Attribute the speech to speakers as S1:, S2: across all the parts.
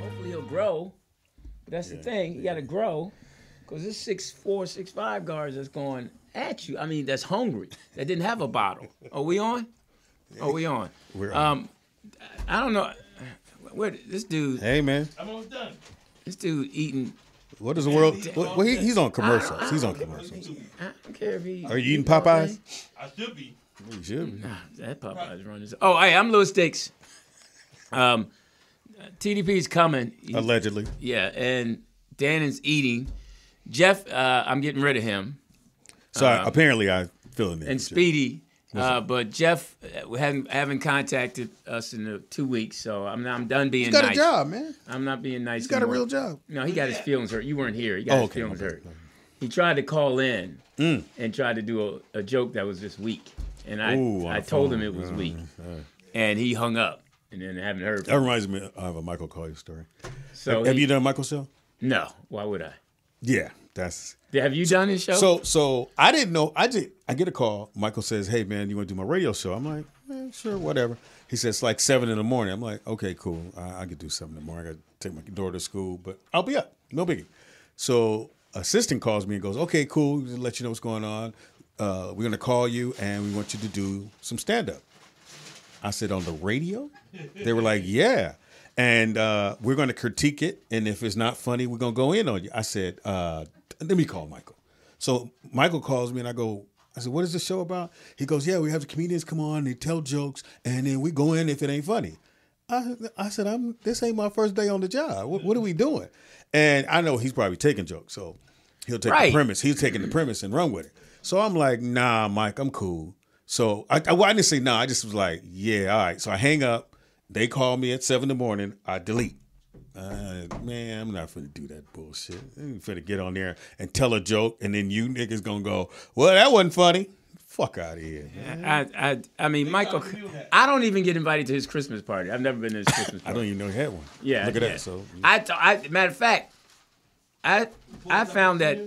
S1: Hopefully he'll grow. But that's the thing. You got to grow. Because this six four, six five guards that's going at you. I mean, that's hungry. That didn't have a bottle. Are we on? Are we on?
S2: We're on.
S1: um, I don't know. Where this dude?
S2: Hey man,
S3: I'm almost done.
S1: This dude eating. Ah,
S2: what is the world? Well, he, he's on commercials. He's on commercials.
S1: I don't care if he.
S2: Are you eating Popeyes? Oh,
S3: I should be.
S2: You should be.
S1: That Popeyes running. Oh, hey, I'm Louis Dix. Um, TDP's coming. He's-
S2: Allegedly,
S1: Yeah, and Dan is eating. Jeff, uh, I'm getting rid of him. Um,
S2: so I, apparently I feel it.
S1: and Speedy. Uh, but Jeff uh, we haven't haven't contacted us in the two weeks, so I'm I'm done being
S2: He's got
S1: nice.
S2: a job, man.
S1: I'm not being nice.
S2: He's got a
S1: anymore.
S2: real job.
S1: No, he got his feelings hurt. You weren't here. He got
S2: Oh,
S1: his
S2: okay,
S1: feelings
S2: my bad. Mm.
S1: hurt. He tried to call in and tried to do a, a joke that was just weak, and I
S2: Ooh, on
S1: I
S2: the
S1: told him
S2: phone. Uh,
S1: it was weak, and he hung up, and then I haven't heard.
S2: That
S1: From him.
S2: reminds me of a Michael Collier story.
S1: So
S2: Have
S1: he-
S2: you done Michael's show?
S1: No, why would I?
S2: Yeah, that's
S1: Have you done his show?
S2: So so I didn't know. I did. I get a call. Michael says, "Hey man, you want to do my radio show?" I'm like, eh, "Sure, whatever." He says, "Like seven in the morning." I'm like, "Okay, cool. I, I could do seven in the morning. I got to take my daughter to school, but I'll be up. No biggie." So assistant calls me and goes, "Okay, cool. Just let you know what's going on. Uh, we're gonna call you and we want you to do some stand up." I said, on the radio? They were like, yeah. And uh, we're going to critique it. And if it's not funny, we're going to go in on you. I said, uh, let me call Michael. So Michael calls me and I go, I said, what is this show about? He goes, yeah, we have the comedians come on, they tell jokes, and then we go in if it ain't funny. I, I said, I'm, this ain't my first day on the job. What, what are we doing? And I know he's probably taking jokes. So he'll take
S1: Right.
S2: the premise. He's taking the premise and run with it. So I'm like, nah, Mike, I'm cool. So I, I, well, I didn't say nah. I just was like, yeah, all right. So I hang up. They call me at seven in the morning. I delete. Uh, man, I'm not finna do that bullshit. I'm finna get on there and tell a joke, and then you niggas gonna go, well, that wasn't funny. Fuck out of here, man.
S1: I, I, I mean, Michael.
S3: already knew that.
S1: I don't even get invited to his Christmas party. I've never been to his Christmas
S2: I
S1: party.
S2: don't even know he had one.
S1: yeah,
S2: look at
S1: yeah.
S2: that. So
S1: I, t- I- matter of fact, I, I found that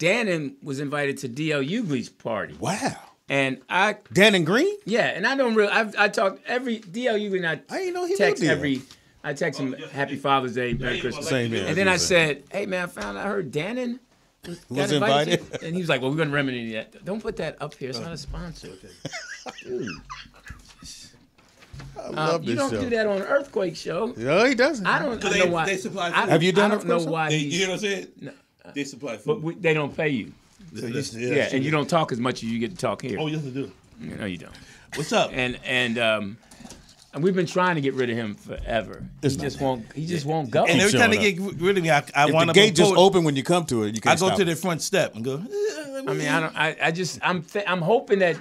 S1: Dannon was invited to D.L. Ugly's party,
S2: wow,
S1: and I,
S2: Dan and Green.
S1: yeah, and I don't really. I've, I talked every D.L. Ugly and I,
S2: I didn't know he
S1: text
S2: lived there.
S1: every. I text him
S3: Oh, yes,
S1: Happy
S3: he-
S1: Father's Day, Merry
S3: he was
S1: Christmas,
S3: like-
S2: Same here.
S1: and then I
S2: He's a-
S1: said, Hey man, I found I heard Dannon.
S2: was invited.
S1: and he was like, "Well, we're gonna remedy that. Don't put that up here. It's not a sponsor."
S2: I
S1: Um,
S2: love
S1: you
S2: this
S1: don't
S2: show.
S1: do that on an earthquake show.
S2: No, he doesn't.
S1: I don't know
S3: They-
S1: why.
S3: they supply
S1: I-
S3: food.
S2: Have you done
S1: I
S2: it
S1: don't
S2: for
S1: know
S2: yourself?
S1: why.
S3: They,
S1: he's-
S3: you know what I'm saying? They supply food.
S1: but we, they don't pay you.
S3: That's-
S1: Yeah,
S3: that's
S1: and you
S3: true.
S1: don't talk as much as you get to talk here.
S3: Oh, yes, I do.
S1: No, you don't.
S3: What's up?
S1: And and um, and we've been trying to get rid of him forever.
S2: It's
S1: he
S2: not
S1: just
S2: that.
S1: won't. He just won't go.
S3: And
S2: Keep
S3: every time they
S2: showing
S3: get rid of me, I, I
S2: If
S3: wind
S2: the
S3: up
S2: gate
S3: on
S2: just
S3: pole.
S2: open when you come to it. You
S3: I
S2: can't
S3: go
S2: stop
S3: to
S2: it.
S3: the front step and go. "Eh." I
S1: I mean, I don't. I, I just. I'm. Th- I'm hoping that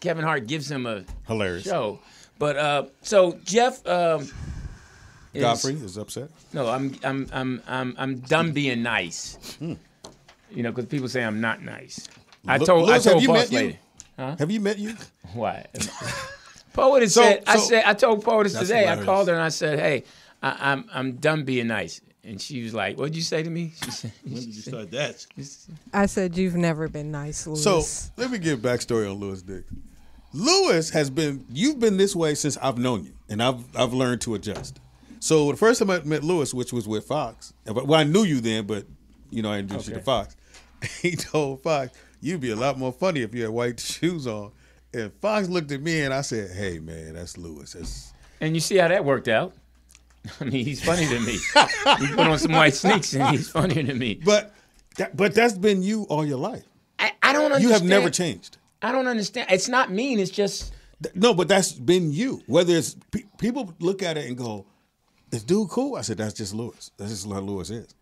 S1: Kevin Hart gives him a
S2: hilarious.
S1: show. But uh, so Jeff, um, is-
S2: Godfrey is upset.
S1: No, I'm I'm I'm I'm I'm done being nice.
S2: Hmm.
S1: You know, because people say I'm not nice. I
S2: Lu-
S1: told
S2: Lewis,
S1: I
S2: have
S1: told
S2: you
S1: boss
S2: met you?
S1: lady.
S2: Have you met you?
S1: Why? Poetess
S2: So-
S1: said I
S2: so-
S1: said I told Poetess
S3: That's
S1: today. I
S3: hilarious.
S1: called her and I said, "Hey, I, I'm I'm done being nice." And she was like, "What'd you say to me?" She said,
S3: When did you start that?
S4: I said you've never been nice, Louis.
S2: So let me give backstory on Lewis Dick. Lewis has been you've been this way since I've known you, and I've I've learned to adjust. So the first time I met Lewis, which was with Fox, well I knew you then, but you know I introduced you to
S1: Okay.
S2: Fox. He told Fox, "You'd be a lot more funny if you had white shoes on." And Fox looked at me and I said, "Hey man, that's Lewis. That's
S1: And you see how that worked out. I mean, he's funnier than me. he put on some white sneaks and he's funnier than me.
S2: but that, but that's been you all your life.
S1: I, I don't understand.
S2: You have never changed."
S1: I don't understand. It's not mean. It's just
S2: Th- No, but that's been you. Whether it's pe- people look at it and go, "Is dude cool?" I said, "That's just Lewis. That's just how Lewis is.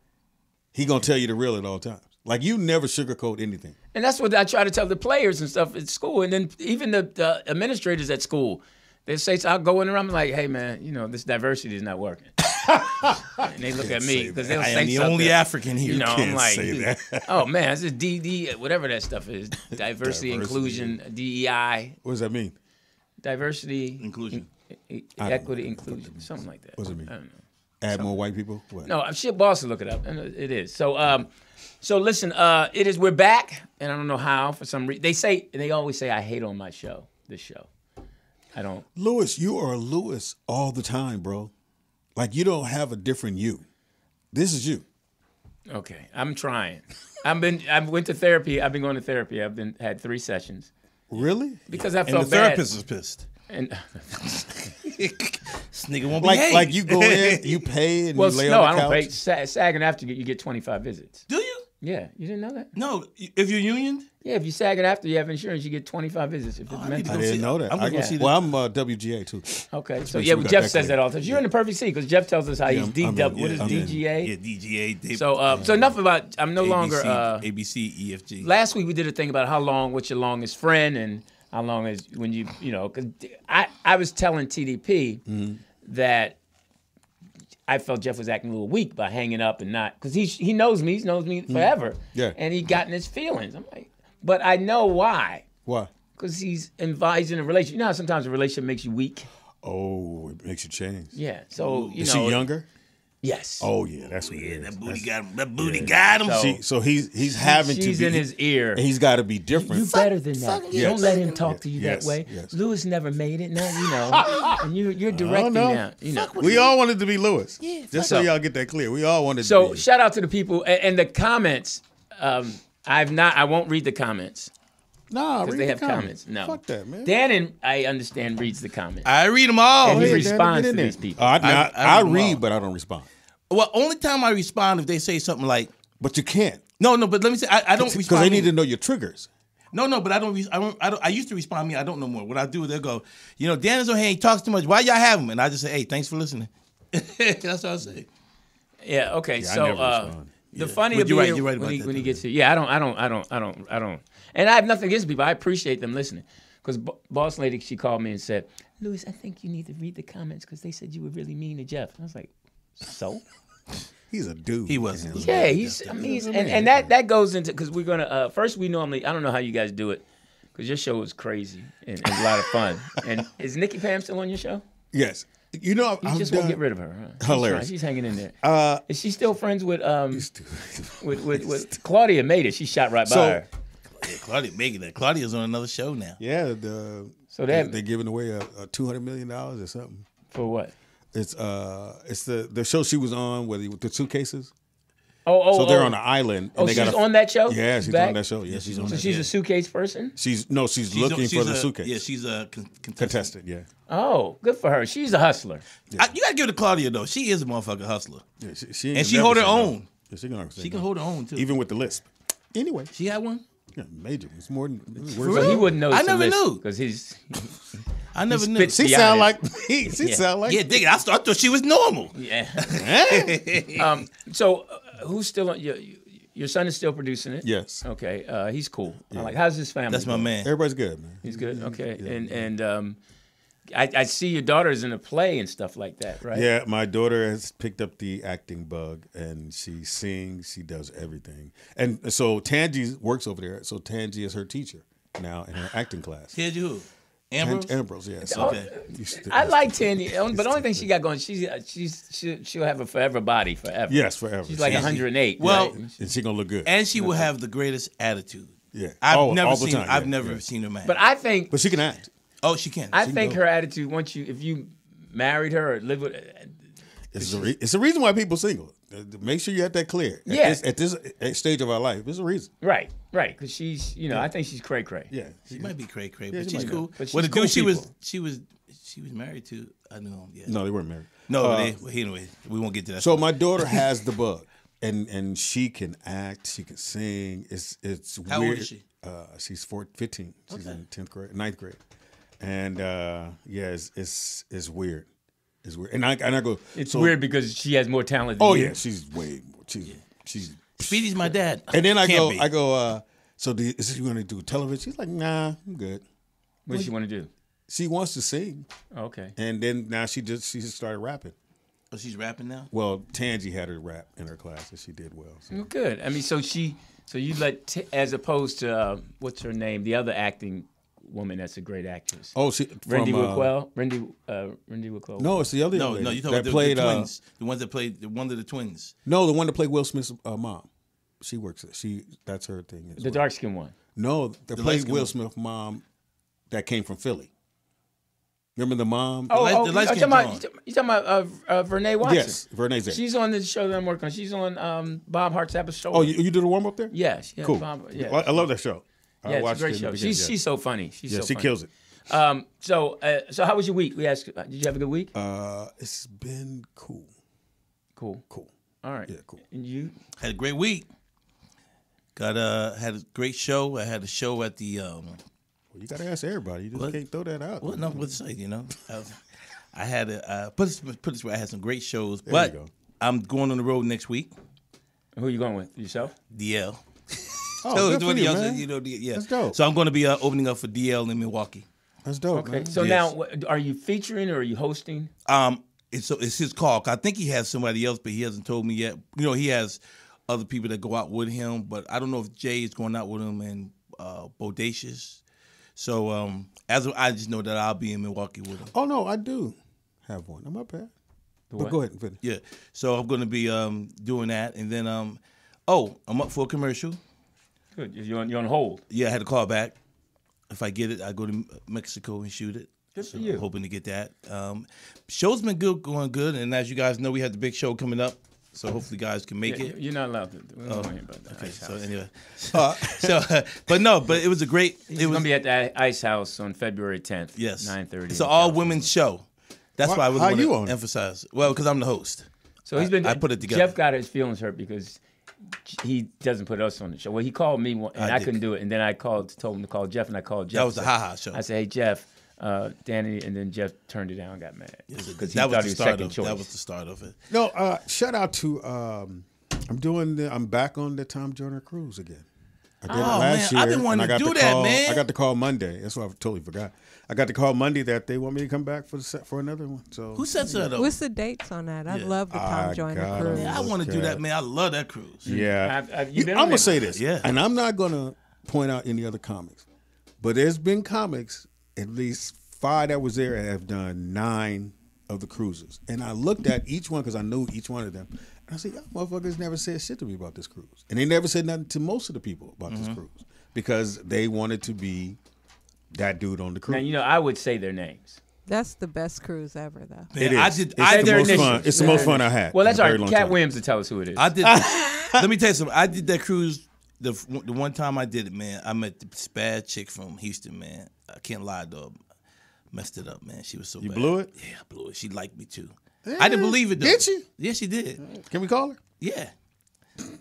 S2: He gonna tell you the real at all times. Like you never sugarcoat anything.
S1: And that's what I try to tell the players and stuff at school, and then even the, the administrators at school. They say, so I'll go in there, I'm like, hey, man, you know, this diversity is not working. and they look at me because they'll
S3: I
S1: say
S3: am the
S1: something.
S3: only African here.
S1: You know, I'm
S2: can't
S1: like,
S2: say that.
S1: oh, man, this is DD, whatever that stuff is. Diversity, inclusion, DEI,
S2: What does that mean?
S1: diversity,
S3: Inclusion.
S1: e- equity, inclusion, something like that.
S2: What does it mean?
S1: I don't know.
S2: Add more white people? What?
S1: No, I'm shit boss to look it up, and it is. So, um, so listen, uh, it is. We're back, and I don't know how for some reason they say they always say I hate on my show. This show, I don't.
S2: Lewis, you are Lewis all the time, bro. Like you don't have a different you. This is you.
S1: Okay, I'm trying. I've been. I went to therapy. I've been going to therapy. I've been had three sessions
S2: Really?
S1: because I
S3: And
S1: felt
S3: the
S1: bad.
S3: therapist was pissed.
S1: And
S3: this nigga won't
S2: Like
S3: behave.
S2: like you go in, you pay, and
S1: well,
S2: you lay
S1: no,
S2: on
S1: I
S2: the
S1: don't
S2: couch.
S1: pay. Sa- sag and after you, you get 25 visits.
S3: Do you?
S1: Yeah, you didn't know that.
S3: No, if you're union,
S1: Yeah, if you sag and after you have insurance, you get 25 visits. If it's
S3: I
S1: mental.
S3: need to
S2: Oh, I
S3: go
S2: didn't know that.
S3: I'm
S2: I
S3: gonna go
S2: can
S3: see the-
S2: Well, I'm uh, WGA too.
S1: Okay, so
S2: make
S1: yeah,
S2: sure we got
S1: Jeff
S2: that
S1: says
S2: clear.
S1: that all the time. You're in the perfect seat because Jeff tells us how
S2: Yeah,
S1: he's
S2: I'm- I'm
S1: DW.
S2: in,
S1: what
S2: yeah,
S1: is
S2: I'm in.
S1: DGA?
S3: yeah, DGA. They,
S1: So, uh, so enough about. I'm no longer.
S3: ABC,
S1: Uh,
S3: ABC, EFG.
S1: last week we did a thing about how long, what's your longest friend, and how long is when you, you know, because I, I was telling TDP
S2: Mm-hmm.
S1: that I felt Jeff was acting a little weak by hanging up and not because he he knows me, he knows me forever,
S2: Mm-hmm. Yeah.
S1: and he got in his feelings. I'm like, but I know why.
S2: Why?
S1: Because he's advising a relationship. You know how sometimes a relationship makes you weak?
S2: Oh, it makes you change.
S1: Yeah. So, you
S2: Is
S1: know.
S2: she younger?
S1: Yes.
S2: Oh yeah, that's what
S3: yeah,
S2: it is.
S3: that booty got him. That booty got him.
S1: So-
S2: She, so he's he's having to
S1: She's
S2: be
S1: in his ear.
S2: and he's got to be different.
S1: You better than that.
S2: yes.
S1: Don't let him talk to you
S2: Yes,
S1: that way.
S2: yes.
S1: Lewis never made it. Now you know, and you, you're directing
S2: know.
S1: now. You know.
S2: we all wanted to be Lewis. Just so
S1: fuck.
S2: y'all get that clear. We all wanted to
S1: So
S2: be.
S1: shout out to the people and, and the comments. Um, I've not. I won't read the comments
S2: nah, Ah,
S1: because
S2: read
S1: they
S2: the
S1: have comments. No.
S2: Fuck that, man.
S1: Dan and I understand reads the comments.
S3: I read them all.
S1: And he
S2: Dan,
S1: responds
S2: get in
S1: to
S2: there.
S1: these people.
S2: Oh, I, I,
S3: I-
S2: I
S3: I read them all.
S2: read, but I don't respond.
S3: Well, only time I respond if they say something like,
S2: But you can't
S3: "No, no," but let me say, I, I don't
S2: because
S3: respond.
S2: they need to know your triggers.
S3: No, no, but I don't, re- I don't. I don't. I used to respond. Me, I don't know more. What I do, they'll go. You know, Dan is on here. He talks too much. Why y'all have him? And I just say, hey, thanks for listening. That's what I say.
S1: Yeah. Okay.
S2: I
S1: so
S2: never
S1: uh,
S2: respond.
S1: the funny
S3: But
S1: of
S3: you're
S1: being
S3: right, you're right
S1: when,
S3: about
S1: he,
S3: that,
S1: when he
S3: though.
S1: gets here, yeah, I don't, I don't, I don't, I don't, I don't, and I have nothing against people. I appreciate them listening because b- boss lady she called me and said, "Louis, I think you need to read the comments because they said you were really mean to Jeff." And I was like, "So."
S2: He's a dude.
S3: He was.
S2: man.
S1: Yeah, he's. I mean, he's- and, and that that goes into because we're gonna uh, first we normally I don't know how you guys do it because your show is crazy and, and a lot of fun. And is Nikki Pam still on your show?
S2: Yes. You know,
S1: You
S2: I'm
S1: just
S2: done.
S1: won't get rid of her. Huh? She's
S2: Hilarious.
S1: fine. She's hanging in there.
S2: Uh,
S1: is she still friends with um with, with, with Claudia? Made it. She shot right
S2: So-
S1: by her.
S3: Yeah, Claudia making that. Claudia's on another show now.
S2: yeah. The,
S1: So that-
S2: they're giving away a, a two hundred million dollars or something.
S1: For what?
S2: It's uh, it's the the show she was on with the suitcases.
S1: Oh, oh,
S2: So they're
S1: oh.
S2: on an island. And
S1: Oh,
S2: they
S1: she's
S2: got a-
S1: on that show.
S2: Yeah, she's
S1: Back?
S2: on that show. Yeah, she's on
S1: So
S2: that.
S1: she's a suitcase person.
S2: She's no, she's,
S3: She's
S2: looking
S3: a-
S2: for
S3: she's
S2: the
S3: a-
S2: suitcase.
S3: Yeah, she's a con- contestant.
S2: contestant. Yeah,
S1: Oh, good for her. She's a hustler.
S3: I- you gotta give it to Claudia though. She is a motherfucking hustler.
S2: yeah she, she ain't
S3: And she
S2: never
S3: hold her
S2: said no.
S3: own.
S2: Yeah, she can,
S3: She can hold her own too.
S2: even with the lisp. Anyway,
S3: she had one.
S2: yeah, major. It's more than words
S1: So
S2: than-
S1: he wouldn't know.
S3: I
S1: it's a
S3: never
S1: list
S3: knew.
S1: because he's
S3: I never knew.
S1: spits-
S2: She
S1: Be
S2: sound like
S1: honest.
S2: me. She
S1: Yeah.
S2: sound like
S3: yeah, dig it. I, thought- I thought she was normal.
S1: yeah.
S2: Eh?
S1: Um, so uh, who's still on your your son is still producing it?
S2: yes.
S1: Okay, uh, he's cool. I like. How's his family?
S3: That's my
S1: doing?
S3: man. Mm-hmm.
S2: Everybody's good, man.
S1: He's good. Okay, and and um, I, I see your daughter is in a play and stuff like that, right?
S2: Yeah, my daughter has picked up the acting bug, and she sings, she does everything. And so Tangi works over there. So Tangi is her teacher now in her acting class.
S3: Kid you.
S2: Tan-
S3: Ambrose?
S2: Ambrose, yeah. So
S1: Okay.
S2: Used to-
S1: I like Tandy, but the only thing she got going, she's uh, she's she, she'll have a forever body forever.
S2: Yes, forever.
S1: she's like
S2: She's-
S1: 108.
S3: Well,
S1: right?
S2: and she gonna look good.
S3: and she will have the greatest attitude.
S2: Yeah.
S3: I've
S2: All-
S3: never
S2: all the
S3: seen.
S2: time,
S3: I've
S2: yeah,
S3: never
S2: yeah.
S3: seen her man.
S1: but I think
S2: but she can act.
S3: oh, she can.
S1: I
S3: She-
S1: think
S2: go.
S1: her attitude once you if you married her or lived with
S2: It's a, re- it's a reason why people single. Uh, Make sure you have that clear. At
S1: Yeah.
S2: this, at this uh, stage of our life, there's a reason.
S1: right, right, because she's you know I think she's cray cray.
S2: Yeah.
S3: she might be cray cray,
S2: she
S3: but she's
S2: might be.
S3: cool.
S1: But she's
S3: well, the
S1: cool
S3: dude she was,
S1: people.
S3: she was, she was married to. I knew him. Yeah.
S2: No, they weren't married.
S3: No,
S2: Uh,
S3: but they, well, anyway, we won't get to that.
S2: So my daughter has the bug, and and she can act, she can sing. It's it's
S3: How old
S2: weird.
S3: is she?
S2: Uh, she's four, 15. She's in tenth grade, 9th grade, and uh, yeah, it's, it's it's weird. It's weird, and I and I go.
S1: It's
S2: so-
S1: weird because she has more talent. Than
S2: Oh
S1: you.
S2: yeah, she's way more. She's she's.
S3: Speedy's my dad.
S2: And then I
S3: Can't
S2: go,
S3: be.
S2: I go. uh So do you, is this you gonna do television? She's like, nah, I'm good.
S1: What does she want to do?
S2: She wants to sing,
S1: Okay.
S2: and then now she just she just started rapping.
S3: Oh, she's rapping now.
S2: Well, Tangi had her rap in her class, and she did well. so.
S1: Well, good. I mean, so she, so you let, t- as opposed to uh, what's her name, the other acting woman that's a great actress,
S2: Oh, she
S1: Randy
S2: from, uh,
S1: Wickwell. Randy, uh, Randy Wickwell.
S2: No, it's the other
S3: No,
S2: young
S3: no,
S2: lady
S3: you talking
S2: that
S3: about the,
S2: played
S3: the
S2: uh,
S3: twins, the ones that played the one of the twins.
S2: no the one that played Will Smith's uh, mom. She works. At, she that's her thing. as
S1: the
S2: well.
S1: dark skinned one.
S2: No, that
S3: light
S2: plays
S3: skin
S2: Will
S3: one.
S2: Smith's mom that came from Philly. Remember the mom?
S1: Oh,
S3: light-
S1: oh,
S3: the
S1: you
S3: light
S1: talking
S3: skinned
S1: about, you talking about uh, uh, Renee Watson?
S2: yes, Verne's there.
S1: She's on the show that I'm working on. She's on um, Bob Hart's episode.
S2: oh, you, you did a warm up there?
S1: yeah, she has
S2: cool.
S1: Bob, yeah,
S2: I, I love that show. I
S1: yeah, it's a
S2: watched it
S1: great
S2: in the
S1: show.
S2: beginning,
S1: She's
S2: yeah.
S1: she's so funny. She's
S2: yeah,
S1: so
S2: she
S1: funny.
S2: kills it.
S1: Um, so uh, so how was your week? We asked. uh, Did you have a good week?
S2: Uh, it's been cool,
S1: cool.
S2: cool.
S1: All right.
S2: Yeah, cool.
S1: And you?
S3: Had a great week. Got uh had a great show. I had a show at the um,
S2: Well, you gotta ask everybody. You just
S3: What?
S2: can't throw that out.
S3: Well, no, what's say, you know? I, I had a uh, put this put this way. I had some great shows,
S2: you
S3: but
S2: go.
S3: I'm going on the road next week.
S1: Who you going with? Yourself?
S3: DL.
S2: Oh,
S3: So
S2: good
S3: it's
S2: for
S3: what
S2: you,
S3: else is,
S2: man.
S3: you know, the- yeah.
S2: That's dope.
S3: So I'm going to be uh, opening up for DL in Milwaukee.
S2: That's dope.
S1: Okay.
S2: man.
S1: So
S3: Yes.
S1: now, what- are you featuring or are you hosting?
S3: Um, it's so it's his call. 'Cause I think he has somebody else, but he hasn't told me yet. You know, he has other people that go out with him, but I don't know if Jay is going out with him and uh, Bodacious. So um, as of, I just know that I'll be in Milwaukee with him.
S2: Oh no, I do have one. I'm up here. But
S1: what?
S2: go ahead and finish.
S3: Yeah. So I'm going to be um, doing that, and then um, oh, I'm up for a commercial.
S1: Good. You're on, you're on hold.
S3: Yeah, I had a call back. If I get it, I go to Mexico and shoot it.
S1: Good for
S3: So
S1: you.
S3: I'm hoping to get that. Um, show's been good, going good, and as you guys know, we have the big show coming up. So hopefully, you guys can make
S1: Yeah,
S3: it. Oh,
S1: You're not allowed to. We don't worry about that.
S3: Okay,
S1: Ice
S3: so
S1: House.
S3: anyway, Uh, so but no, but it was a great.
S1: It's
S3: It
S1: gonna
S3: was
S1: be at the I- Ice House on February 10th.
S3: yes,
S1: 9:30.
S3: It's an all women's show. That's
S2: Why-
S3: why, I was
S2: how you
S3: going
S2: on
S3: to
S2: it?
S3: emphasize. Well, because I'm the host.
S1: So he's been.
S3: I put it together.
S1: Jeff got his feelings hurt because he doesn't put us on the show. Well, he called me one, and
S3: I
S1: I,
S3: did.
S1: couldn't do it. And then I called, told him to call Jeff, and I called Jeff.
S3: That was the
S1: I said-
S3: Ha Ha show.
S1: I said, "Hey Jeff, uh, Danny," and then Jeff turned it down, and got mad because he thought
S3: that was
S1: he
S3: the
S1: was
S3: start
S1: second
S3: of
S1: choice.
S3: that was the start of it.
S2: No, uh, shout out to um, I'm doing the I'm back on the Tom Joyner cruise again. I did it
S3: Oh,
S2: last
S3: man, I've
S2: year,
S3: been wanting
S2: and I
S3: to
S2: got
S3: do
S2: the
S3: that,
S2: call,
S3: man.
S2: I got the call Monday. That's why I totally forgot. I got the call Monday that they want me to come back for the set for another one. So
S3: Who sets that up?
S4: What's the dates on that? I love the Tom
S2: I
S4: Joyner
S2: got 'em.
S4: cruise.
S3: Yeah, I want to do
S2: Okay.
S3: that, man. I love that cruise.
S2: yeah,
S1: Have- have you been on
S2: I'm
S1: there?
S2: gonna say this,
S3: Yeah.
S2: and I'm not gonna point out any other comics, but there's been comics, at least five that was there, that have done nine of the cruises, and I looked at each one because I knew each one of them, and I said, "Y'all motherfuckers never said shit to me about this cruise," and they never said nothing to most of the people about
S1: Mm-hmm.
S2: this cruise because they wanted to be that dude on the
S1: now
S2: cruise.
S1: you know I would say their names.
S4: That's the best cruise ever, though.
S3: Man,
S2: It
S3: I
S2: is.
S3: did.
S2: It's the
S3: I did.
S1: their
S2: most
S1: initials.
S2: fun. It's the
S1: Their
S2: most fun I
S1: initials.
S2: had.
S1: Well, that's
S2: in a
S1: our
S2: very long
S1: Cat
S2: time.
S1: Williams to tell us who it is.
S3: I did. let me tell you something. I did that cruise. The f- the one time I did it, man, I met this bad chick from Houston, man. I can't lie though, messed it up, man. She was so you bad.
S2: blew it? Eh,
S3: Yeah, I blew it. She liked me too. I didn't believe it though.
S2: Did she?
S3: Yeah, she did.
S2: Can we call her?
S3: Yeah.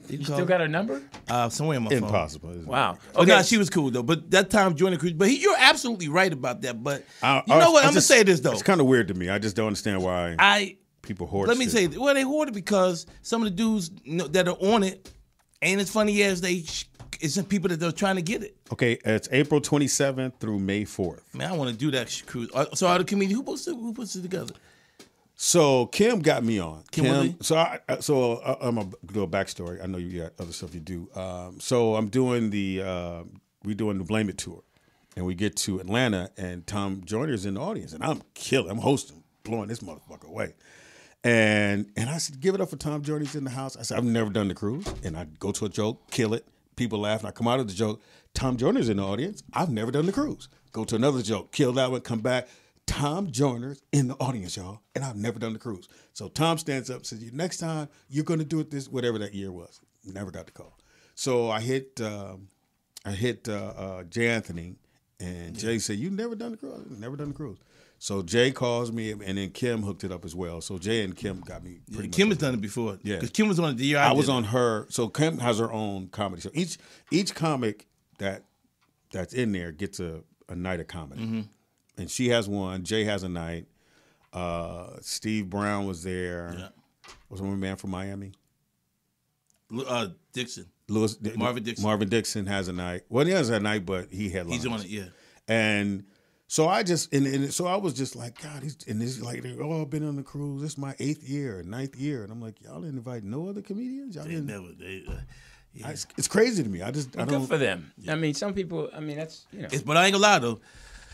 S3: You
S1: Still got her number?
S3: uh, somewhere in my phone.
S2: Impossible. isn't it?
S1: Wow.
S3: But nah, she was cool though. But that time joining the cruise. But he, you're absolutely right about that. But
S2: I-
S3: you
S2: I-
S3: know what?
S2: I
S3: I'm gonna
S2: just-
S3: say this though.
S2: It's kind of weird to me. I just don't understand why
S3: I
S2: people hoard.
S3: Let me
S2: shit.
S3: say, well, they hoarded because some of the dudes kn- that are on it ain't as funny as they sh- it's the people that they're trying to get it.
S2: Okay, it's April 27th through May 4th.
S3: Man, I want to do that sh- cruise. Uh, So, out of community, who puts it, who puts it together?
S2: So Kim got me on. Kim,
S3: Kimberly?
S2: so I, I- so uh, I'm a do a backstory. I know you got other stuff you do. Um, so I'm doing the uh, we doing the Blame It tour, and we get to Atlanta, and Tom Joyner's in the audience, and I'm killing. I'm hosting, blowing this motherfucker away. And and I said, give it up for Tom Joyner's in the house. I said, I've never done the cruise, and I go to a joke, kill it. People laugh, and I come out of the joke. Tom Joyner's in the audience. I've never done the cruise. Go to another joke, kill that one, come back. Tom Joyner's in the audience, y'all, and I've never done the cruise. So Tom stands up, says, "You next time you're gonna do it this whatever that year was." Never got the call. So I hit, um, I hit uh, uh, Jay Anthony, and Jay said, "You never done the cruise? Never done the cruise." So Jay calls me, and then Kim hooked it up as well. So Jay and Kim got me. Pretty much
S3: Kim has done it before.
S2: Yeah.
S3: 'Cause Kim was on the year
S2: I was
S3: did it.
S2: on her. So Kim has her own comedy show. Each each comic that that's in there gets a, a night of comedy,
S3: Mm-hmm.
S2: and she has one. Jay has a night. Uh, Steve Brown was there. Was one man from Miami.
S3: Lu- uh, Dixon.
S2: Louis
S3: Marvin Dixon.
S2: Marvin Dixon has a night. Well, he has a night, but he had
S3: He's on it, yeah.
S2: and so I just and, and so I was just like, God, he's and this is like they're all been on the cruise. This is my eighth year, ninth year, and I'm like, y'all didn't invite no other comedians. Y'all
S3: They
S2: didn't.
S3: never, they, uh, yeah.
S2: I- it's, it's crazy to me. I just I
S1: Good
S2: don't.
S1: for them. I mean, some people. I mean, that's you know.
S3: It's, but I ain't gonna lie though.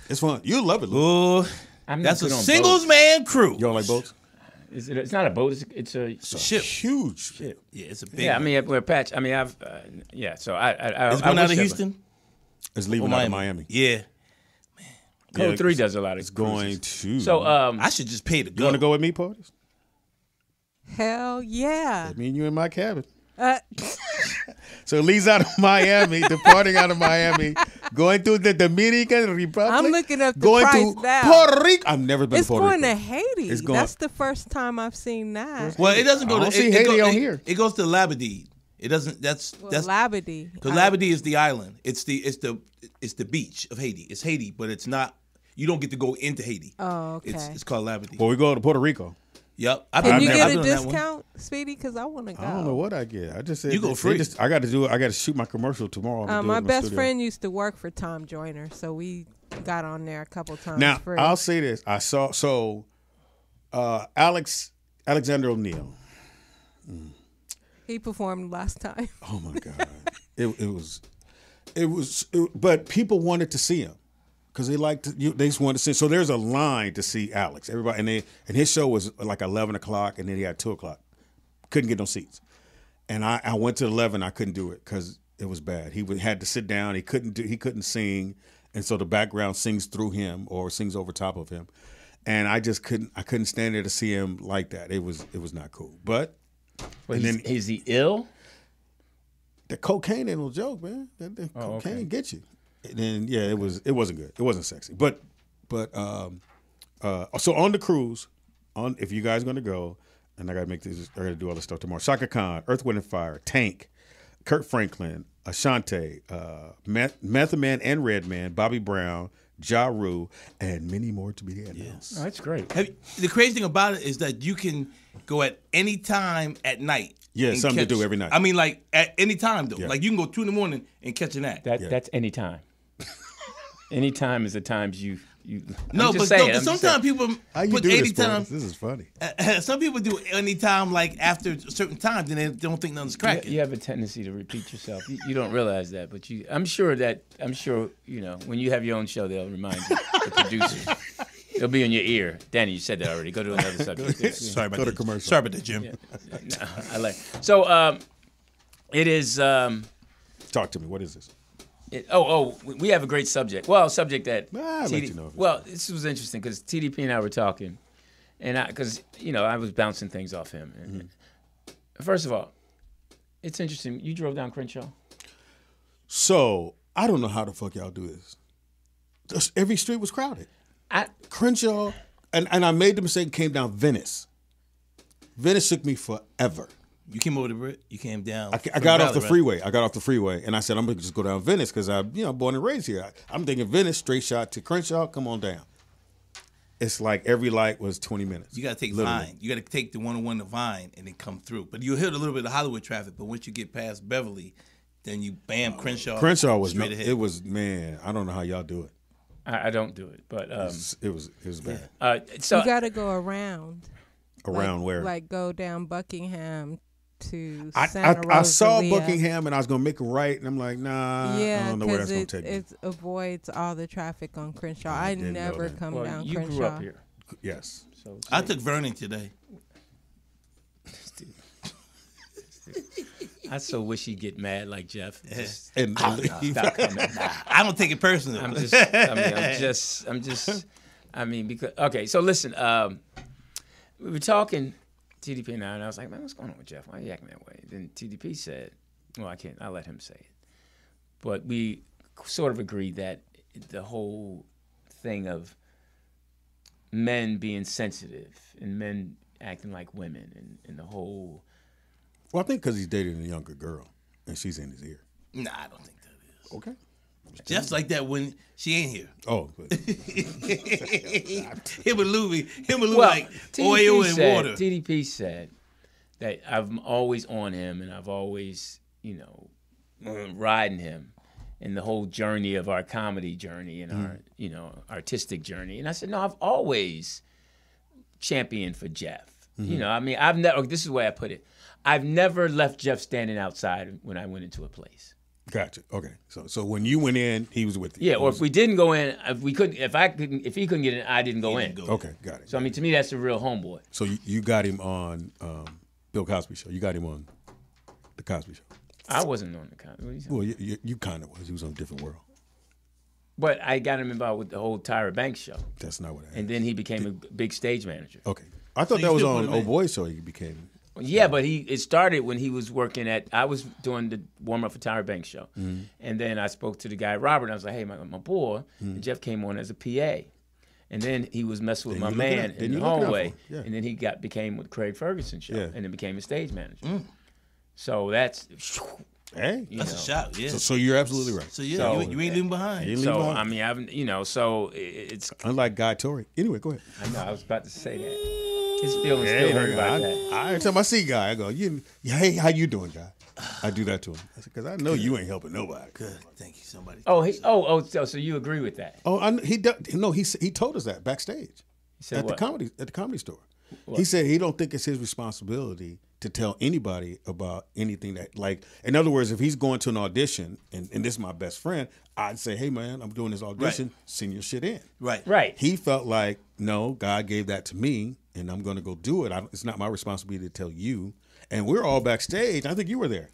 S2: It's fun. You love it. Lou.
S3: Oh,
S1: I'm not
S3: that's a
S1: good on
S3: singles
S1: boats.
S3: man crew.
S2: You don't like boats?
S1: It's, it's not a boat. It's, it's a.
S3: It's a ship.
S2: Huge.
S3: Yeah, it's a big.
S1: Yeah, I
S3: one.
S1: mean, we're a patch. I mean, I've. Uh, yeah, so I. I, I
S3: it's
S1: I
S3: one
S1: wish
S3: out of
S1: that-
S3: Houston
S2: It's leaving
S3: or
S1: Oh,
S2: out of
S3: Miami.
S2: Miami.
S3: Yeah,
S1: Code
S2: Yeah,
S1: Three
S2: it's-
S1: does a lot of.
S2: It's going
S1: cruises.
S2: to.
S1: So um,
S3: I should just pay to
S2: you
S3: go.
S2: want to go with me, parties?
S4: Hell yeah.
S2: Me and you in my cabin.
S4: Uh,
S2: So it leaves out of Miami, departing out of Miami, going to the Dominican Republic.
S4: I'm looking up the
S2: going to
S4: price now.
S2: Puerto Rico. I've never been
S4: it's
S2: to Puerto
S4: going
S2: Rico.
S4: to Haiti.
S2: It's going-
S4: That's the first time I've seen that.
S3: Well, it doesn't go
S2: I
S3: to.
S2: don't see
S3: it, it
S2: Haiti
S3: go-
S2: on
S3: it-
S2: here.
S3: It goes to Labadee. It doesn't. That's
S4: Well,
S3: that's
S4: Labadee.
S3: because
S4: I-
S3: Labadee is the island. It's the it's the it's the beach of Haiti. It's Haiti, but it's not. You don't get to go into Haiti.
S4: Oh,
S3: It's,
S4: okay.
S3: it's called Labadee.
S2: Well, we go to Puerto Rico.
S3: yep. I've
S4: Can you
S3: I've
S4: get
S3: been
S4: a
S3: on that one.
S4: discount, Speedy? Because I want to go.
S2: I don't know what I get. I just said
S3: You go
S2: they
S3: free.
S2: just- I got to do. it. I got to shoot my commercial tomorrow. I'm gonna
S4: Uh,
S2: do it
S4: my
S2: in the
S4: best
S2: studio.
S4: friend used to work for Tom Joyner, so we got on there a couple times.
S2: Now
S4: uh, free.
S2: I'll say this. I saw so uh, Alex Alexander Mm. O'Neill.
S4: he performed last time.
S2: Oh my god! it, it was, it was. It, but people wanted to see him because they liked. You, they just wanted to see. So there's a line to see Alex. Everybody and they and his show was like eleven o'clock, and then he had two o'clock. Couldn't get no seats, and I, I went to eleven. I couldn't do it because it was bad. He would, had to sit down. He couldn't do. He couldn't sing, and so the background sings through him or sings over top of him. And I just couldn't. I couldn't stand there to see him like that. It was. It was not cool. But
S1: Well,
S2: and
S1: he's- is he ill?
S2: the cocaine ain't no joke, man. That, that cocaine
S1: okay.
S2: get you. And then yeah, it was it wasn't good. It wasn't sexy. But but um uh so on the cruise, on if you guys gonna go, and I gotta make this I gotta do all this stuff tomorrow. Shaka Khan, Earth Wind and Fire, Tank, Kurt Franklin, Ashante, uh Meth- Method Man and Red Man, Bobby Brown, Ja Rule, and many more to be announced.
S1: Oh, that's great.
S3: Have you- the crazy thing about it is that you can go at any time at night.
S2: Yeah,
S3: and
S2: something to do every night.
S3: I mean, like at any time though.
S2: Yeah.
S3: Like you can go two in the morning and catch an act.
S1: That that's any time. any time is the times you you. I'm
S3: no,
S1: just
S3: but,
S1: saying,
S3: no, but
S1: I'm just
S3: sometimes
S1: saying.
S3: people
S2: How you
S3: put
S2: do
S3: eighty
S2: this, bro?
S3: times.
S2: This is funny.
S3: some people do any time like after a certain times and they don't think nothing's cracking.
S1: You, you have a tendency to repeat yourself. You, you don't realize that, but you. I'm sure that I'm sure you know when you have your own show, they'll remind you. the producer. It'll be in your ear. Danny, you said that already. Go to another subject.
S3: Sorry about
S2: Go to
S3: that.
S2: commercial.
S3: Sorry about that, Jim.
S1: No, I like. So um, it is. Um,
S2: Talk to me. What is this?
S1: It, oh, oh, we- we have a great subject. Well, subject that.
S2: Ah, I'll let
S1: TD
S2: you know if it's-
S1: well, this was interesting because TDP and I were talking, and I, because you know, I was bouncing things off him. And, First of all, it's interesting. You drove down Crenshaw.
S2: So I don't know how the fuck y'all do this. Just Every street was crowded.
S1: I,
S2: Crenshaw, and, and I made the mistake, came down Venice. Venice took me forever.
S3: You came over the bridge. You came down.
S2: I,
S3: from
S2: I got off
S3: valley,
S2: the
S3: right?
S2: freeway. I got off the freeway, and I said, I'm gonna just go down Venice because I, you know, born and raised here. I, am thinking Venice, straight shot to Crenshaw, come on down. It's like every light was 20 minutes.
S3: You gotta take
S2: Literally.
S3: Vine. You gotta take oh the one on one to Vine and then come through. But you'll hit a little bit of Hollywood traffic. But once you get past Beverly, Then you bam Crenshaw.
S2: Oh, Crenshaw was
S3: straight
S2: no-
S3: ahead.
S2: it was man. I don't know how y'all do it.
S1: I, I don't do it, but um,
S2: It was it was bad.
S1: uh, so
S4: you got to go around.
S2: Around
S4: like,
S2: where
S4: Like go down Buckingham to
S2: I, I,
S4: Santa
S2: I saw
S4: Rosalia.
S2: Buckingham and I was gonna make a right and I'm like nah. I
S4: Yeah,
S2: don't know where that's
S4: because
S2: gonna
S4: it,
S2: take
S4: it avoids all the traffic on Crenshaw.
S2: I
S4: I,
S2: didn't know
S4: never
S2: that.
S4: come
S1: well,
S4: down
S1: you
S4: Crenshaw.
S1: grew up here,
S2: me. Yes.
S1: so
S3: I took Vernon today.
S1: I so wish he'd get mad like Jeff. Just
S2: And
S1: stop coming.
S3: I don't take it personally.
S1: I'm just, I mean, I'm just, I'm just, I mean, because, okay, so listen, um, we were talking, TDP and I, and I was like, man, what's going on with Jeff? Why are you acting that way? Then TDP said, well, I can't, I let him say it. But we sort of agreed that the whole thing of men being sensitive and men acting like women and, and the whole,
S2: well, I think because he's dating a younger girl and she's in his ear.
S3: nah, I don't think that
S2: Okay.
S3: is. Just like that when she ain't here.
S2: Oh, good.
S3: him and Louie, him and Louie
S1: well,
S3: like
S1: TDP
S3: oil and
S1: said,
S3: water.
S1: TDP said that I'm always on him and I've always, you know, uh, riding him in the whole journey of our comedy journey and our, you know, artistic journey. And I said, no, I've always championed for Jeff. You know, I mean, I've never, this is the way I put it. I've never left Jeff standing outside when I went into a place.
S2: gotcha. Okay. So so when you went in, he was with you.
S1: Yeah, or if we didn't go in, if we couldn't, if I couldn't, if he couldn't get in, I didn't go in.
S2: Okay, got it.
S1: So I mean, to me, that's a real homeboy.
S2: So you, you got him on um, Bill Cosby show. You got him on the Cosby show.
S1: I wasn't on the comedy.
S2: Well, you, you, you kind of was. He was on different world.
S1: But I got him involved with the whole Tyra Banks show,
S2: That's not what I.
S1: and then he became a big stage manager.
S2: okay. I thought
S3: you
S2: that was
S3: still put
S2: on
S3: him
S2: Old
S3: in.
S2: Boy show. He became.
S1: Yeah, but he it started when he was working at. I was doing the warm up for Tyra Banks show,
S2: Mm-hmm.
S1: and then I spoke to the guy Robert. and I was like, "Hey, my, my boy,"
S2: Mm-hmm.
S1: and Jeff came on as a PA, and then he was messing with
S2: Then
S1: my
S2: you looking out-
S1: man
S2: then
S1: in the
S2: you looking out for
S1: hallway,
S2: him, yeah.
S1: and then he got became with Craig Ferguson show,
S2: Yeah.
S1: and then became a stage manager. So that's
S2: Hey.
S1: you
S3: Mm. That's
S1: know.
S3: a shout, yeah.
S2: So,
S3: So,
S2: so you're absolutely right.
S3: yeah,
S1: So-
S3: you, you ain't leaving behind.
S2: You leave
S1: So
S2: him
S1: I
S2: on.
S1: mean, I've you know, so it, it's.
S2: Unlike Guy Tori. Anyway, go ahead.
S1: I know I was about to say that. His feelings still hurt about
S2: I,
S1: that.
S2: I- every time I see Guy, I go, "You, hey, how you doing, Guy?" I do that to him because I know you ain't helping nobody.
S3: Good. Thank you, somebody.
S1: Oh, he, oh, oh. So, so you agree with that?
S2: Oh, I, kn- he do- no, he s- he told us that backstage
S1: He said
S2: at
S1: what?
S2: the comedy at the comedy store. He said he don't think it's his responsibility to tell anybody about anything that like. In other words, if he's going to an audition and, and this is my best friend, I'd say, "Hey man, I'm doing this audition. Send your shit in."
S3: Right.
S1: Right.
S2: He felt like, "No, God gave that to me, and I'm going to go do it. I, it's not my responsibility to tell you." And we're all backstage. I think you were there.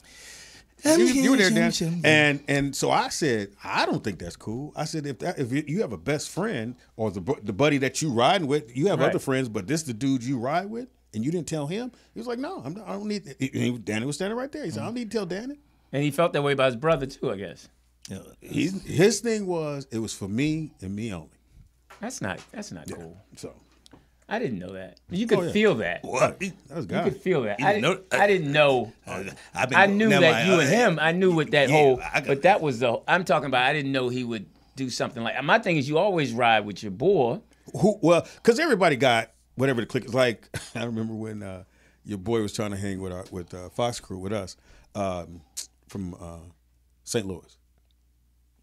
S2: You, you were there, Dan. And and so I said, I don't think that's cool. I said, if that, if you- you have a best friend or the bu- the buddy that you riding with, you have
S1: Right.
S2: other friends, but this the dude you ride with, and you didn't tell him. He was like, no, I'm not, I don't need. And he- Danny was standing right there. He said, I don't need to tell Danny.
S1: And he felt that way about his brother too. I guess
S3: Yeah.
S2: He's, his thing was it was for me and me only.
S1: that's not that's not cool.
S2: So
S1: I didn't know that. You could
S2: Oh, yeah.
S1: feel that.
S3: What?
S2: that was
S1: You
S2: God.
S1: could feel that.
S3: You
S1: I didn't,
S3: didn't know-
S1: I didn't know.
S3: I've been-
S1: I knew
S3: never
S1: that
S3: mind.
S1: you
S3: Uh,
S1: and him. I knew with that
S3: yeah,
S1: whole.
S3: I got-
S1: But that was the. I'm talking about. I didn't know he would do something like. My thing is, you always ride with your boy.
S2: Who? Well, because everybody got whatever the click is. Like I remember when uh, your boy was trying to hang with our with uh, Fox Crew with us um, from uh, St. Louis.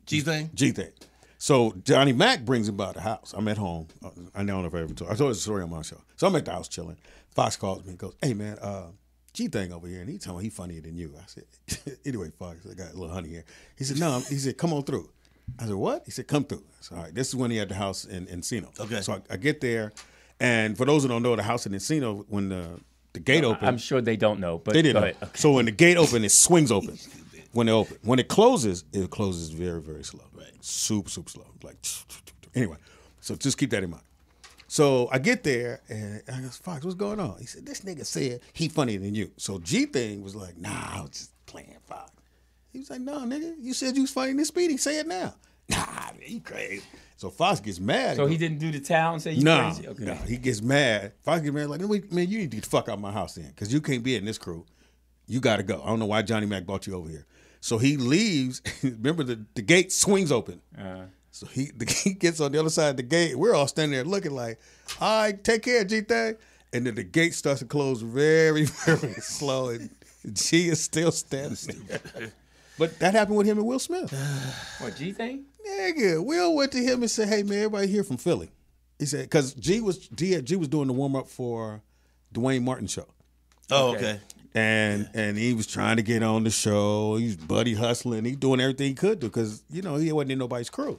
S3: G thing.
S2: G thing. So Johnny Mack brings him by the house. I'm at home. Uh, I don't know if I ever told. I told this story on my show. So I'm at the house chilling. Fox calls me and goes, "Hey man, uh, G thing over here," and he told me he funnier than you. I said, "Anyway, Fox, I got a little honey here." He said, "No," he said, "Come on through." I said, "What?" He said, "Come through." I said, "All right." This is when he had the house in Encino.
S3: Okay.
S2: So I, I get there, and for those who don't know, the house in Encino when the the gate opened,
S1: I'm sure they don't know, but
S2: they didn't.
S1: go
S2: know.
S1: ahead. Okay.
S2: So when the gate open, it swings open. When it open, when it closes, it closes very very slow. Right. Super super slow. Like anyway, so just keep that in mind. So I get there and I go, Fox, what's going on? He said, this nigga said he funnier than you. So G thing was like, nah, I was just playing Fox. He was like, no, nigga, you said you was funnier than Speedy. Say it now. Nah, man, you crazy. So Fox gets mad.
S1: So
S2: goes,
S1: he didn't do the towel and say you
S2: no,
S1: crazy. Okay.
S2: no, he gets mad. If I get mad, like, "Wait, man, you need to get the fuck out of my house then, because you can't be in this crew. You got to go. I don't know why Johnny Mac brought you over here. So he leaves. Remember, the, the gate swings open. So he the, he gets on the other side of the gate. We're all standing there looking like, all right, take care, G Thing. And then the gate starts to close very, very slow. And G is still standing there. But that happened with him and Will Smith.
S1: What G thing?
S2: Nigga, Will went to him and said, "Hey man, everybody here from Philly." He said, "Because G was G, had- G was doing the warm up for Dwayne Martin show,
S3: Oh,
S1: Okay.
S3: okay.
S2: and and he was trying to get on the show. He's buddy hustling. He's doing everything he could do because you know he wasn't in nobody's crew.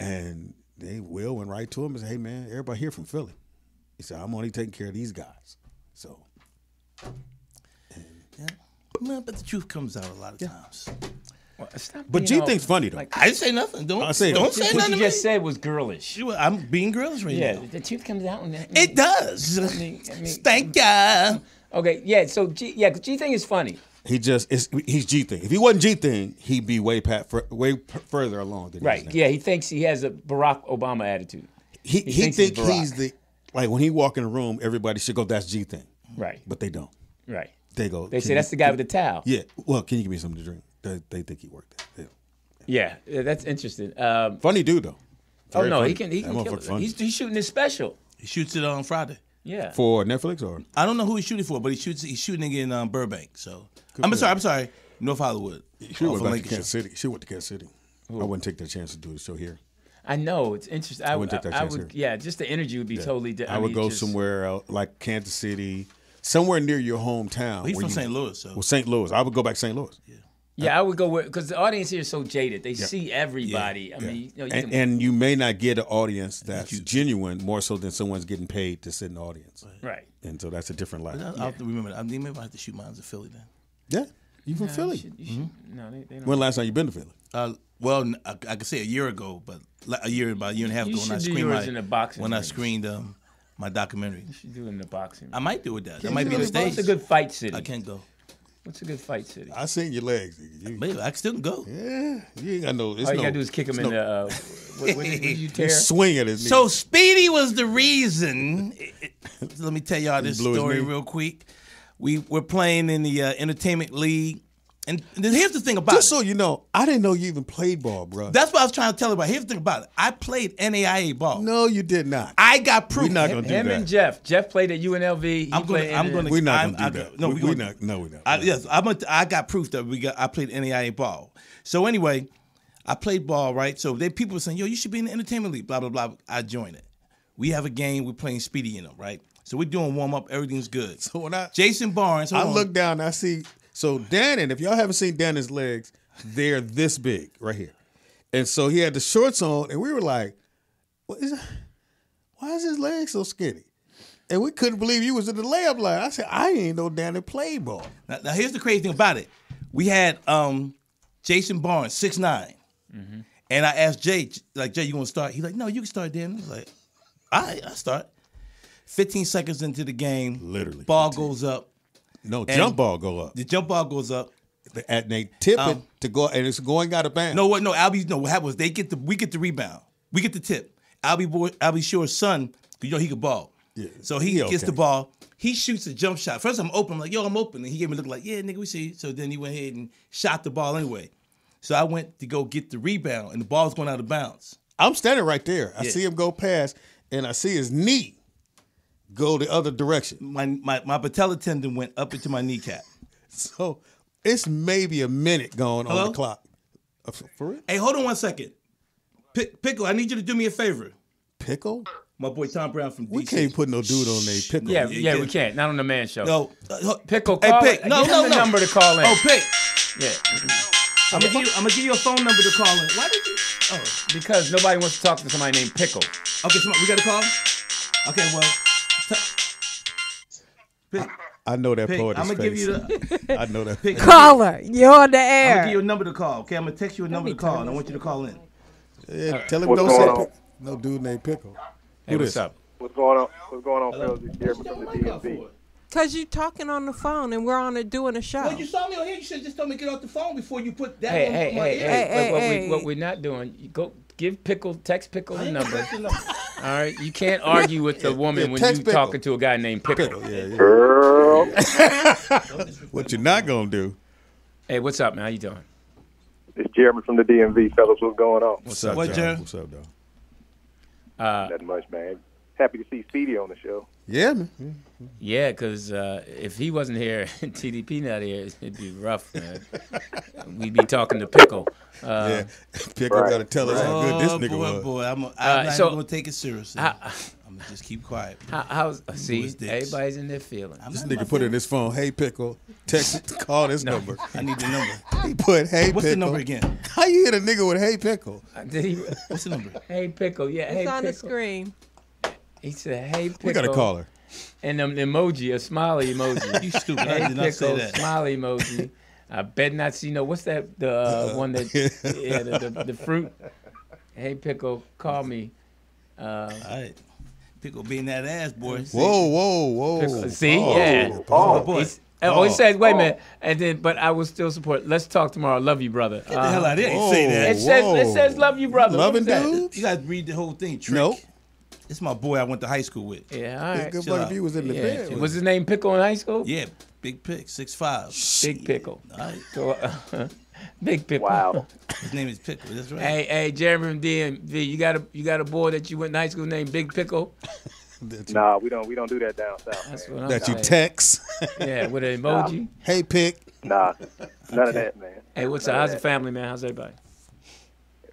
S2: And they Will went right to him and said, "Hey man, everybody here from Philly." He said, "I'm only taking care of these guys." So
S3: Man, but the truth comes out a lot of times.
S1: Well, stop
S2: But
S1: being
S2: G thinks funny, though.
S3: I didn't say nothing. Don't
S2: I
S3: say
S2: said-
S3: don't say
S1: what
S3: nothing.
S1: you
S3: to
S1: just
S3: me.
S1: said was girlish.
S3: You- I'm being girls right
S1: Yeah,
S3: now.
S1: the truth comes out. And that,
S3: It does.
S1: I mean, I mean-
S3: Thank ya.
S1: Okay, yeah. So G, yeah, 'cause G thing is funny.
S2: He just it's, he's G thing. If he wasn't G thing, he'd be way pat, way p- further along. Than he is
S1: Right.
S2: now.
S1: Yeah, he thinks he has a Barack Obama attitude.
S2: He
S1: He
S2: he,
S1: thinks he's
S2: think he's
S1: Barack.
S2: the like when he walk in the room, everybody should go. That's G thing,
S1: Right.
S2: but they don't.
S1: Right.
S2: They go.
S1: They
S2: "Can
S1: say
S2: you-
S1: that's the guy with the towel.
S2: Yeah. Well, can you give me something to drink? They, they think he worked. There. Yeah.
S1: Yeah, yeah, that's interesting. Um,
S2: Funny dude though.
S1: oh
S2: Very
S1: no,
S2: funny.
S1: he can. He
S2: That
S1: can kill
S2: motherfucker
S1: it.
S2: funny.
S1: He's, he's shooting his special.
S3: He shoots it on Friday.
S1: Yeah.
S2: for Netflix or
S3: I don't know who he's shooting for, but he shoots. He's shooting in um, Burbank. So I'm sorry. I'm sorry. North Hollywood.
S2: she
S3: Off
S2: went
S3: of
S2: back to
S3: Lincolnshire.
S2: Kansas City. She went to Kansas City. I wouldn't take that chance to do the show here.
S1: I know it's interesting. I, would.
S2: wouldn't take that
S1: I
S2: chance
S1: would.
S2: here.
S1: Yeah, just the energy would be totally different.
S2: I would
S1: mean,
S2: go
S1: just-
S2: somewhere else, like Kansas City, somewhere near your hometown.
S3: He's
S2: where
S3: from
S2: you-
S3: St. Louis, so
S2: Well, St. Louis. I would go back to St. Louis.
S1: Yeah, I would go where because the audience here is so jaded. They see everybody. I mean, you know, you
S2: and,
S1: can,
S2: and you may not get an audience that's genuine more so than someone's getting paid to sit in the audience.
S1: right. uh,
S2: And so that's a different life.
S3: I'll, I'll have to remember. that. I mean, maybe I have to shoot mine in Philly then.
S2: Yeah. You from
S1: You
S2: Philly. Mm-hmm.
S1: should- you should- no, they, they don't.
S2: When last time you been to Philly?
S3: Uh, well, n- I, I could say a year ago, but like a year, about a year and a half
S1: You
S3: ago, when I
S1: should do
S3: screened
S1: yours
S3: my
S1: in a boxing
S3: when I
S1: ring.
S3: screened um, my documentary.
S1: you should do it in the boxing.
S3: I might do it that. That
S2: you
S3: might be
S2: do
S3: the
S2: it in
S3: stage.
S1: What's a good fight city?
S3: I can't go.
S1: What's a good fight city?
S2: I seen your legs. nigga. You,
S3: Maybe I can still go.
S2: yeah, you ain't got no. It's
S1: All you
S2: no,
S1: gotta do is kick him in the. Uh, what, what, what did you tear?
S2: swing at his
S3: So
S2: knee.
S3: Speedy was the reason. Let me tell y'all this
S2: blew his
S3: story
S2: knee.
S3: real quick. We were playing in the uh, entertainment league, and, and then here's the thing about
S2: Just
S3: it.
S2: so you know, I didn't know you even played ball, bro.
S3: That's what I was trying to tell everybody. Here's the thing about it. I played NAIA ball.
S2: no, you did not.
S3: I got proof.
S2: We're not gonna do
S1: Him and
S2: that.
S1: Jeff. Jeff played at UNLV. He
S3: I'm going.
S1: played
S3: to I'm
S1: in-
S3: going.
S2: We're not
S3: I'm,
S2: gonna do
S3: I'm-
S2: that.
S3: No,
S2: We-
S3: we
S2: we
S3: gonna-
S2: not- no, we not.
S3: I, yes, I'm. A, I got proof that we got. I played NAIA ball. So anyway, I played ball right. So then people were saying, "Yo, you should be in the entertainment league." Blah blah blah. I joined it. We have a game. We're playing Speedy in them, right? So we're doing warm up. Everything's good.
S2: So when I-
S3: Jason Barnes, hold
S2: I
S3: on.
S2: look down. I see. So Dannon, if y'all haven't seen Dannon's legs, they're this big right here, and so he had the shorts on, and we were like, "What is? Why is his legs so skinny?" And we couldn't believe you was in the layup line. I said, "I ain't no Dannon play ball."
S3: Now, now here's the crazy thing about it. We had um, Jason Barnes, six
S1: Mm-hmm.
S3: and I asked Jay, like, Jay, you gonna start? He's like, No, you can start. Dan, I was like, All right, I start. Fifteen seconds into the game,
S2: Literally
S3: ball goes up.
S2: No jump ball go up
S3: The jump ball goes up.
S2: at they tip it
S3: Um,
S2: to go, and it's going out of bounds.
S3: No, what? No, Albie. No, what happened was they get the we get the rebound. We get the tip. Albie boy, Albie Shore's son, you know he could ball.
S2: Yeah,
S3: So he
S2: he
S3: gets the
S2: okay.
S3: ball. He shoots a jump shot. First I'm open. I'm like, yo, I'm open. And he gave me a look like, yeah, nigga, we see. you." So then he went ahead and shot the ball anyway. So I went to go get the rebound, and the ball's going out of bounds.
S2: I'm standing right there. I
S3: Yeah.
S2: see him go past, and I see his knee go the other direction.
S3: My my my patella tendon went up into my kneecap.
S2: So it's maybe a minute going on
S3: Hello?
S2: the clock. Uh, f- For real?
S3: Hey, hold on one second. Pi Pickle, I need you to do me a favor.
S2: Pickle?
S3: My boy Tom Brown from DC.
S2: We can't put no dude on a pickle.
S1: Yeah,
S3: Yeah,
S1: yeah,
S3: yeah.
S1: we can't. Not on the man show.
S3: No, uh,
S1: Pickle,
S3: Hey,
S1: call
S3: Pick.
S1: it-
S3: No,
S1: give him
S3: no,
S1: the
S3: no.
S1: number to call in.
S3: Oh, Pick.
S1: Yeah,
S3: I'm gonna, give you, I'm gonna give you a phone number to call in. Why did you? Oh,
S1: because nobody wants to talk to somebody named Pickle.
S3: okay. So we got a call. Okay, well, t- Pick,
S2: I know that
S3: pick.
S2: poet
S3: I'm
S2: is
S3: gonna give you the.
S2: I know that.
S3: Pick,
S4: Caller, you're on the
S3: I'm gonna give you
S4: air.
S3: a number to call. Okay, I'm gonna text you a number to call, and I want you to call in.
S2: Yeah, tell him
S5: What's
S2: don't
S5: going
S2: say
S5: on?
S2: pick- no dude named Pickle.
S1: Hey, what's
S2: this?
S1: up?
S5: What's going on? What's going on, fellas? It's Jeremy from the DMV.
S4: Cause you talking on the phone and we're on a doing a show.
S3: saw me on here. You should just told me to get off the phone before you put that
S1: Hey, hey, hey, hey,
S4: Hey,
S1: what,
S4: hey,
S1: We, what
S4: hey.
S1: we're not doing, you go give Pickle, text Pickle the number. All right, you can't argue with the woman
S2: yeah,
S1: when
S2: text
S1: you
S2: Pickle.
S1: talking to a guy named Pickle.
S2: Pickle, yeah, yeah.
S5: Girl,
S2: What you're not gonna do?
S1: Hey, what's up, man? How you doing?
S5: it's Jeremy from the DMV, fellas. What's going on?
S2: What's up,
S3: What,
S2: John?
S3: Jer?
S1: Uh,
S2: What's up, dog?
S5: Not much, man.
S6: happy to see Speedy on the show.
S2: Yeah, man.
S1: Yeah, because uh, if he wasn't here, TDP not here, it'd be rough, man. We'd be talking to Pickle. Uh,
S2: Yeah. Pickle
S6: Right.
S2: gotta tell us how good this
S3: Oh,
S2: nigga
S3: boy,
S2: was.
S3: boy, I'm, I'm not
S1: so-
S3: even gonna take it seriously.
S1: I-
S3: I'm gonna just keep quiet.
S1: how, how's, see,
S3: Boys' dicks.
S1: everybody's in their feelings.
S3: I'm
S2: This
S3: not-
S2: nigga put in his phone, hey pickle, text call this number.
S3: I need the number.
S2: He put hey
S3: What's
S2: pickle.
S3: the number again?
S2: How you hit a nigga with hey pickle?
S1: Did he,
S3: What's the number?
S1: hey, Pickle, yeah, hey,
S4: It's on
S1: Pickle.
S4: the screen.
S1: He said, hey, Pickle.
S2: We gotta call her.
S1: And um, an emoji, a smiley emoji.
S3: You stupid.
S1: hey,
S3: I did not say
S1: Pickle,
S3: that.
S1: smiley emoji. I bet not see no. What's that? The uh, one that, yeah, the, the, the fruit. Hey, Pickle, call me. Uh,
S3: All right. Pickle being that ass, boy.
S2: Whoa, whoa, whoa.
S3: uh,
S1: Pickle. See?
S2: Oh,
S1: Yeah.
S6: Oh,
S3: boy.
S1: He's- Oh, he
S2: Oh.
S1: said, wait a minute, and then, but I will still support. Let's talk tomorrow. Love you, brother.
S3: Get the hell out of here. I didn't say
S1: it
S3: that.
S2: Whoa.
S1: says, it says, love you, brother.
S2: Loving
S1: What is
S2: dude?
S3: You guys read the whole thing. Trick.
S2: Nope.
S3: It's my boy I went to high school with.
S1: that? Yeah, all right.
S2: Good
S3: chill
S2: luck if
S3: out.
S2: he was in the
S1: Yeah.
S2: bed. with
S1: Was his name Pickle in high school?
S3: Yeah, big pick, six five.
S1: Big Pickle.
S3: All right.
S1: So, uh, Big Pickle.
S6: Wow.
S3: His name is Pickle. That's right.
S1: Hey, hey, Jeremy from DMV, you got a you got a boy that you went to high school named Big Pickle.
S2: that you-
S6: nah, we don't we don't do that down south.
S1: That's
S6: man.
S1: what I'm
S2: that you
S1: saying.
S2: text.
S1: Yeah, with an emoji.
S2: hey pick.
S6: Nah, none of that, man.
S1: Hey, what's up? How's the family, man? How's everybody?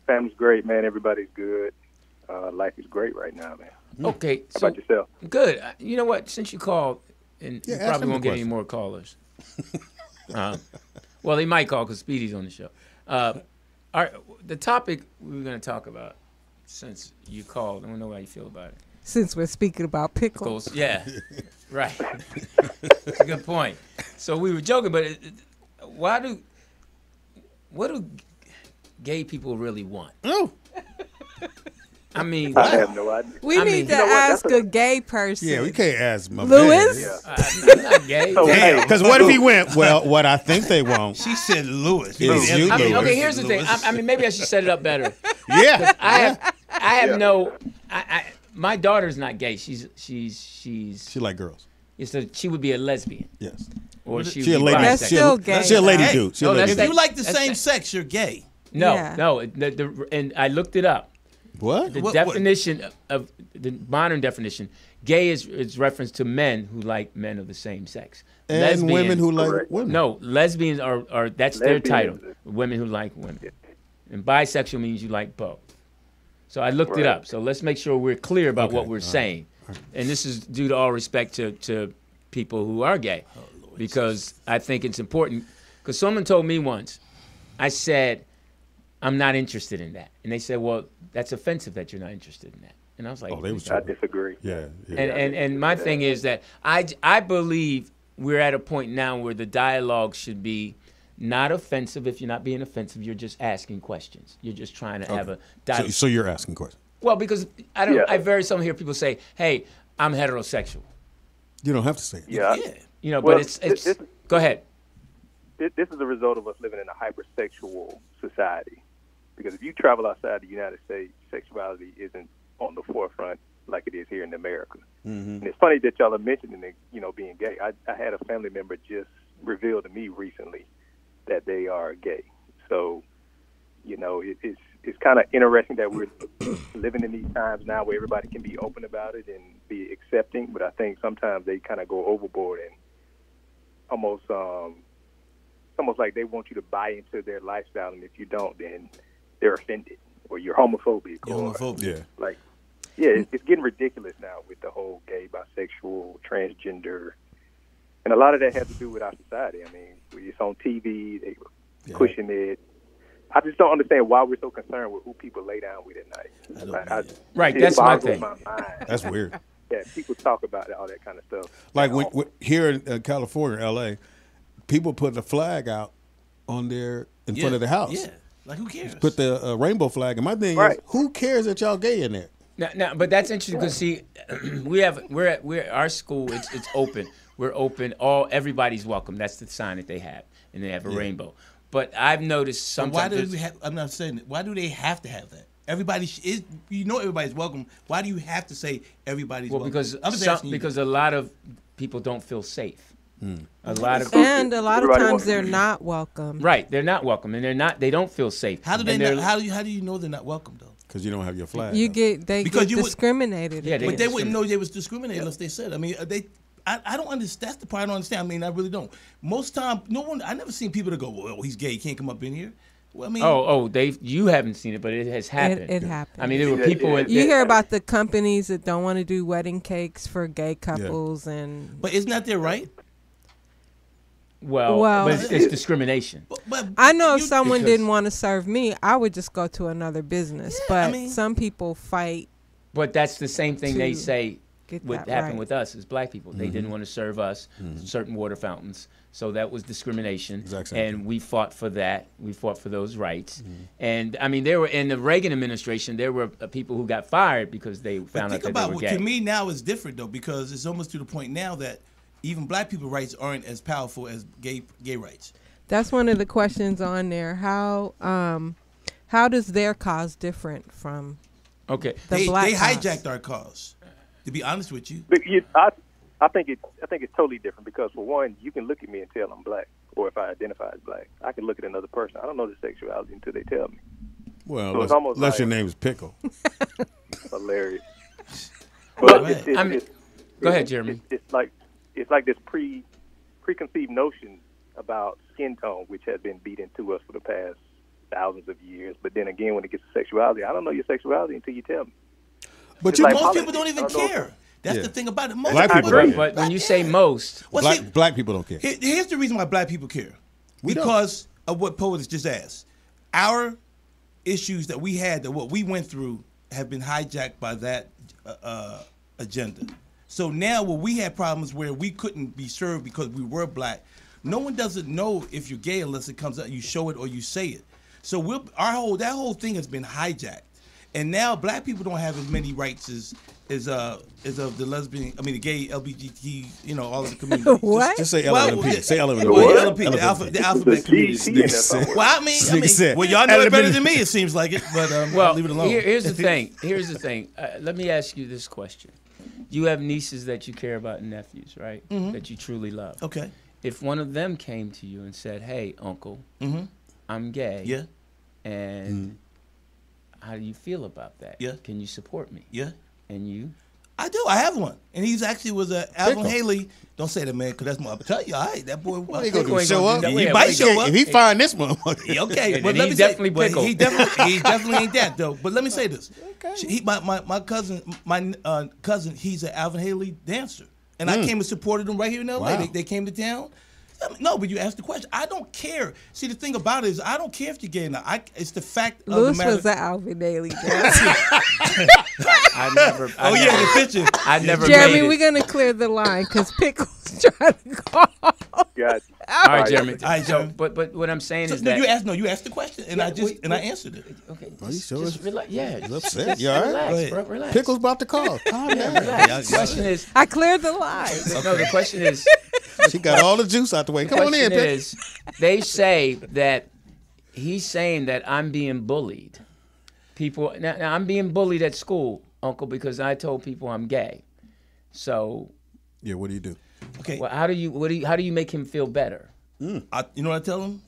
S6: Family's great, man. Everybody's good. Uh, life is great right now, man.
S1: Mm. Okay,
S6: How
S1: so
S6: about yourself?
S1: good. Uh, You know what? Since you called, and
S2: Yeah,
S1: you
S2: ask
S1: probably
S2: him a
S1: won't get any
S2: question.
S1: more callers. uh, well, they might call because Speedy's on the show. Uh, all right, the topic we were going to talk about since you called, I don't know how you feel about it.
S4: Since we're speaking about pickles,
S1: Goes- Yeah, right. It's a good point. So we were joking, but it, it- why do what do gay people really want?
S2: Oh.
S1: I mean,
S6: I have no idea.
S4: we
S1: I
S4: need
S1: mean-
S4: to
S1: You
S6: know what? That's
S4: ask
S6: a-
S4: a gay person.
S2: Yeah, we can't ask my
S4: Lewis?
S2: man.
S6: Yeah.
S1: I, am not gay.
S6: So,
S2: Damn,
S6: Oh, hey,
S2: because what if he went? Well, what I think they want.
S3: She said Lewis.
S2: Is you
S1: I mean,
S2: Lewis.
S1: okay. Here's the thing. I, I mean, maybe I should set it up better.
S2: Yeah,
S1: I have, I have
S6: Yeah.
S1: no. I, I, my daughter's not gay. She's, she's, she's.
S2: she like girls.
S1: It's a, she would be a lesbian,
S2: Yes,
S1: or she.
S2: she a
S1: would be
S2: lady.
S4: That's
S1: bisexual.
S2: she,
S4: still
S2: a,
S4: gay.
S2: she a lady
S3: Hey,
S2: dude. She a
S1: no,
S2: lady
S3: if
S1: that's
S2: dude.
S3: you like the
S1: That's
S3: same
S1: that-
S3: sex, you're gay.
S1: No,
S4: Yeah.
S1: no. it- The, the, and I looked it up.
S2: What?
S1: The
S3: What- what-
S1: definition of the modern definition, gay is is reference to men who like men of the same sex.
S2: and women who like
S6: Correct.
S2: women.
S1: no lesbians are are that's their title.
S6: Lesbians.
S1: Women who like women, and bisexual means you like both. So I looked
S6: Right.
S1: it up. So let's make sure we're clear about what
S2: Okay,
S1: we're
S2: all right,
S1: saying, and this is due to all respect to to people who are gay,
S2: Oh,
S1: because I think it's important. Because someone told me once, I said. I'm not interested in that. And they said, well, that's offensive that you're not interested in that. And I was like,
S2: Oh, they was
S6: I
S2: tripping.
S6: disagree.
S2: Yeah, yeah.
S1: and, and, and my thing is that I, I believe we're at a point now where the dialogue should be not offensive. If you're not being offensive, you're just asking questions. You're just trying to have a
S2: so,
S1: dialogue.
S2: so you're asking questions.
S1: well, because I don't,
S6: Yeah.
S1: I very seldom hear people say, hey, I'm heterosexual.
S2: You don't have to say it.
S6: Yeah.
S3: Yeah.
S1: You know,
S6: Well,
S1: but it's,
S6: thi-
S1: it's,
S6: this-
S1: go ahead.
S6: Thi- This is a result of us living in a hypersexual society. Because if you travel outside the United States, sexuality isn't on the forefront like it is here in America.
S3: Mm-hmm.
S6: And it's funny that y'all are mentioning, it, you know, being gay. I, I had a family member just reveal to me recently that they are gay. So, you know, it, it's it's kind of interesting that we're living in these times now where everybody can be open about it and be accepting. But I think sometimes they kind of go overboard and almost um, it's almost like they want you to buy into their lifestyle, and if you don't, then they're offended or you're homophobic.
S3: You're
S6: or,
S3: homophobic.
S2: Yeah.
S6: Like, yeah, it's, it's getting ridiculous now with the whole gay, bisexual, transgender, and a lot of that has to do with our society. I mean, it's on TV, they were pushing it. I just don't understand why we're so concerned with who people lay down with at night. Like, I-
S1: Right,
S6: it
S1: that's my
S6: boggles
S1: thing.
S6: My mind
S2: That's weird.
S6: that people talk about all that kind of stuff.
S2: Like when, when here in uh, California, L.A., people put the flag out on their in front of the house.
S3: Yeah. Like who cares?
S2: Put the uh, rainbow flag. And my thing
S6: Right.
S2: is, who cares that y'all gay in there?
S1: No, no, but that's interesting because see, we have we're at we're our school. It's it's open. We're open. All everybody's welcome. That's the sign that they have, and they have a rainbow. But I've noticed
S3: why
S1: sometimes.
S3: do we have? I'm not saying. Why do they have to have that? Everybody sh- is. You know, everybody's welcome. Why do you have to say everybody's
S1: well,
S3: welcome?
S1: because
S3: I'm just
S1: some,
S3: asking you.
S1: because a lot of people don't feel safe. A lot of
S4: and a lot of
S6: Everybody
S4: times
S6: wants-
S4: they're not welcome.
S1: right, they're not welcome, and they're not. They don't feel safe.
S3: how do they
S1: and
S3: know?
S1: they're-
S3: How do you? How do you know they're not welcome though?
S2: because you don't have your flag.
S4: You
S2: up.
S4: get they
S3: Because
S4: get
S3: you would-
S4: discriminated.
S1: Yeah,
S4: against.
S1: they
S3: But they
S1: get
S3: wouldn't know they was discriminated unless they said. I mean, uh, they. I, I don't understand. That's the part I don't understand. I mean, I really don't. Most time, no one. I never seen people that go, "Well, he's gay. He can't come up in here." Well, I mean,
S1: Oh, oh, they you haven't seen it, but it has happened.
S4: it happened.
S1: I mean, there were
S5: Yeah,
S1: people.
S5: yeah.
S1: at-
S4: you hear about the companies that don't want to do wedding cakes for gay couples and
S3: but isn't that their right?
S1: Well,
S4: Well-
S1: but it's, it's discrimination.
S3: But, but
S4: I know if
S3: you-
S4: someone
S2: Because-
S4: didn't want to serve me, I would just go to another business.
S3: Yeah,
S4: but
S3: I mean-
S4: some people fight.
S1: But that's the same thing they
S4: To
S1: say
S4: get
S1: what
S4: that
S1: happened
S4: right.
S1: with us as black people. They
S2: Mm-hmm.
S1: didn't want to serve us certain water fountains. So that was discrimination.
S2: Exact same
S1: and
S2: thing. Mm-hmm.
S1: we fought for that. We fought for those rights. And I mean, there were in the Reagan administration, there were uh, people who got fired because they
S3: But
S1: found out
S3: think
S1: that
S3: about
S1: they were
S3: what
S1: gay.
S3: to me now is different though, because it's almost to the point now that even black people rights aren't as powerful as gay gay rights.
S4: That's one of the questions on there. How um, how does their cause different from
S1: okay.
S4: The
S3: they
S4: black
S3: they
S4: cause.
S3: hijacked our cause. To be honest with you,
S5: But you, I, I think it, I think it's totally different because for one, you can look at me and tell I'm black, or if I identify as black, I can look at another person. I don't know their sexuality until they tell me.
S2: well,
S5: So
S2: unless,
S5: it's almost
S2: unless
S5: like-
S2: your name's Pickle.
S5: Hilarious. But
S3: Right.
S5: it's, it's,
S1: I mean-
S5: it's,
S1: Go ahead,
S5: it's-
S1: Jeremy.
S5: It's, it's like it's like this pre preconceived notion about skin tone, which has been beat into us for the past thousands of years. But then again, when it gets to sexuality, I don't know your sexuality until you tell me.
S2: But
S5: It's
S2: you,
S5: like-
S3: most
S5: politics,
S3: people don't even
S5: I don't know.
S3: care. That's
S2: Yeah.
S3: the thing about it. Most
S2: Black people don't care.
S1: But when you say
S3: Yeah.
S1: most,
S3: Well,
S2: black,
S3: see,
S2: black people don't care.
S3: Here- here's the reason why black people care.
S2: don't.
S3: because of what poets just asked. Our issues that we had, that what we went through, have been hijacked by that uh, uh, agenda. So now, when we had problems where we couldn't be served because we were black, no one doesn't know if you're gay unless it comes out. You show it or you say it. So we're, our whole that whole thing has been hijacked, and now black people don't have as many rights as as uh as of the lesbian. I mean, the gay LGBT. You know, all of the community. Just-
S4: what?
S2: Just say
S3: Well,
S2: LMP.
S3: yeah.
S2: say LMP.
S3: Well,
S5: What?
S3: LMP, the, alpha, the alphabet
S5: There's a G-
S3: community.
S5: G in there somewhere.
S3: Well, I mean, I
S2: Nigga
S3: mean
S2: said,
S3: well, y'all know it better
S2: "Element-
S3: than me. It seems like it, but um,
S1: well,
S3: leave it alone.
S1: here- here's the thing. Here's the thing. Uh, let me ask you this question: You have nieces that you care about and nephews, right? That you truly love.
S3: Mm-hmm. Okay.
S1: If one of them came to you and said, "Hey, Uncle, I'm gay,"
S3: Mm-hmm. Yeah.
S1: and how do you feel about that?
S3: Yeah.
S1: Can you support me?
S3: Yeah.
S1: And you?
S3: I do. I have one, and he's actually was a Alvin
S2: Pickle.
S3: Haley. Don't say that, man, because that's my. I tell you, all right, that boy.
S2: He gonna
S1: Pickle
S2: do
S1: ain't
S2: show
S1: gonna
S2: up.
S1: do that.
S3: He
S2: If
S3: might
S2: he
S3: show
S2: get-
S3: up.
S2: If he find this motherfucker,
S3: Yeah, okay,
S1: And
S3: but
S1: he
S3: let me
S1: definitely
S3: say, but
S1: pickled.
S3: he definitely he definitely ain't that though. But let me say this: She- he, my, my my cousin, my uh, cousin, he's an Alvin Haley dancer, and
S1: Mm.
S3: I came and supported him right here in L.A.
S2: Wow.
S3: They, they came to town. I mean, no, but you asked the question. I don't care. See, the thing about it is, I don't care if you're gay or not. I, it's the fact of
S4: Lewis
S3: the matter.
S4: was an Alvin Daily. guy.
S1: I never. I
S3: oh yeah, the picture.
S1: I never. made
S4: Jeremy,
S1: it.
S4: we're gonna clear the line because Pickle's trying to call.
S5: God,
S1: All right, Jeremy.
S3: All right,
S1: So,
S3: Jeremy.
S1: but but what I'm saying
S3: So,
S1: is
S3: no,
S1: that
S3: you asked no, you asked the question, and I
S1: Yeah,
S3: just
S1: we-
S3: and I
S1: we-
S3: ansled it.
S1: Okay.
S2: Are you
S1: just-
S2: sure?
S1: Just relax. Yeah.
S2: You
S1: just-
S2: upset?
S1: just
S2: You all right?
S3: Go
S1: Relax,
S3: ahead.
S1: bro. Relax.
S2: Pickle's about to call. Calm down.
S1: The question is.
S4: I cleared the line.
S1: No, the question is.
S2: She got all the juice out the way. Come on in,
S1: question
S2: Pickle.
S1: is, they say that he's saying that I'm being bullied. People now, now I'm being bullied at school, Uncle, because I told people I'm gay. So,
S2: Yeah, what do you do?
S3: Okay,
S1: well, how do you what do you, how do you make him feel better?
S2: Mm.
S3: I, you know what I tell him?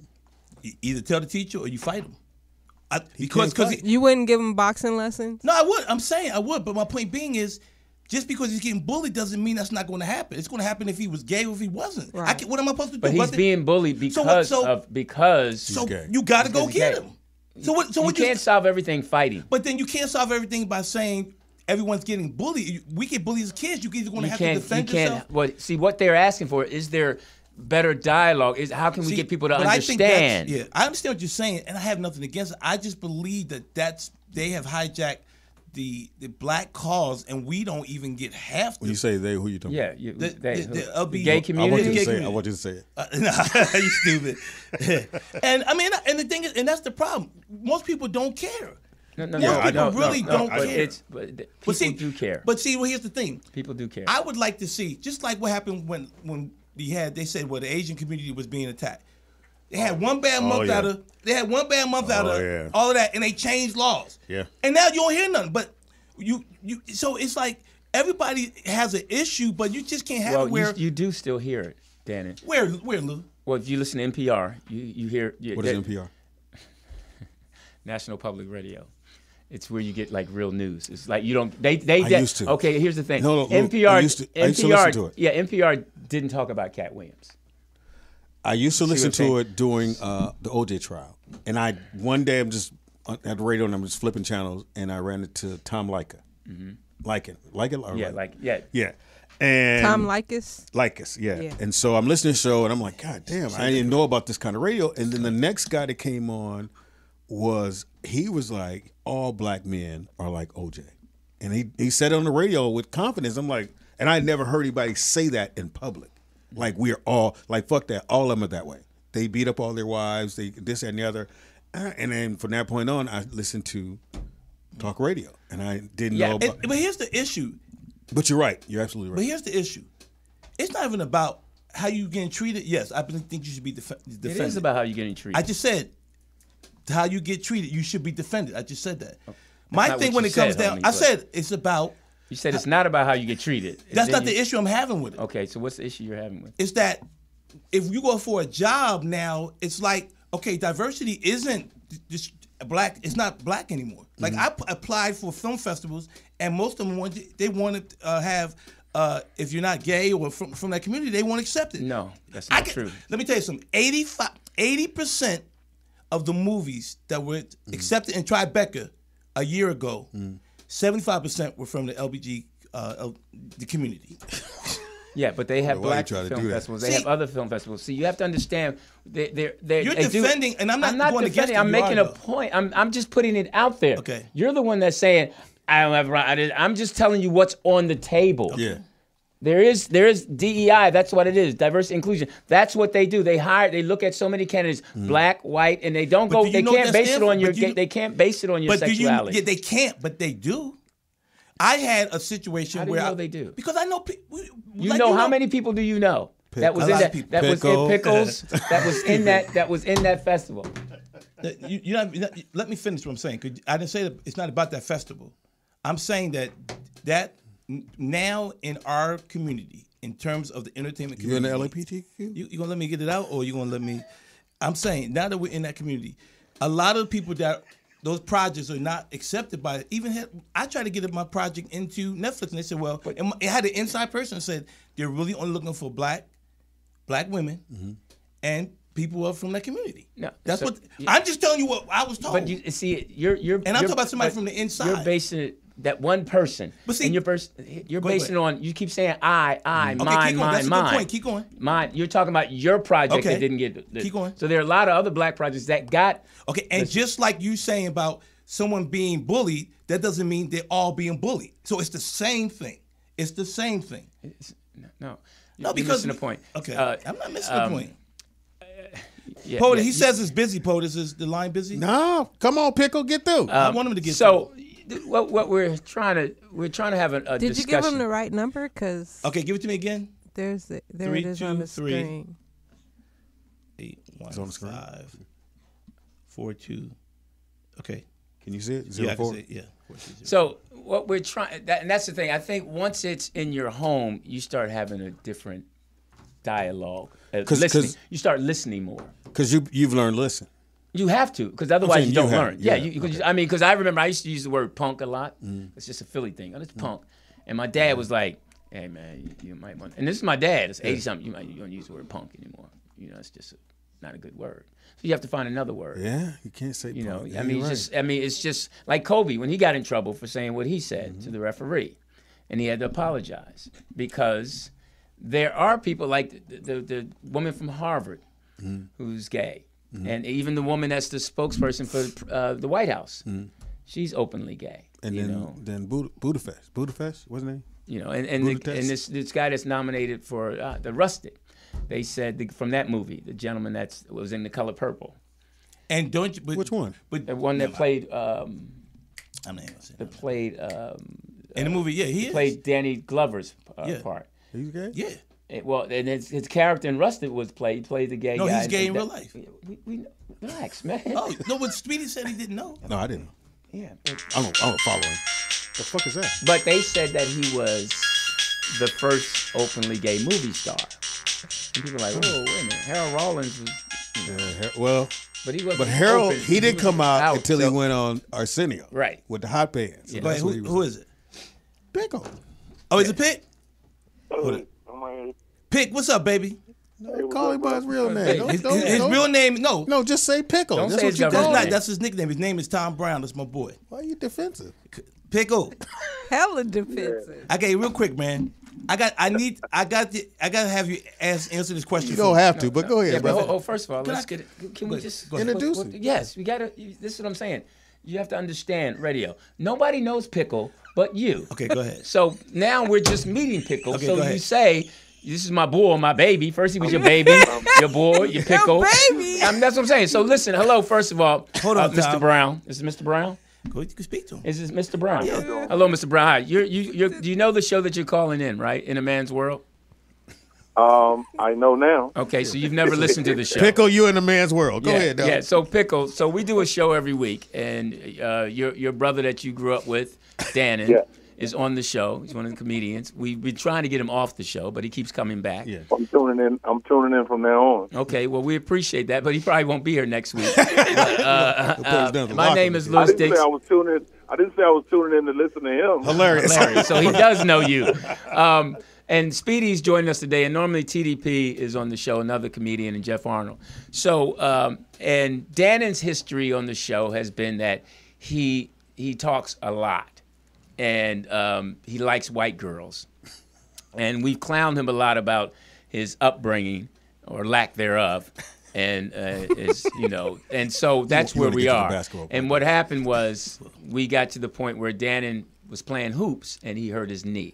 S3: You e-, either tell the teacher or you fight him. I, because
S2: can't
S3: because
S2: fight.
S4: You wouldn't give him boxing lessons.
S3: No, I would. I'm saying I would, but my point being is, just because he's getting bullied doesn't mean that's not going to happen. It's going to happen if he was gay or if he wasn't. I
S4: Right.
S3: can, what am I supposed to do?
S1: But he's
S3: Nothing.
S1: being bullied
S3: So
S1: because
S3: what- so-
S1: of because
S3: so
S2: gay.
S3: you got to go
S1: he's
S3: get
S1: gay.
S3: him. So what? So
S1: you
S3: what?
S1: can't solve everything fighting.
S3: but then you can't solve everything by saying everyone's getting bullied. You- We get bullied as kids. You're either going to
S1: You
S3: have to
S1: can't. You
S3: defend
S1: can't.
S3: yourself.
S1: Well, see what they're asking for is there better dialogue? Is how can we
S3: See,
S1: get people to
S3: but I think
S1: understand?
S3: that's- yeah, I understand what you're saying, and I have nothing against it. I just believe that that's they have hijacked the the black cause, and we don't even get half.
S2: When
S3: the
S2: you say they, who you talking
S1: Yeah,
S2: about?
S1: you,
S3: The-
S1: they-
S3: the- the
S1: who-
S3: LB
S1: gay
S3: I
S2: I
S1: community.
S2: want you to
S3: Gay
S2: say it. I
S3: community.
S2: want you to say it.
S3: Uh, nah, you stupid. and I mean, and the thing is, and that's the problem. Most people don't care.
S1: No, no,
S3: Most
S1: no,
S3: people
S1: no, no,
S3: really
S1: no,
S3: don't
S1: but
S3: care.
S1: It's, but th- people
S3: but see,
S1: do care.
S3: But see, well, here's the thing.
S1: people do care.
S3: I would like to see, just like what happened when when they had, they said, well, the Asian community was being attacked. They had one bad month
S2: Oh, yeah. Oh,
S3: out of, they had one bad month out of
S2: yeah.
S3: all of that, and they changed laws.
S2: Yeah.
S3: And now you don't hear nothing. But you, you, so it's like everybody has an issue, but you just can't have
S1: well,
S3: it where,
S1: you, you do still hear it, Danny.
S3: where, where, Lou?
S1: Well, if you listen to NPR, you you hear you,
S2: What is NPR?
S1: National Public Radio. It's where you get like real news. It's like you don't. They they.
S2: I
S1: that-
S2: used to.
S1: Okay, here's the thing.
S2: No, no, I
S1: NPR.
S2: used to-
S1: NPR.
S2: I used to listen to it.
S1: Yeah, NPR didn't talk about Cat Williams.
S2: I used to listen
S1: I'm saying?
S2: to it during uh, the OJ trial, and I one day I'm just on- at the radio and I'm just flipping channels, and I ran into Tom Leica, Liken, Liken, or
S1: Mm-hmm. Yeah,
S2: Leica?
S1: like yeah.
S2: yeah, and
S4: Tom Likas.
S2: Likas, yeah.
S4: Yeah.
S2: And so I'm listening to the show, and I'm like, God damn, I didn't know about this kind of radio. And then the next guy that came on was he was like, all black men are like OJ, and he he said it on the radio with confidence. I'm like, and I never heard anybody say that in public. Like we are all like fuck that. All of them are that way. They beat up all their wives. They this that, and the other. Uh, And then from that point on, I listened to talk radio, and I didn't
S1: Yeah,
S2: know.
S3: And,
S2: About,
S3: but here's the issue.
S2: but you're right. You're absolutely right.
S3: But here's the issue. It's not even about how you getting treated. Yes, I think you should be def- defended.
S1: It is about how you're getting treated.
S3: I just said how you get treated. You should be defended. I just said that. My
S1: not
S3: thing
S1: what
S3: when
S1: you
S3: it comes
S1: said,
S3: down,
S1: homie, but-
S3: I said it's about.
S1: you said it's not about how you get treated.
S3: That's not the issue I'm having with it.
S1: Okay, so what's the issue you're having with?
S3: It's that if you go for a job now, it's like okay, diversity isn't just black. It's not black anymore. Like
S1: Mm-hmm.
S3: I p- applied for film festivals, and most of them wanted they wanted uh, have. Uh, if you're not gay or from, from that community, they won't accept it.
S1: No, that's
S3: I
S1: not
S3: can-
S1: true.
S3: Let me tell you something. 85, 80% of the movies that were accepted in Tribeca a year ago, 75% were from the LBG, uh, L- the community.
S1: Yeah, but they have
S2: Why you
S1: black
S2: try to
S1: film
S2: do that?
S1: festivals. They
S3: See-
S1: have other film festivals. See, you have to understand. They, they're, they're,
S3: You're
S1: they do-
S3: defending, and I'm not
S1: I'm not
S3: going against
S1: defending.
S3: you.
S1: I'm
S3: You
S1: making
S3: are,
S1: a
S3: though.
S1: point. I'm, I'm just putting it out there.
S3: Okay.
S1: You're the one that's saying I don't have. right- I didn't- I'm just telling you what's on the table.
S2: Yeah.
S1: There is there is DEI. That's what it is. Diversity inclusion. That's what they do. They hire. They look at so many candidates,
S2: Hmm.
S1: black, white, and they don't
S3: But
S1: go.
S3: do you
S1: they
S3: know
S1: can't
S3: that's
S1: base it
S3: different?
S1: on your.
S3: But do you-
S1: ga- they can't base it on your
S3: But do you?
S1: sexuality.
S3: Yeah, they can't, but they do. I had a situation
S1: How do you
S3: where I,
S1: know they do?
S3: because I know pe- we-
S1: You
S3: like,
S1: know how many people do you know that was
S3: A
S1: in
S3: lot of
S1: that
S3: people.
S1: that was
S2: Pickle.
S1: in pickles that was in that that was in that festival.
S3: that- you, you know, you- let me finish what I'm saying. 'cause I didn't say that it's not about that festival. I'm saying that that n- now in our community, in terms of the entertainment
S2: You in
S3: community,
S2: the LAPTQ?
S3: You, you gonna let me get it out, or you gonna let me? I'm saying now that we're in that community, a lot of the people that those projects are not accepted by. Even had, I tried to get my project into Netflix, and they said, "Well," and it had an inside person said they're really only looking for black, black women,
S2: Mm-hmm.
S3: and people who are from that community.
S1: No,
S3: that's
S1: so-
S3: what I'm just telling you what I was told.
S1: But you see, you're you're
S3: And I'm
S1: you're-
S3: talking about somebody
S1: but
S3: from the inside.
S1: You're basing it that one person.
S3: But see-
S1: and you're bas- you're
S3: Go ahead.
S1: basing it on you keep saying I I
S3: keep
S1: mine
S3: going.
S1: mine
S3: That's a good
S1: mine.
S3: point. Keep going.
S1: Mine. You're talking about your project
S3: Okay.
S1: that didn't get. The,
S3: Keep going.
S1: So there are a lot of other black projects that got.
S3: Okay, and just like you saying about someone being bullied, that doesn't mean they're all being bullied. So it's the same thing. It's the same thing.
S1: No.
S3: No,
S1: you're
S3: because
S1: missing the point.
S3: Okay,
S1: Uh,
S3: I'm not missing
S1: um,
S3: the point.
S1: yeah,
S3: Potus,
S1: yeah,
S3: he
S1: you-
S3: says it's busy. Potus is the line busy.
S2: No, come on, pickle, get through.
S3: I want him to get
S1: Uh, So th- what what we're trying to we're trying to have a, a
S4: Did
S1: Uh, discussion.
S4: you give him the right number? Because
S3: through. Okay, give it to me again.
S4: there's the, there
S3: Three,
S4: it is
S3: two,
S4: on the
S3: three.
S4: screen.
S3: Eight one
S2: on the screen.
S3: five four two. Okay.
S2: Can you see it?
S3: Yeah, I
S2: Zero
S3: can
S2: four.
S3: say, yeah. four, two, zero.
S1: So what we're trying, that, and that's the thing. I think once it's in your home, you start having a different dialogue. uh,
S2: 'Cause-
S1: listening,
S2: 'cause-
S1: you start listening more.
S2: Because you you've learned. Listen,
S1: You have to, because otherwise
S2: saying
S1: you don't
S2: you have-
S1: learn. Yeah,
S2: yeah, Mm.
S1: you, 'cause you- I mean, because I remember I used to use the word punk a lot. It's just a Philly thing. Oh, it's punk. And my dad was like, "Hey man, you, you might want." And this is my dad. It's eighty something. You might you don't use the word punk anymore. You know, it's just not a good word. So you have to find another word.
S2: yeah, you can't say.
S1: You know,
S2: punk.
S1: I
S2: Yeah,
S1: mean,
S2: you're
S1: it's
S2: right.
S1: just I mean, it's just like Kobe when he got in trouble for saying what he said to
S3: Mm-hmm.
S1: the referee, and he had to apologize because there are people like the the, the woman from Harvard
S3: Mm-hmm.
S1: who's gay, and even the woman that's the spokesperson for uh, the White House,
S3: Mm-hmm.
S1: she's openly gay.
S2: and
S1: you
S2: then
S1: know,
S2: then Buda, Budapest, Budapest, wasn't it?
S1: you know, and and, the,
S2: Budapest.
S1: and this this guy that's nominated for uh, the Rustic, they said the, from that movie, the gentleman that's was in The Color Purple,
S3: and don't you, but,
S2: Which one?
S3: But
S1: the one that played um,
S3: I'm not even gonna say
S1: that
S3: that.
S1: played. Um,
S3: in the movie. Yeah, he is.
S1: played Danny Glover's uh,
S3: Yeah.
S1: part.
S2: He's gay.
S3: Yeah.
S1: It- well, and his, his character in Rusted was played. He played the gay
S3: No,
S1: guy.
S3: he's
S1: and-
S3: gay in
S1: and
S3: real
S1: that-
S3: life.
S1: We, we, relax, man.
S3: Oh no, but Speedy said he didn't know.
S2: No, I didn't.
S1: Yeah. but-
S2: I don't. I don't follow him. The fuck is that?
S1: But they said that he was the
S2: Oh,
S1: "Oh, first openly gay movie star. And people are like, whoa, wait a minute. Harold Rawlins was
S2: Yeah, Har- well,
S1: But he wasn't.
S2: but Harold,
S1: open.
S2: he didn't
S1: was
S2: come out,
S1: out,
S2: until
S1: so-
S2: he went on Arsenio,
S1: Right.
S2: With the hot pants. So
S1: Yeah.
S3: But
S2: that's
S3: who,
S2: what he was
S3: who is it?
S2: Pickle.
S3: Oh, is it Pick?
S5: I'm right here.
S3: Pick, what's up, baby?
S2: No, call him by his real
S1: Hey,
S2: name. Don't,
S3: His,
S2: don't,
S3: his- his
S2: don't-
S3: real name? No,
S2: No, just say Pickle.
S1: Don't
S2: That's
S1: say
S2: what
S1: his
S2: you
S1: government
S2: call
S3: that's not.
S2: him.
S1: name.
S3: That's his nickname. His name is Tom Brown. That's my boy.
S2: Why are you defensive?
S3: Pickle.
S4: Hella defensive.
S3: Okay, real quick, man. I got. I need. I got. The, I gotta have you ask answer this question.
S2: You
S3: for
S2: don't
S3: me.
S2: have to, but go ahead,
S1: Yeah, but
S2: brother.
S1: oh, oh, first of all,
S3: Can
S1: let's
S3: I-
S1: get it. Can we just
S3: go ahead.
S2: Introduce
S1: what-
S2: him.
S1: Yes, we gotta. This is what I'm saying. You have to understand radio. Nobody knows pickle but you.
S3: Okay, go ahead.
S1: So now we're just meeting pickle.
S3: Okay, go
S1: so you
S3: ahead.
S1: say. This is my boy, my baby. First he was your baby, your boy, your pickle.
S4: baby.
S1: I mean, that's what I'm saying. So listen, hello, first of all.
S3: Hold on,
S1: Mr.
S3: Tom.
S1: Brown. This is Mr. Brown.
S3: Go, you can speak to him.
S1: Is this Mr. Brown? Hello, Mr. Brown. Hi. You're, you, you're, do you know the show that you're calling in, right? In a man's world?
S5: Um, I know now.
S1: Okay, so you've never listened to the show.
S2: Pickle, you in the man's world. Go
S1: yeah,
S2: ahead, dog.
S1: Yeah, so Pickle, so we do a show every week, and uh, your your brother that you grew up with, Dannon,
S5: Yeah.
S1: is on the show. He's one of the comedians. We've been trying to get him off the show, but he keeps coming back.
S2: Yeah.
S5: I'm tuning in. I'm tuning in from now on.
S1: Okay, well, we appreciate that, but he probably won't be here next week. uh, My name is
S5: I
S1: Louis
S5: didn't
S1: Dix.
S5: say I was tuning. In, I didn't say I was tuning in to listen to him.
S2: Hilarious.
S1: Larry, so he does know you. Um, and Speedy's joining us today, and normally TDP is on the show, another comedian, and Jeff Arnold. So, um, and Dannon's history on the show has been that he he talks a lot, and um, he likes white girls, and we've clowned him a lot about his upbringing or lack thereof. And uh, is you know, and so that's
S2: you
S1: where
S2: wanna
S1: we
S2: get to the
S1: are.
S2: basketball
S1: And
S2: part.
S1: what happened was we got to the point where Dannon was playing hoops and he hurt his knee.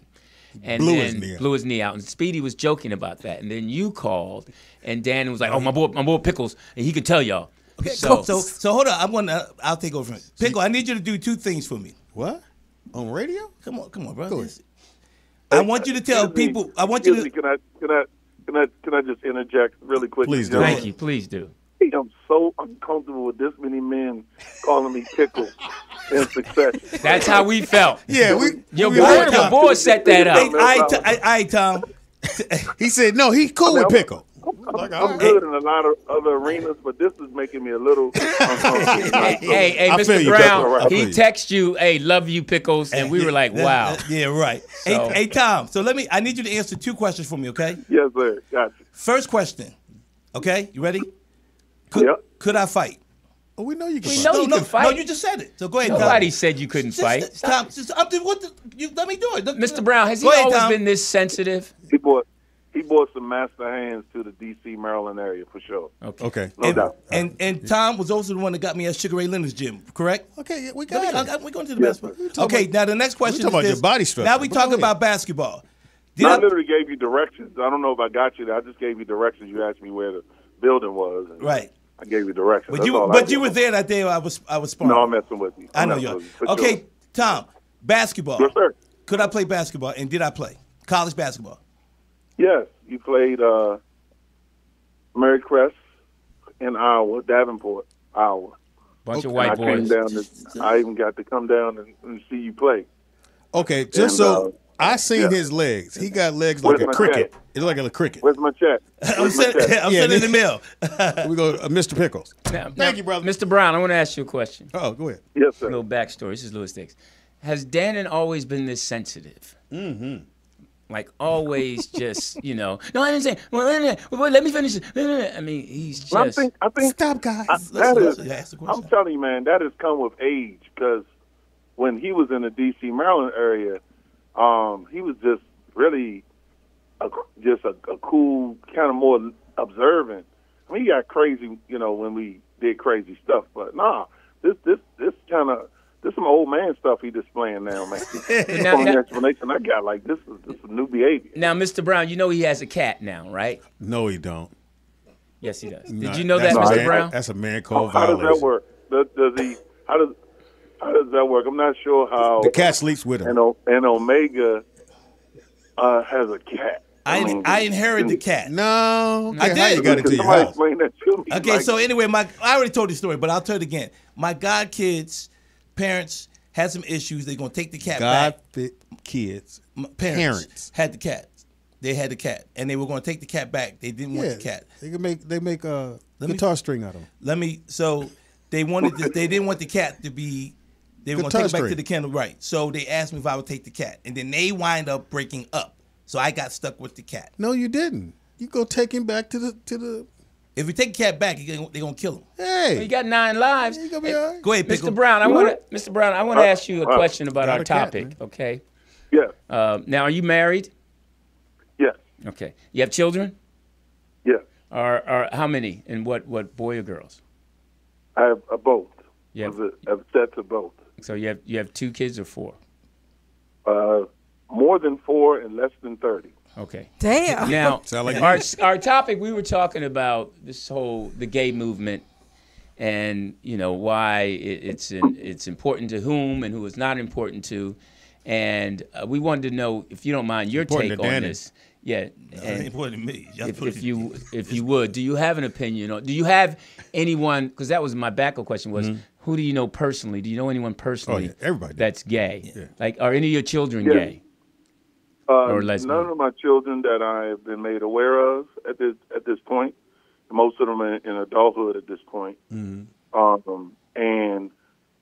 S1: And
S2: blew
S1: then
S2: his knee out.
S1: blew his knee out. And Speedy was joking about that. And then you called and Dannon was like, Oh my boy my boy Pickles and he could tell y'all.
S3: So, so, so hold on. I'm gonna. I'll take over from it. Pickle. I need you to do two things for me.
S2: What? On radio?
S3: Come on, come on, bro. This- I want you to tell
S5: Excuse me.
S3: people. I want you
S5: Excuse me,
S3: to.
S5: Can I? Can I? Can I? Can I just interject really quickly?
S2: Please do.
S5: gentlemen?
S1: Thank you, please do.
S5: I'm so uncomfortable with this many men calling me pickle in succession.
S1: That's how we felt.
S2: Yeah, we.
S1: Your
S2: we
S1: boy
S2: heard
S1: your
S2: about-
S1: boy set that
S3: Hey,
S1: up.
S5: No
S3: I,
S5: problem.
S3: I, I, Tom.
S2: He said no. He cool with pickle. Like,
S5: I'm good in a lot of other arenas, but this is making me a little
S1: Hey,
S5: uncomfortable.
S1: hey, hey,
S2: I feel
S1: Mr.
S2: you,
S5: Pepper. I
S1: Brown,
S5: feel
S1: he
S2: you.
S1: texted you, hey, love you, Pickles. And we were like,
S3: That-
S1: wow.
S3: that- yeah, right.
S1: So-
S3: Hey, hey, Tom. So let me. I need you to answer two questions for me, okay?
S5: yes, sir. Gotcha.
S3: First question. Okay, you ready? Could,
S5: Yep.
S3: could I fight?
S2: Oh, we know you can.
S1: We
S2: fight.
S1: know-
S3: no,
S1: you
S3: no,
S1: can fight.
S3: no, you just said it. So go ahead. Tom.
S1: Nobody said you couldn't
S3: Just-
S1: fight.
S3: Tom, just, I'm, just- what the, you, let me do it. Look-
S1: Mr. Brown, has he
S3: Go ahead,
S1: always
S3: Tom.
S1: been this sensitive?
S5: He brought he brought some master hands to the D.C. Maryland area for sure.
S2: Okay.
S5: No
S3: And,
S5: doubt.
S3: and and Tom was also the one that got me at Sugar Ray Leonard's gym, correct?
S2: Okay. yeah, We
S3: Let me-
S2: got
S3: I-
S2: it.
S3: I- We're going to the basketball.
S2: talking
S3: Okay,
S2: about-
S3: now the next question
S2: talking
S3: is
S2: about your
S3: this.
S2: body structure,
S3: Now we
S2: but
S3: talk
S2: go ahead.
S3: about basketball. Did
S5: I
S3: I-
S5: literally gave you directions. I don't know if I got you. There. I just gave you directions. You asked me where the building was. and
S3: Right.
S5: I gave you directions.
S3: but
S5: That's
S3: you
S5: all I
S3: but
S5: did.
S3: you were there that day I was I was sparring.
S5: No, I'm messing with you.
S3: I know
S5: I'm
S3: you.
S5: messing
S3: are.
S5: with you, for
S3: Okay,
S5: sure.
S3: Tom, basketball.
S5: Yes, sir.
S3: Could I play basketball and did I play college basketball?
S5: Yes, you played uh, Mary Crest in Iowa, Davenport, Iowa.
S1: Bunch of
S5: And I
S1: white
S5: came
S1: boys.
S5: down. To, I even got to come down and, and see you play.
S2: Okay. Just
S5: And,
S2: so
S5: uh,
S2: I seen
S5: yeah.
S2: his legs. He got legs
S5: Where's
S2: like a
S5: my
S2: cricket.
S5: cat?
S2: It's like a cricket.
S5: Where's my check?
S3: I'm
S5: Where's my
S3: sending,
S5: check?
S3: I'm
S2: Yeah,
S3: sending the mail.
S2: we go, uh, Mr. Pickles.
S1: Now-
S2: Thank
S1: now,
S2: you, brother.
S1: Mr. Brown, I want to ask you a question.
S2: Oh, go ahead.
S5: Yes,
S1: A
S5: sir.
S1: little backstory. This is Lewis Dix. Has Dannon always been this sensitive? Mm-hmm. Like always, just you know. No, I didn't say. Well, wait a minute. Well, let me finish. this. Wait a minute. I mean, he's just.
S5: Well, I think I think
S2: Stop, guys.
S5: I, that
S3: Let's-
S5: is-
S3: yeah, ask the question.
S5: I'm telling you, man, that has come with age because when he was in the D.C. Maryland area, um, he was just really a, just a, a cool, kind of more observant. I mean, he got crazy, you know, when we did crazy stuff, but nah, this this this kind of this some old man stuff he displaying now, man. That's the
S1: Now-
S5: only
S1: now-
S5: explanation I got like this is this is new behavior.
S1: now, Mr. Brown, you know he has a cat now, right?
S2: No, he don't.
S1: Yes, he does.
S2: Nah,
S1: Did you know that,
S2: that's a
S1: Mr.
S2: man-
S1: Brown?
S2: That's a man called
S5: how does
S2: violence.
S5: that work? Does, does he? How does how does that work? I'm not sure how.
S2: The cat sleeps with
S5: and,
S2: him.
S5: o- and Omega uh, has a cat.
S3: I
S5: mean,
S3: I inherited the cat.
S2: No, okay,
S3: I
S2: how
S3: did.
S2: you got it
S5: Could
S2: to your
S5: somebody
S2: house.
S5: explain that to me?
S3: Okay,
S5: Like,
S3: so anyway, my I already told the story, but I'll tell it again. My god kids' parents had some issues. They're gonna take the cat
S2: God
S3: back.
S2: fit kids.
S3: My parents,
S2: parents.
S3: had the cat. They had the cat, and they were going to take the cat back. They didn't want the cat.
S2: They can make they make a
S3: Let me-
S2: guitar string out of them.
S3: Let me. So they wanted. To, they didn't want the cat to be. They were going to
S2: Guitar
S3: take it back to
S2: string.
S3: the kennel, right? So they asked me if I would take the cat, and then they wind up breaking up. So I got stuck with the cat.
S2: No, you didn't. You go take him back to the to the.
S3: If we take the cat back, they're going to kill him.
S1: He
S2: Hey,
S1: got nine lives.
S2: you gonna be all right.
S3: Go ahead, Pickle.
S1: Mr. Brown, I want to Mr. Brown, I want to ask you a
S5: Wow.
S1: question about
S2: Got
S1: our
S2: a cat,
S1: topic.
S2: man.
S1: okay.
S5: Yeah.
S1: Uh, now, are you married?
S5: Yeah.
S1: Okay. You have children?
S5: Yeah.
S1: Or, or how many? And what? What? Boy or girls?
S5: I have a both.
S1: Yeah.
S5: I've I've said to both.
S1: So you have you have two kids or four?
S5: Uh, more than four and less than 30.
S1: Okay.
S4: Damn.
S1: Now,
S2: Sound like
S1: our, our topic, we were talking about this whole the gay movement, and you know why it, it's in, it's important to whom and who is not important to, and uh, we wanted to know if you don't mind your
S2: Important
S1: take
S2: to
S1: on
S2: Danny.
S1: this. Yeah, and
S3: More than me. Y'all
S1: if,
S3: put
S1: if
S3: it-
S1: you if you would, do you have an opinion on? Do you have anyone? Because that was my backup question was. Who do you know personally? Do you know anyone personally?
S2: Mm-hmm. Oh, everybody does.
S1: That's gay. Like, are any of your children
S5: Yeah.
S1: gay?
S5: Uh,
S1: Or lesbian.
S5: None of my children that I have been made aware of at this at this point. Most of them in, in adulthood at this point. Um, and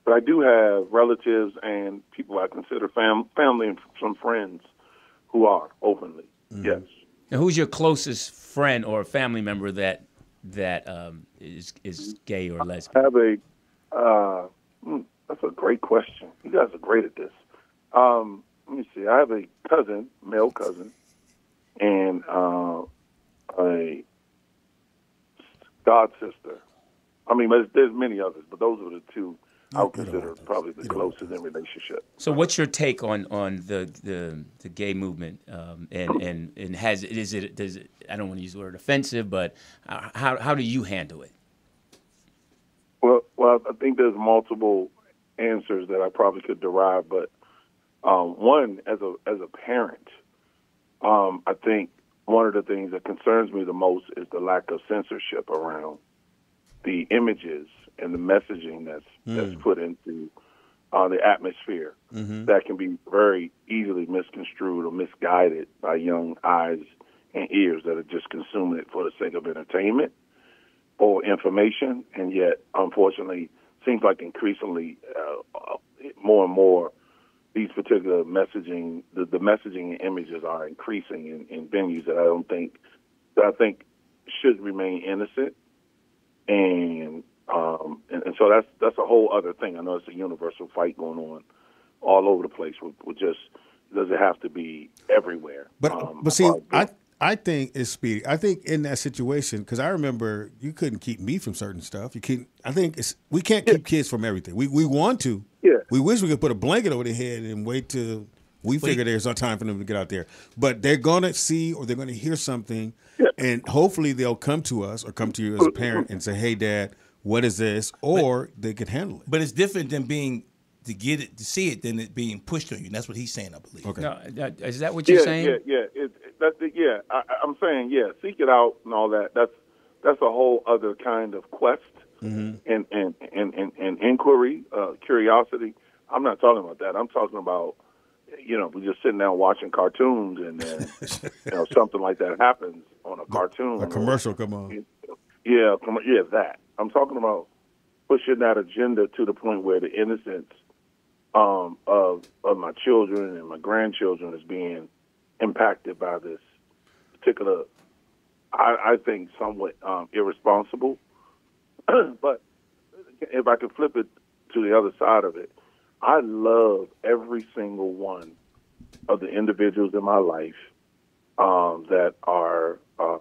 S5: but I do have relatives and people I consider fam- family and some friends who are openly.
S1: Mm-hmm.
S2: Mm-hmm.
S5: Yes.
S1: Now, who's your closest friend or family member that that um, is is gay or
S5: I
S1: lesbian?
S5: have a. Uh, mm, that's a great question. You guys are great at this. Um, let me see. I have a cousin, male cousin, and uh, a god sister. I mean, there's, there's many others, but those are the two I would consider probably the closest in relationship.
S1: So, what's your take on on the the, the gay movement? Um, and and and has it is it does it, I don't want to use the word offensive, but uh, how how do you handle it?
S5: Well, well, I think there's multiple answers that I probably could derive, but um, one, as a as a parent, um, I think one of the things that concerns me the most is the lack of censorship around the images and the messaging that's
S2: Hmm.
S5: that's put into uh, the atmosphere that can be very easily misconstrued or misguided by young eyes and ears that are just consuming it for the sake of entertainment or information, and yet, unfortunately, seems like increasingly uh, uh, more and more these particular messaging, the, the messaging and images are increasing in, in venues that I don't think that I think should remain innocent, and um, and, and so that's that's a whole other thing. I know it's a universal fight going on all over the place. With, with just does it have to be everywhere?
S2: But
S5: Um,
S2: but see,
S5: about
S2: I I think it's speedy. I think in that situation, because I remember you couldn't keep me from certain stuff. You can I think it's we can't keep kids from everything. We we want to.
S5: Yeah.
S2: We wish we could put a blanket over their head and wait till we figure there's no time for them to get out there. But they're gonna see or they're gonna hear something, and hopefully they'll come to us or come to you as a parent and say, "Hey, Dad, what is this?" Or they could handle it.
S3: But it's different than being to get it to see it than it being pushed on you. And that's what he's saying, I believe.
S2: Okay.
S1: No, uh, is that what you're saying?
S5: Yeah, yeah, yeah. It, it- that, that- yeah, I, I- I'm saying, yeah, seek it out and all that. That's that's a whole other kind of quest
S1: Mm-hmm.
S5: and, and, and, and, and inquiry, uh, curiosity. I'm not talking about that. I'm talking about, you know, we're just sitting down watching cartoons and then, you know, something like that happens on a cartoon.
S2: A commercial, come on.
S5: Yeah, come on, yeah, that. I'm talking about pushing that agenda to the point where the innocence um, of of my children and my grandchildren is being impacted by this particular, I, I think, somewhat um, irresponsible. but if I could flip it to the other side of it, I love every single one of the individuals in my life um, that are. Uh,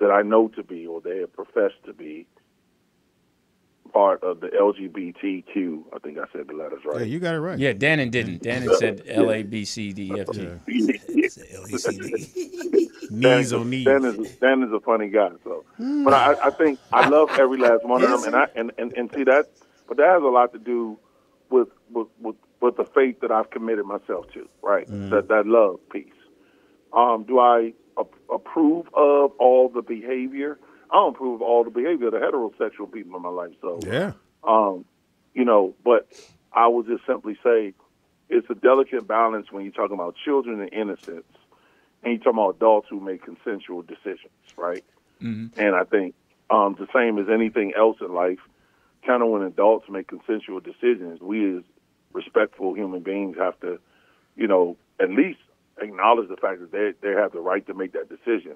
S5: that I know to be or they have professed to be part of the LGBTQ. I think I said the letters
S2: Yeah,
S5: right.
S2: you got it right.
S1: Yeah, Dannon didn't. Dannon said L A B C D E F G.
S3: It's the LACD.
S2: Knees
S5: Dan-
S2: on knees.
S5: Dan is, Dan is a funny guy, so. But I, I think I love every last one of them, and I and, and, and see that. But that has a lot to do with with with, with the faith that I've committed myself to, right? That that love piece. Um, do I a- approve of all the behavior? I don't approve of all the behavior of the heterosexual people in my life. So
S2: Yeah.
S5: um, you know, but I will just simply say it's a delicate balance when you're talking about children and innocence and you're talking about adults who make consensual decisions, right?
S7: Mm-hmm.
S5: And I think um, the same as anything else in life, kind of when adults make consensual decisions, we as respectful human beings have to, you know, at least acknowledge the fact that they they have the right to make that decision.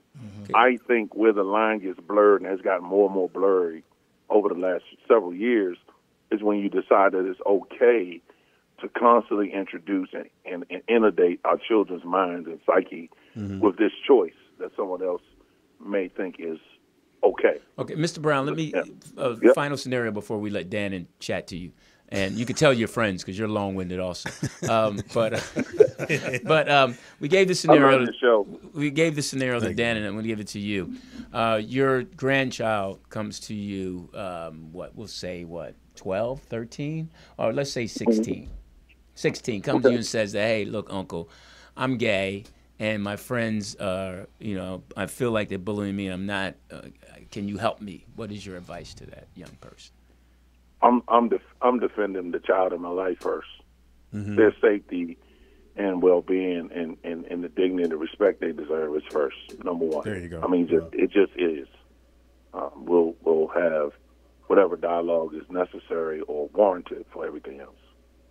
S5: I think where the line gets blurred and has gotten more and more blurry over the last several years is when you decide that it's okay to constantly introduce and, and, and inundate our children's minds and psyche
S2: Mm-hmm.
S5: with this choice that someone else may think is okay.
S1: Okay, Mr. Brown, let me uh,
S5: Yep.
S1: final scenario before we let Dan and chat to you, and you can tell your friends because you're long-winded also. Um, but but um, we gave
S5: I
S1: the scenario.
S5: love the show.
S1: We gave the scenario to Dan, and I'm going to give it to you. Uh, your grandchild comes to you. Um, what we'll say, what 12, 13, or let's say 16. 16 comes to you and says that, hey, look, uncle, I'm gay, and my friends are, you know, I feel like they're bullying me, and I'm not. Uh, can you help me? What is your advice to that young person?
S5: I'm I'm def- I'm defending the child in my life 1st
S2: Mm-hmm.
S5: Their safety and well-being and, and, and the dignity and the respect they deserve is first. Number one.
S2: There you go.
S5: I mean, just, it just is. Um, we'll we'll have whatever dialogue is necessary or warranted for everything else.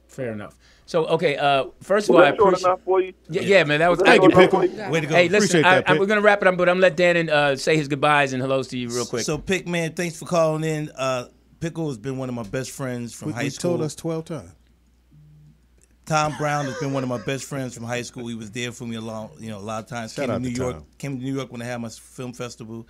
S1: Fair enough. So, okay, uh, first of
S5: Was
S1: all, I
S5: that short
S1: appreciate.
S5: enough for you?
S1: Yeah, yeah, man, that was.
S5: Was that
S1: Thank you,
S5: short enough
S2: Pickle.
S5: for you?
S3: Way to go.
S1: Hey, listen,
S2: Appreciate
S1: I,
S2: that,
S1: I,
S2: Pick.
S1: we're gonna wrap it up, but I'm gonna let Dan and, uh, say his goodbyes and hellos to you real quick.
S3: So, Pick man, thanks for calling in. Uh, Pickle has been one of my best friends from
S2: We,
S3: high
S2: we
S3: school.
S2: told us twelve times.
S3: Tom Brown has been one of my best friends from high school. He was there for me a long, you know, a lot of times.
S2: Shout
S3: came
S2: out
S3: to New
S2: to
S3: York,
S2: Tom.
S3: came to New York when I had my film festival,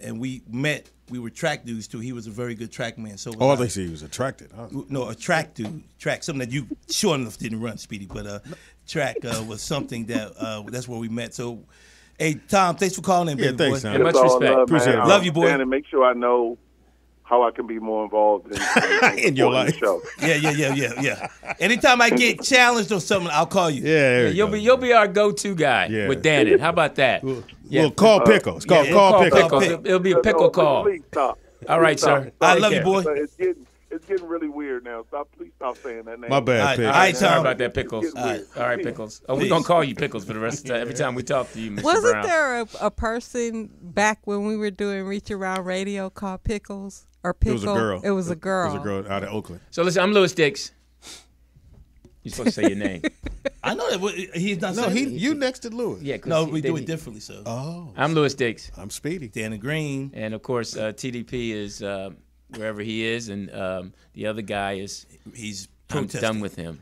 S3: and we met. We were track dudes too. He was a very good track man. So was
S2: Oh,
S3: I.
S2: I think he was attracted. I was-
S3: no, a track dude, track something that you sure enough didn't run, Speedy, but uh, track uh, was something that uh, that's where we met. So, hey Tom, thanks for calling in.
S2: Yeah,
S3: baby
S2: thanks,
S3: boy.
S2: Tom.
S1: Much
S5: That's all
S1: respect.
S5: Love,
S2: Appreciate
S5: man.
S2: it.
S5: Um,
S3: Love you, boy.
S5: Dan, and make sure I know how I can be more involved in, in,
S2: In your
S5: supporting the
S2: life.
S5: show.
S3: Yeah, yeah, yeah, yeah, yeah. Anytime I get challenged or something, I'll call you.
S2: Yeah, there you
S1: You'll
S2: go.
S1: be you'll be our go-to guy
S2: Yeah.
S1: with Dannon. How about that? Yeah.
S2: Well, call Pickles. Call,
S3: yeah,
S2: call,
S3: call
S2: Pickles.
S3: Pickles.
S1: It'll, it'll be a
S5: No,
S1: pickle
S5: no,
S1: call.
S5: Uh, Please stop.
S1: All right,
S5: Please stop.
S1: sir.
S3: I
S1: Take
S3: love you,
S1: care.
S3: boy.
S5: But it's getting it's getting really weird now. Stop, please stop saying that name.
S2: My
S3: All right,
S2: bad,
S3: all
S2: Pickles.
S3: right,
S1: Sorry
S3: Tom.
S1: about that, pickles.
S5: It's
S1: All right,
S5: weird.
S1: all right, pickles. Oh, we're gonna call you pickles for the rest of the every time we talk to you, mister
S4: Wasn't
S1: Brown.
S4: there a, a person back when we were doing Reach Around Radio called Pickles or
S2: It
S4: Pickle?
S2: was a girl.
S4: It was a girl.
S2: It was a girl out of Oakland.
S1: So listen, I'm Lewis Dix. You're supposed to say your name.
S3: I know that we- he's not.
S2: No,
S3: saying
S2: he
S3: it.
S2: you next to Lewis.
S1: Yeah, 'cause
S3: No,
S1: he-
S3: we
S1: then
S3: do it
S1: he-
S3: differently. So
S2: Oh,
S1: I'm Lewis Dix,
S2: I'm Speedy.
S3: Dana Green,
S1: and of course uh, TDP is uh, wherever he is, and um, the other guy is.
S3: he's
S1: I'm
S3: protesting.
S1: done with him.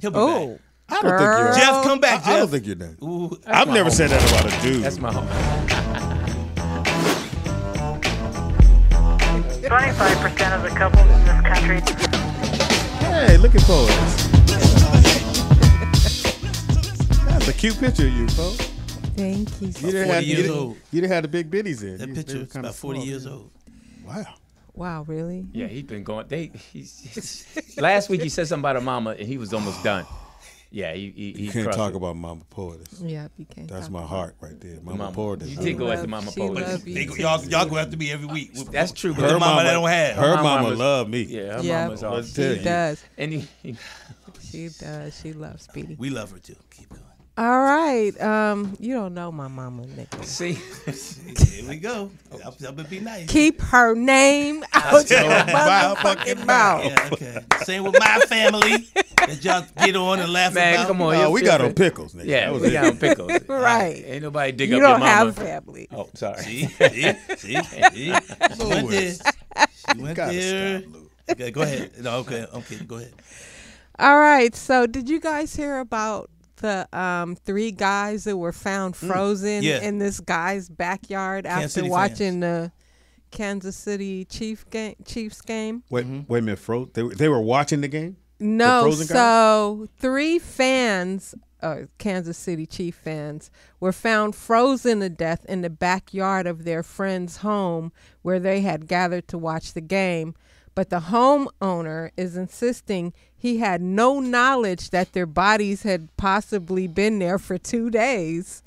S3: He'll be
S4: Oh,
S2: I don't think you're.
S3: back. Jeff, come back, Jeff.
S2: I don't think you're that.
S3: Ooh,
S2: I've never said that about a dude.
S1: That's my home.
S8: 25% of the couples in this country.
S2: Hey, look at Poets. That's a cute picture of you, folks.
S4: Thank you.
S2: You
S4: So
S2: didn't
S3: 40
S2: have you
S3: years
S2: didn't,
S3: old.
S2: you didn't have the big bitties in.
S3: that
S2: You- they
S3: picture
S2: were
S3: is
S2: kinda
S3: about 40
S2: small.
S3: years old.
S2: Wow.
S4: wow, really?
S1: Yeah, he's been going. They he's, last week he said something about a mama, and he was almost done. Yeah, he he, he
S2: You can't
S1: crushed
S2: talk
S1: it.
S2: about Mama Poetess.
S4: Yeah, you can't.
S2: That's
S4: talk
S2: my heart right there. Mama,
S1: Mama.
S2: Poetess.
S1: You
S2: I
S1: did go
S2: love
S1: after Mama
S4: She
S1: Poeters.
S4: love you
S3: They,
S4: too.
S3: y'all, y'all go after me every week.
S1: That's true.
S3: With the
S1: Her
S3: mama,
S2: mama-
S3: that don't have.
S2: Her
S1: My
S2: mama
S1: mama's-
S2: loved me.
S1: Yeah, her
S4: Yeah.
S1: mama's off.
S2: Let's tell
S4: She
S2: you.
S4: does.
S1: And he, he-
S4: She does. She loves Speedy.
S3: We love her too. Keep going.
S4: All right. Um, you don't know my mama, nigga.
S1: see, Oh.
S3: Here we go. I'm, I'm gonna be nice.
S4: Keep her name out your
S2: my
S4: motherfucking mouth.
S3: Yeah, okay. Same with my family. that y'all get on and laugh
S1: man,
S3: about.
S1: come on.
S2: Oh,
S1: you're
S2: we got on
S1: stupid.
S2: pickles, nigga.
S1: Yeah,
S2: that was
S1: we
S2: it.
S1: got on pickles.
S4: Right.
S1: Ain't nobody dig
S4: You
S1: up
S4: don't
S1: your mama.
S4: have family.
S1: oh, sorry.
S3: See, see, see, see. She went there. She went
S2: Gotta
S3: there.
S2: stop, Lou.
S3: Okay, go ahead. No, okay, okay, go ahead.
S4: All right. So, did you guys hear about the um, three guys that were found frozen
S3: Mm, Yeah.
S4: in this guy's backyard
S3: Kansas
S4: after
S3: City
S4: watching the Kansas City Chief game, Chiefs game?
S2: Wait, wait a minute, Fro. They, were- they were watching the game?
S4: Mm-hmm. No,
S2: Frozen guys?
S4: so three fans, uh, Kansas City Chief fans, were found frozen to death in the backyard of their friend's home where they had gathered to watch the game. But the homeowner is insisting he had no knowledge that their bodies had possibly been there for two days.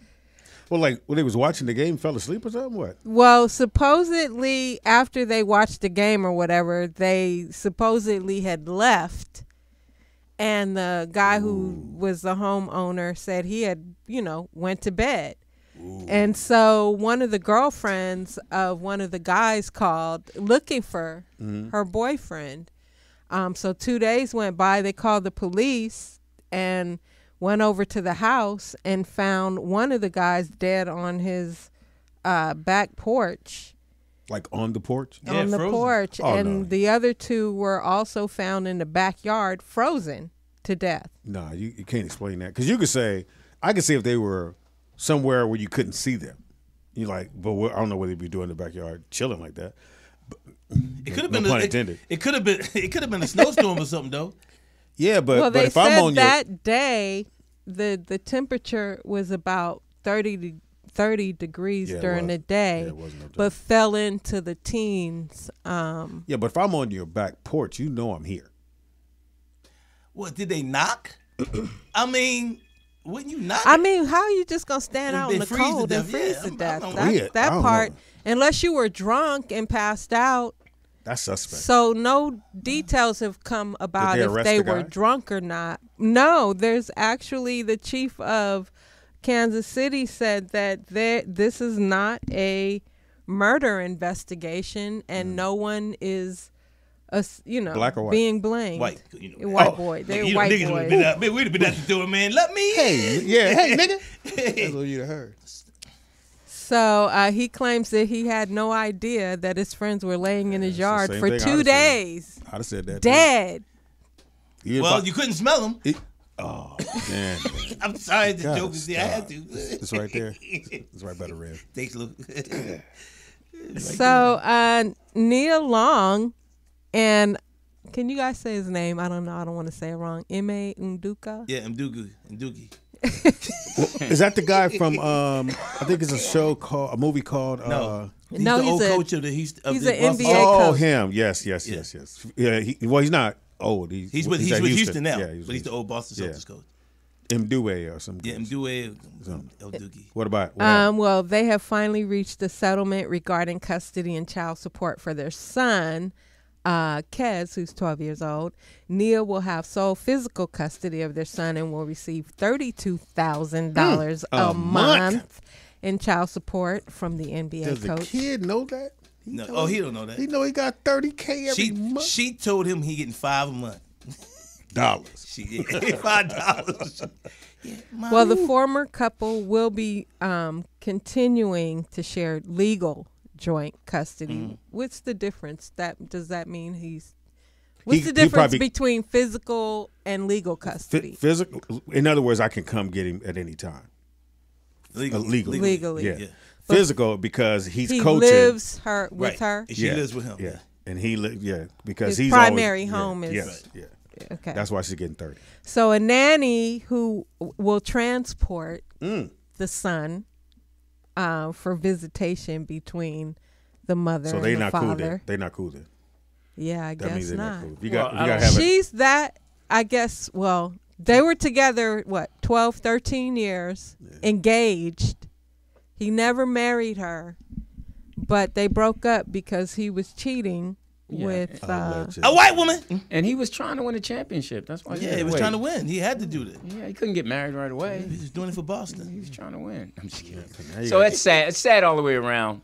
S2: Well, like, when they was watching the game, fell asleep or something? What?
S4: Well, supposedly after they watched the game or whatever, they supposedly had left. And the guy who was the homeowner said he had, you know, went to bed. And so one of the girlfriends of one of the guys called looking for
S2: Mm-hmm.
S1: Mm-hmm.
S4: her boyfriend. Um, so two days went by. They called the police and went over to the house and found one of the guys dead on his uh, back porch
S2: Like on the porch.
S3: Yeah,
S4: on the
S3: frozen.
S4: porch,
S2: Oh,
S4: and
S2: no.
S4: the other two were also found in the backyard, frozen to death.
S2: Nah, you, you can't explain that because you could say I could see if they were somewhere where you couldn't see them. You like, but what, I don't know what they'd be doing in the backyard chilling like that.
S3: It could have
S2: No
S3: been
S2: pun
S3: a,
S2: intended.
S3: it, it could have been it could have been a snowstorm or something though.
S2: Yeah, but
S4: well,
S2: but
S4: they
S2: if
S4: said
S2: I'm on your
S4: that day the the temperature was about 30, de- 30 degrees
S2: Yeah, it
S4: during
S2: was.
S4: the day,
S2: Yeah, it was no doubt.
S4: but fell into the teens. Um,
S2: yeah, but if I'm on your back porch, you know I'm here.
S3: What did they knock? I mean, wouldn't you knock?
S4: I mean, how are you just gonna stand
S3: If
S4: out
S3: they
S4: in the
S3: freeze to
S4: cold and
S3: death, yeah,
S4: freeze to
S3: I'm- I'm
S4: death?
S3: not
S4: That,
S2: weird. I
S4: that
S2: don't
S4: part,
S2: know.
S4: unless you were drunk and passed out.
S2: That's suspect.
S4: So no details have come about
S2: they
S4: if
S2: arrest
S4: they
S2: the
S4: were
S2: guy?
S4: drunk or not. No, there's actually the chief of Kansas City said that there this is not a murder investigation and no one is a, you know
S2: Mm. Black or white?
S4: Uh, being blamed.
S3: White, you know.
S4: white
S3: Oh,
S4: boy.
S3: nigga,
S4: They're
S3: you know,
S4: white
S3: niggas would've Been
S4: boys.
S3: out, man, we'd have been out the door, man. Let me.
S2: hey, yeah, hey, nigga.
S3: Hey.
S9: what you'd have heard.
S4: So uh, he claims that he had no idea that his friends were laying in his
S2: the
S4: yard
S2: same
S4: for
S2: thing I
S4: two
S2: said.
S4: days,
S2: I'd have said that. too.
S4: dead.
S2: Even if
S3: Well,
S2: I-
S3: you couldn't smell them.
S2: oh, man,
S3: I'm sorry, the
S2: Gotta
S3: joke is there. I had to.
S2: it's right there. It's right by the rim.
S3: Thanks, Lou.
S4: So uh, Neil Long and can you guys say his name? I don't know. I don't want to say it wrong. M A Nduka.
S3: yeah, I'm Doogie. I'm Doogie.
S2: Is that the guy from? Um, I think it's a show called a movie called. Uh,
S3: No. He's
S4: No,
S3: the
S4: he's
S3: old
S4: a-
S3: coach of the Houston. Of
S4: he's
S3: the
S4: a
S3: Boston-
S4: NBA
S3: Oh,
S2: Oh,
S4: coach.
S2: him. Yes, yes, yes, yes. Yeah. He, well, he's not old. He's
S3: He's with he's,
S2: at
S3: with Houston, now,
S2: Yeah,
S3: but he's the old Boston
S2: Yeah.
S3: Celtics coach.
S2: Mdue or something.
S3: Yeah, I'm Doogie. El Doogie.
S2: What about? What happened?
S4: Um, well, they have finally reached a settlement regarding custody and child support for their son, uh, Kez, who's 12 years old. Neil will have sole physical custody of their son and will receive $32,000 a,
S2: Hmm. a
S4: month.
S2: month.
S4: in child support from the NBA
S2: Does the
S4: coach.
S2: kid know that? He
S3: No,
S2: know
S3: oh, he don't know that.
S2: He know he got thirty k every
S3: she
S2: month.
S3: she told him he getting five a month.
S2: Dollars.
S3: She five dollars. Yeah, Mom.
S4: Well, the former couple will be um, continuing to share legal joint custody.
S2: Mm.
S4: What's the difference? That does that mean he's? What's
S2: He-
S4: the
S2: he
S4: difference
S2: probably-
S4: between physical and legal
S2: Phy-
S4: custody?
S2: physical. In other words, I can come get him at any time. Uh,
S3: legal,
S2: Legally.
S4: Legally.
S2: Yeah.
S3: Yeah.
S2: Physical because he's
S4: he
S2: coaching.
S4: lives her with
S3: right.
S4: her.
S3: And she lives with him.
S2: Yeah. And he li- yeah because
S4: His
S2: he's
S4: primary
S2: always,
S4: home
S2: yeah,
S4: is-
S2: yes yeah.
S4: Okay.
S2: That's why she's getting thirty.
S4: So a nanny who w- will transport
S2: Mm.
S4: the son uh, for visitation between the mother
S2: So
S4: and
S2: they
S4: the
S2: not cool
S4: father.
S2: then. They not cool then.
S4: yeah, I
S2: That means
S4: guess
S2: they
S4: not.
S2: not cool. You got
S1: Well, I
S2: you got to
S1: don't-
S2: have a
S4: she's that i guess well they were together what 12 13 years engaged he never married her but they broke up because he was cheating with uh,
S3: A white woman.
S1: And he was trying to win a championship. That's why.
S3: Yeah, he was trying to win. He had to do that.
S1: Yeah, he couldn't get married right away.
S3: He was doing it for Boston.
S1: He was trying to win. I'm just kidding.
S2: you
S1: So
S2: go.
S1: it's sad. It's sad all the way around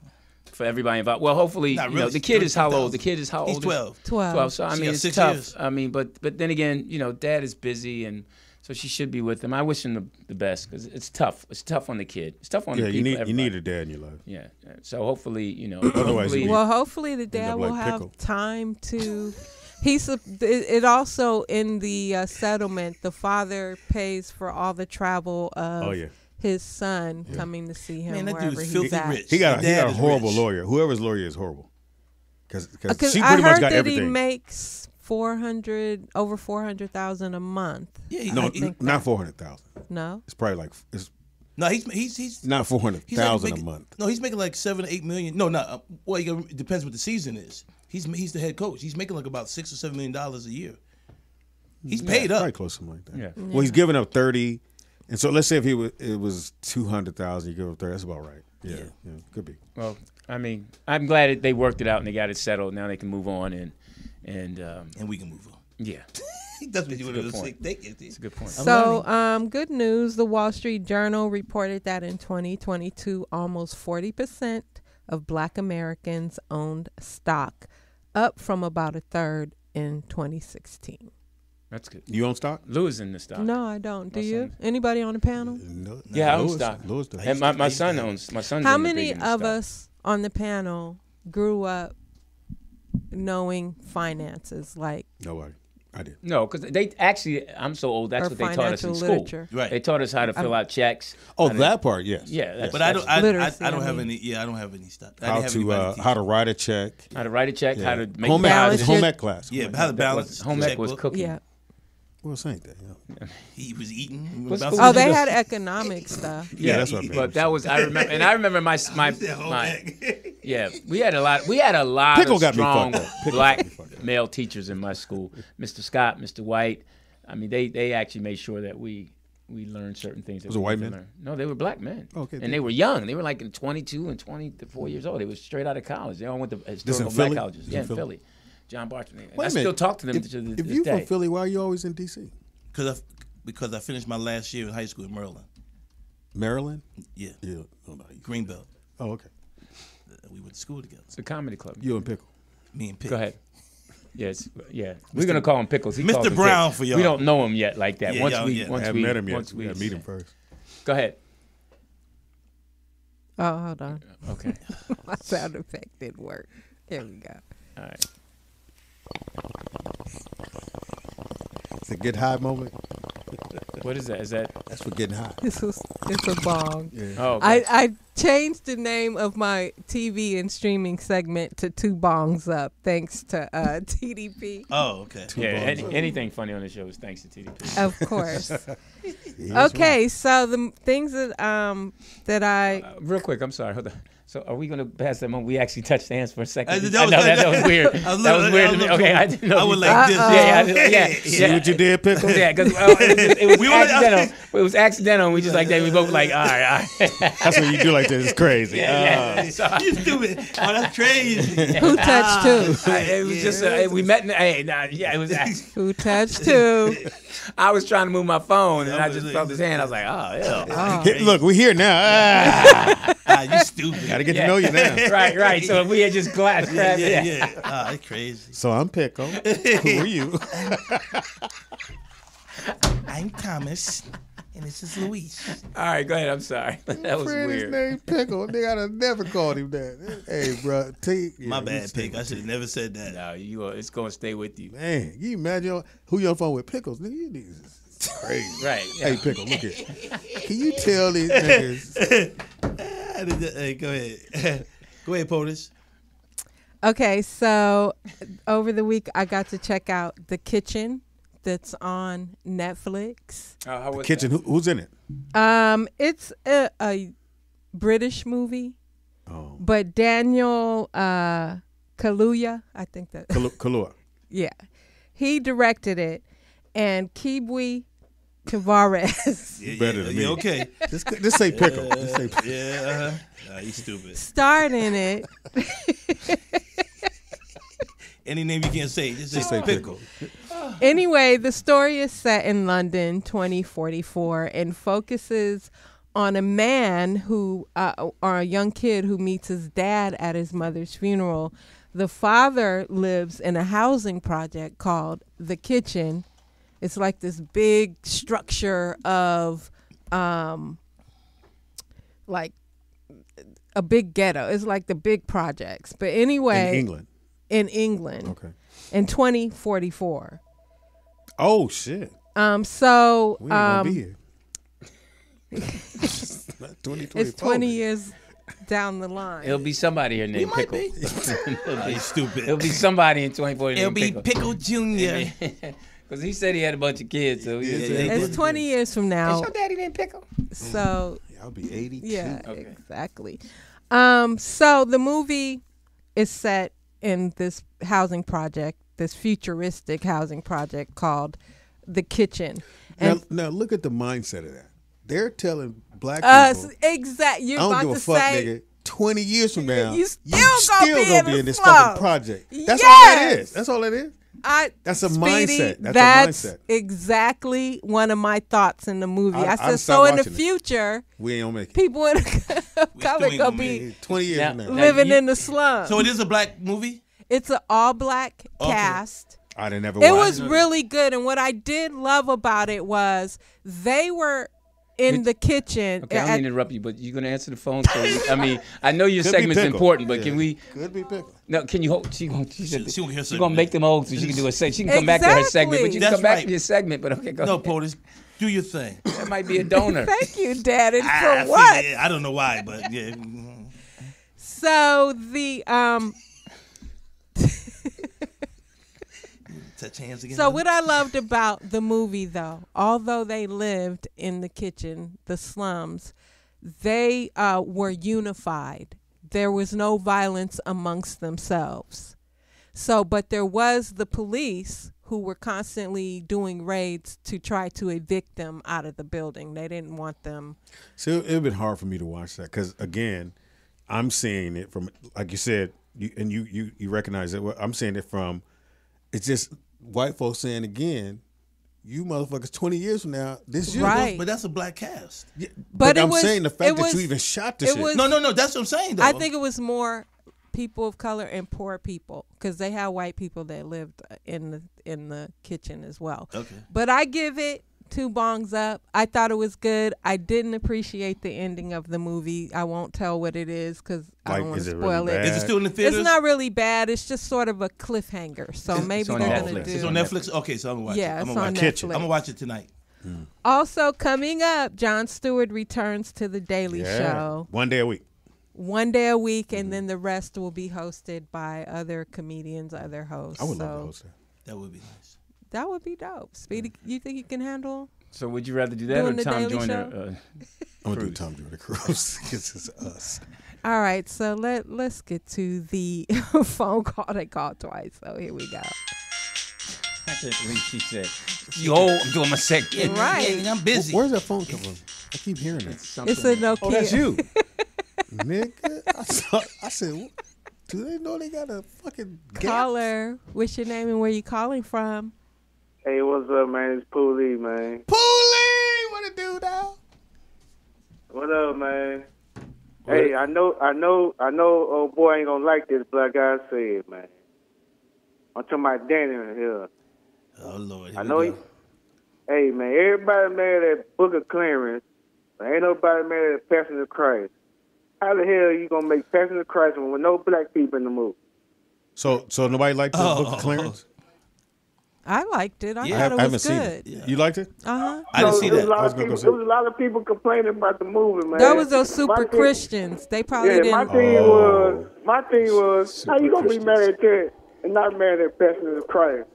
S1: for everybody involved. Well, hopefully,
S3: Not
S1: you know,
S3: really.
S1: the kid is how old?
S3: 13,000.
S1: The kid is how old?
S3: He's
S1: is-
S3: 12.
S4: 12
S1: 12. So I
S3: She
S1: mean,
S3: got
S1: it's
S3: six
S1: tough.
S3: years.
S1: I mean, but but then again, you know, dad is busy, and so she should be with him. I wish him the, the best because it's tough. It's tough on the kid. It's tough on
S2: yeah.
S1: the
S2: You
S1: people.
S2: need you need
S1: everybody.
S2: a dad in your life.
S1: Yeah. yeah. So hopefully, you know,
S2: Otherwise
S1: hopefully,
S2: you-
S4: well hopefully the dad
S2: up
S4: will
S2: like
S4: have
S2: Pickle.
S4: time to he's it it also in the uh, settlement the father pays for all the travel of
S2: Oh, yeah.
S4: his son coming to see him
S3: Man, that
S4: wherever
S3: dude's
S4: he's
S3: filthy
S4: at.
S3: rich.
S2: He got,
S3: His
S2: he
S3: dad
S2: got a
S3: is
S2: horrible
S3: rich.
S2: lawyer. Whoever's lawyer is horrible. Because
S4: Because
S2: she
S4: Uh, I
S2: pretty
S4: heard
S2: much got
S4: that he
S2: everything.
S4: makes four hundred over four hundred thousand a month.
S3: Yeah, he,
S2: no,
S3: he-
S2: n- not four hundred thousand.
S4: No,
S2: It's probably like it's
S3: no, he's he's he's
S2: not four hundred
S3: he's like
S2: thousand a
S3: making-
S2: month.
S3: No, he's making like seven, eight million. No, not uh, well. You gotta, it depends what the season is. He's he's the head coach. He's making like about six or seven million dollars a year. He's paid
S2: Probably
S3: up.
S2: close to something like that.
S1: Yeah.
S2: Well, he's giving up thirty, and so let's say if he was it was two hundred thousand, you give up thirty. That's about right. Yeah, yeah. could be.
S1: well, I mean, I'm glad that they worked it out and they got it settled. Now they can move on and and um,
S3: And we can move on.
S1: yeah.
S3: That's what you would
S1: good
S3: have
S1: point.
S3: thinking.
S1: It's a good point.
S4: So, um, good news. The Wall Street Journal reported that in 2022, almost 40% of black Americans owned stock, up from about a third in 2016.
S1: That's good.
S2: You own stock?
S1: Louis in the stock.
S4: No, I don't. Do you? Anybody on the panel?
S2: No.
S1: Yeah, I own
S2: Louis-
S1: stock.
S2: Louis does.
S1: And my, my son owns. My son's
S4: How
S1: in the big
S4: many
S1: in the
S4: of
S1: stock.
S4: us on the panel grew up knowing finances? Like,
S2: Nobody. I did.
S1: No, because they actually, I'm so old. That's
S4: Or
S1: what they taught us
S4: financial
S1: in school.
S4: literature.
S3: Right.
S1: They taught us how to fill out checks.
S2: Oh,
S1: how to-
S2: that part, yes.
S1: Yeah, that's,
S3: But I don't. I, I,
S4: Literacy,
S3: I don't
S4: I
S3: have
S4: mean.
S3: any. Yeah, I don't have any stuff. I
S2: How
S3: didn't have
S2: to
S3: anybody
S2: uh,
S3: teach
S2: how
S3: me.
S2: to write a check.
S1: how to write a check, how to make
S2: home ec,
S4: Balance
S1: deposits.
S4: your-
S2: home ec class.
S3: Yeah,
S2: Right.
S3: how to balance.
S1: home ec was
S3: checkbook.
S1: cooking.
S4: yeah.
S2: Well, same thing. yeah.
S3: He was eating.
S1: What's
S3: Bouncing
S1: cool-
S4: Oh,
S3: the-
S4: they had economic stuff.
S2: Yeah, that's what I mean. "Oh,
S1: But that was I remember, and I remember my my,
S3: the whole
S1: my
S3: egg.
S1: yeah. We had a lot. We had a lot
S2: Pickle
S1: of
S2: got me
S1: strong
S2: fucked up. Pickle got
S1: black
S2: me fucked up.
S1: male teachers in my school. Mr. Scott, Mr. White. I mean, they they actually made sure that we we learned certain things. That
S2: Was it
S1: we
S2: white
S1: didn't
S2: men?
S1: Learn. No, they were black men.
S2: Okay,
S1: and they
S2: good.
S1: were young. They were like in 22 and 24 years old. They were straight out of college. They all went to historical black
S2: Philly?
S1: colleges.
S2: This in
S1: yeah, in Philly.
S2: Philly?
S1: John Barton.
S2: Wait
S1: I
S2: a
S1: still
S2: minute.
S1: talk to them
S2: If,
S1: to this,
S2: if
S1: this
S2: you
S1: day.
S2: from Philly, why are you always in D.C.?
S3: because I f- because I finished my last year in high school in Maryland.
S2: Maryland?
S3: Yeah,
S2: Yeah. Nobody.
S3: Greenbelt.
S2: Oh, okay.
S3: We went to school together.
S1: it's a comedy club.
S2: You and Pickle.
S3: Me and Pitt.
S1: Go ahead. Yes, yeah. We're gonna call him Pickles. He
S3: Mr.
S1: calls him
S3: Brown
S1: Pickles.
S3: for y'all.
S1: We don't know him yet like that.
S3: Yeah,
S1: once
S3: y'all-
S1: we,
S3: yeah.
S1: once
S2: haven't
S1: we,
S2: met him yet.
S1: once
S2: We
S1: we
S2: gotta meet him first.
S1: Go ahead.
S4: Oh, hold on.
S1: Okay.
S4: My sound effect didn't work. Here we go.
S1: All right.
S2: It's a get high moment.
S1: What is that? Is that?
S2: That's for getting high.
S4: This was it's a bong.
S1: Oh,
S4: I,
S1: okay.
S4: I changed the name of my TV and streaming segment to Two Bongs Up, thanks to uh, TDP.
S3: Oh, okay.
S1: yeah. Any, anything funny on the show is thanks to TDP.
S4: Of course. okay, so the m- things that um that I
S1: Uh, real quick, I'm sorry. Hold on. So are we gonna pass that moment? We actually touched hands for a second.
S3: I- that
S1: I
S3: was-
S1: know that, that was weird.
S3: Uh, I was
S1: that was
S3: looking-
S1: weird
S3: I
S1: to me.
S3: was
S1: Okay, I
S3: looking-
S1: didn't know.
S3: I
S1: you-
S3: was like this.
S1: yeah, yeah, yeah,
S2: See
S1: yeah.
S2: what you did, Pickle?
S1: Yeah, because it was, it was
S3: We were like-
S1: accidental. It was accidental. and We just like that. We both like, all right, all right.
S2: That's what you do like this. It's crazy. Uh,
S1: Yeah, yeah. So-
S3: you stupid. Oh, that's crazy. Ah,
S4: who touched two?
S1: I- it was just uh, we met. In, hey, nah, yeah, it was. I,
S4: Who touched two?
S1: I was trying to move my phone, and I just felt his hand. I was like, oh, yeah.
S2: Uh, hit- look, we're here now. Ah,
S3: ah, you stupid.
S2: gotta get to know you now.
S1: right, right. So if we had Oh, just glass
S3: yeah,
S1: grabbed, yeah,
S3: yeah, yeah. Ah, that's crazy.
S2: So I'm Pickle. Who are you?
S3: I'm Thomas, and this is Luis.
S1: All right, go ahead. I'm sorry. That was
S2: Friend, his
S1: weird.
S2: name Pickle. Nigga, I'd have never called him that. Hey, bro. T- yeah,
S3: My
S2: you
S3: bad,
S2: stupid.
S3: Pick. I should have never said that.
S1: No, you. Are, it's gonna stay with you.
S2: Man, you imagine your- who you on phone with Pickles? Nigga, you niggas is crazy.
S1: Right. Yeah.
S2: Hey, Pickle, look here. Can you tell these niggas?
S3: I did that- Hey, go ahead. go ahead, POTUS.
S4: Okay, so over the week I got to check out The Kitchen that's on Netflix.
S1: Uh, how was
S2: Kitchen, who, who's in it?
S4: Um, it's a, a British movie,
S3: Oh.
S4: but Daniel uh, Kaluuya, I think that,
S2: Kalu- Kalua.
S4: yeah, he directed it, and Kibwe Tavares
S3: Yeah,
S2: better
S3: yeah,
S2: than
S3: yeah,
S2: me.
S3: okay.
S2: Just, just say Pickle. Just say Pickle.
S3: Yeah. uh-huh. Nah, you stupid.
S4: starred in it.
S3: Any name you can't say, just say,
S2: say
S3: pickle.
S4: Anyway, the story is set in London 2044 and focuses on a man who, uh, or a young kid who meets his dad at his mother's funeral. The father lives in a housing project called The Kitchen. It's like this big structure of, um, like, a big ghetto. It's like the big projects. But anyway,
S2: In England.
S4: In England.
S2: Okay.
S4: In 2044.
S2: Oh, shit.
S4: Um, so
S2: We ain't gonna be
S4: um,
S2: here. Not 20,
S4: it's 20 years down the line.
S1: It'll be somebody here named Pickle.
S2: Ah,
S3: Nah, you stupid.
S1: It'll be somebody in 24 named
S3: It'll be
S1: Pickle.
S3: Pickle Junior.
S1: Because he said he had a bunch of kids, so he
S3: Yeah,
S1: just
S3: yeah,
S1: said,
S3: yeah.
S4: it's 20 years from now.
S1: your daddy named Pickle.
S4: So
S2: I'll Mm. be 80.
S4: yeah, exactly. Um, so the movie is set in this housing project, this futuristic housing project called The Kitchen.
S2: Now,
S4: And
S2: now, look at the mindset of that. They're telling black people,
S4: uh, exact you're
S2: I don't
S4: about
S2: give
S4: to
S2: a fuck,
S4: say
S2: nigga. 20 years from now,
S4: You still gonna be in the
S2: this
S4: slums.
S2: fucking project. That's all that
S4: Yes!
S2: is. That's all that is.
S4: I
S2: That's a
S4: Speedy,
S2: mindset. That's a mindset.
S4: exactly one of my thoughts in the movie.
S2: I-
S4: I,
S2: I'll
S4: said so.
S2: stop
S4: In the
S2: watching it.
S4: future,
S2: We ain't gonna make it.
S4: people in the comic gonna
S3: ain't gonna
S4: be
S3: make
S2: Twenty years
S1: Now-
S2: from now.
S1: Now
S4: living
S1: you-
S4: in the slum.
S3: So it is a black movie.
S4: it's an all black
S3: Okay.
S4: cast.
S2: I didn't ever.
S4: It
S2: watch
S4: was really good, and what I did love about it was they were in the kitchen.
S1: Okay, I don't
S4: at-
S1: mean to interrupt you, but you're gonna answer the phone. So I mean, I know your
S2: Could be
S1: segment's
S2: pickle.
S1: important, but
S2: Yeah.
S1: can we?
S2: Could be pickle.
S1: No, can you hold? She won't. She, said,
S3: She- she won't hear
S1: She's gonna make them old, so she can do a segment. She can come back to her segment, but you can
S3: Exactly.
S1: come back
S3: That's
S1: to your segment. But okay, go.
S3: No,
S1: No,
S3: POTUS, do your thing.
S1: that might be a donor.
S4: Thank you, Dad.
S2: Ah,
S4: And
S3: I- I
S4: for
S3: figured-
S4: what?
S3: I don't know why, but yeah.
S4: So the um.
S3: Touch hands again.
S4: So what I loved about the movie though, although they lived in the kitchen, the slums, they uh, were unified. There was no violence amongst themselves. So but there was the police who were constantly doing raids to try to evict them out of the building. They didn't want them.
S2: So it would have been hard for me to watch that because again, I'm seeing it from like you said, you, and you you you recognize it. Well, I'm seeing it from it's just white folks saying again, you motherfuckers, twenty years from now, this you.
S4: Right.
S3: But that's a black cast.
S2: But,
S4: But it
S2: I'm
S4: was-
S2: saying the
S4: it
S2: fact that
S4: was-
S2: you even shot
S4: it
S2: this shit.
S4: was-
S3: No, no, no. That's what I'm saying. Though.
S4: I think it was more people of color and poor people because they had white people that lived in the in the kitchen as well.
S3: Okay.
S4: But I give it two bongs up. I thought it was good. I didn't appreciate the ending of the movie. I won't tell what it is because I
S2: Like,
S4: don't want
S2: is
S4: to
S2: it really
S4: spoil
S2: bad?
S4: it.
S3: Is it still in the
S4: It's
S3: theaters?
S4: not really bad. It's just sort of a cliffhanger. So maybe
S1: on
S4: they're gonna
S1: Netflix.
S4: do.
S3: It's on Netflix. Okay, so I'm gonna watch
S4: Yeah,
S3: it. I'm
S4: it's
S3: gonna
S4: on
S3: watch
S4: Kitchen.
S3: it.
S4: Netflix.
S3: I'm gonna watch it tonight.
S4: Also coming up, John Stewart returns to the Daily
S2: Yeah.
S4: Show.
S2: one day a week.
S4: one day a week,
S2: Mm-hmm.
S4: and then the rest will be hosted by other comedians, other hosts.
S2: I would
S4: so
S2: love to host that.
S3: That would be nice.
S4: that would be dope. Speedy, you think you can handle?
S1: So would you rather do that
S4: Doing
S1: or
S4: the
S1: Tom
S4: Daily
S1: Joyner? Uh,
S2: I'm gonna do Tom Jordan Cruise. this is us.
S4: All right, so let let's get to the phone call. They called twice, so here we go.
S1: I can't believe she said, "Yo, I'm doing my segment."
S4: Right.
S3: Yeah, I'm busy.
S2: Where's that phone come from? I keep hearing it.
S4: It's a Nokia.
S2: Oh, that's you, nigga. I, saw, I said, do they know they got a fucking gap?
S4: caller. What's your name and where you calling from?
S9: Hey, what's up, man? It's Pooley, man.
S2: Poolie, what it do now?
S9: What up, man? Hey, I know, I know, I know. Old boy ain't gonna like this, but I gotta say it, man. I'm talking about Danny here.
S3: Oh Lord. here
S9: I
S3: we
S9: know.
S3: go.
S9: He, hey, man. Everybody mad at Booker Clarence, but ain't nobody mad at Passion of Christ. How the hell you gonna make Passion of Christ when with no black people in the movie?
S2: So, so nobody liked the
S3: Oh.
S2: book of clearance.
S4: I liked it. I
S3: Yeah,
S4: thought
S2: I
S4: it
S2: haven't
S4: was
S2: seen
S4: good.
S2: it. You liked it?
S4: Uh huh.
S3: I didn't see
S9: There was, a
S3: that.
S9: lot
S2: I was
S9: of
S2: gonna go
S9: people,
S2: see
S9: there
S2: it.
S9: was a lot of people complaining about the movie, man.
S4: That was those
S9: My
S4: super
S9: thing-
S4: Christians. They probably
S9: Yeah, my
S4: didn't.
S9: thing was, my thing was, how
S2: Oh. Super
S9: you gonna be mad
S2: Christians.
S9: at that and not mad at Passion of Christ?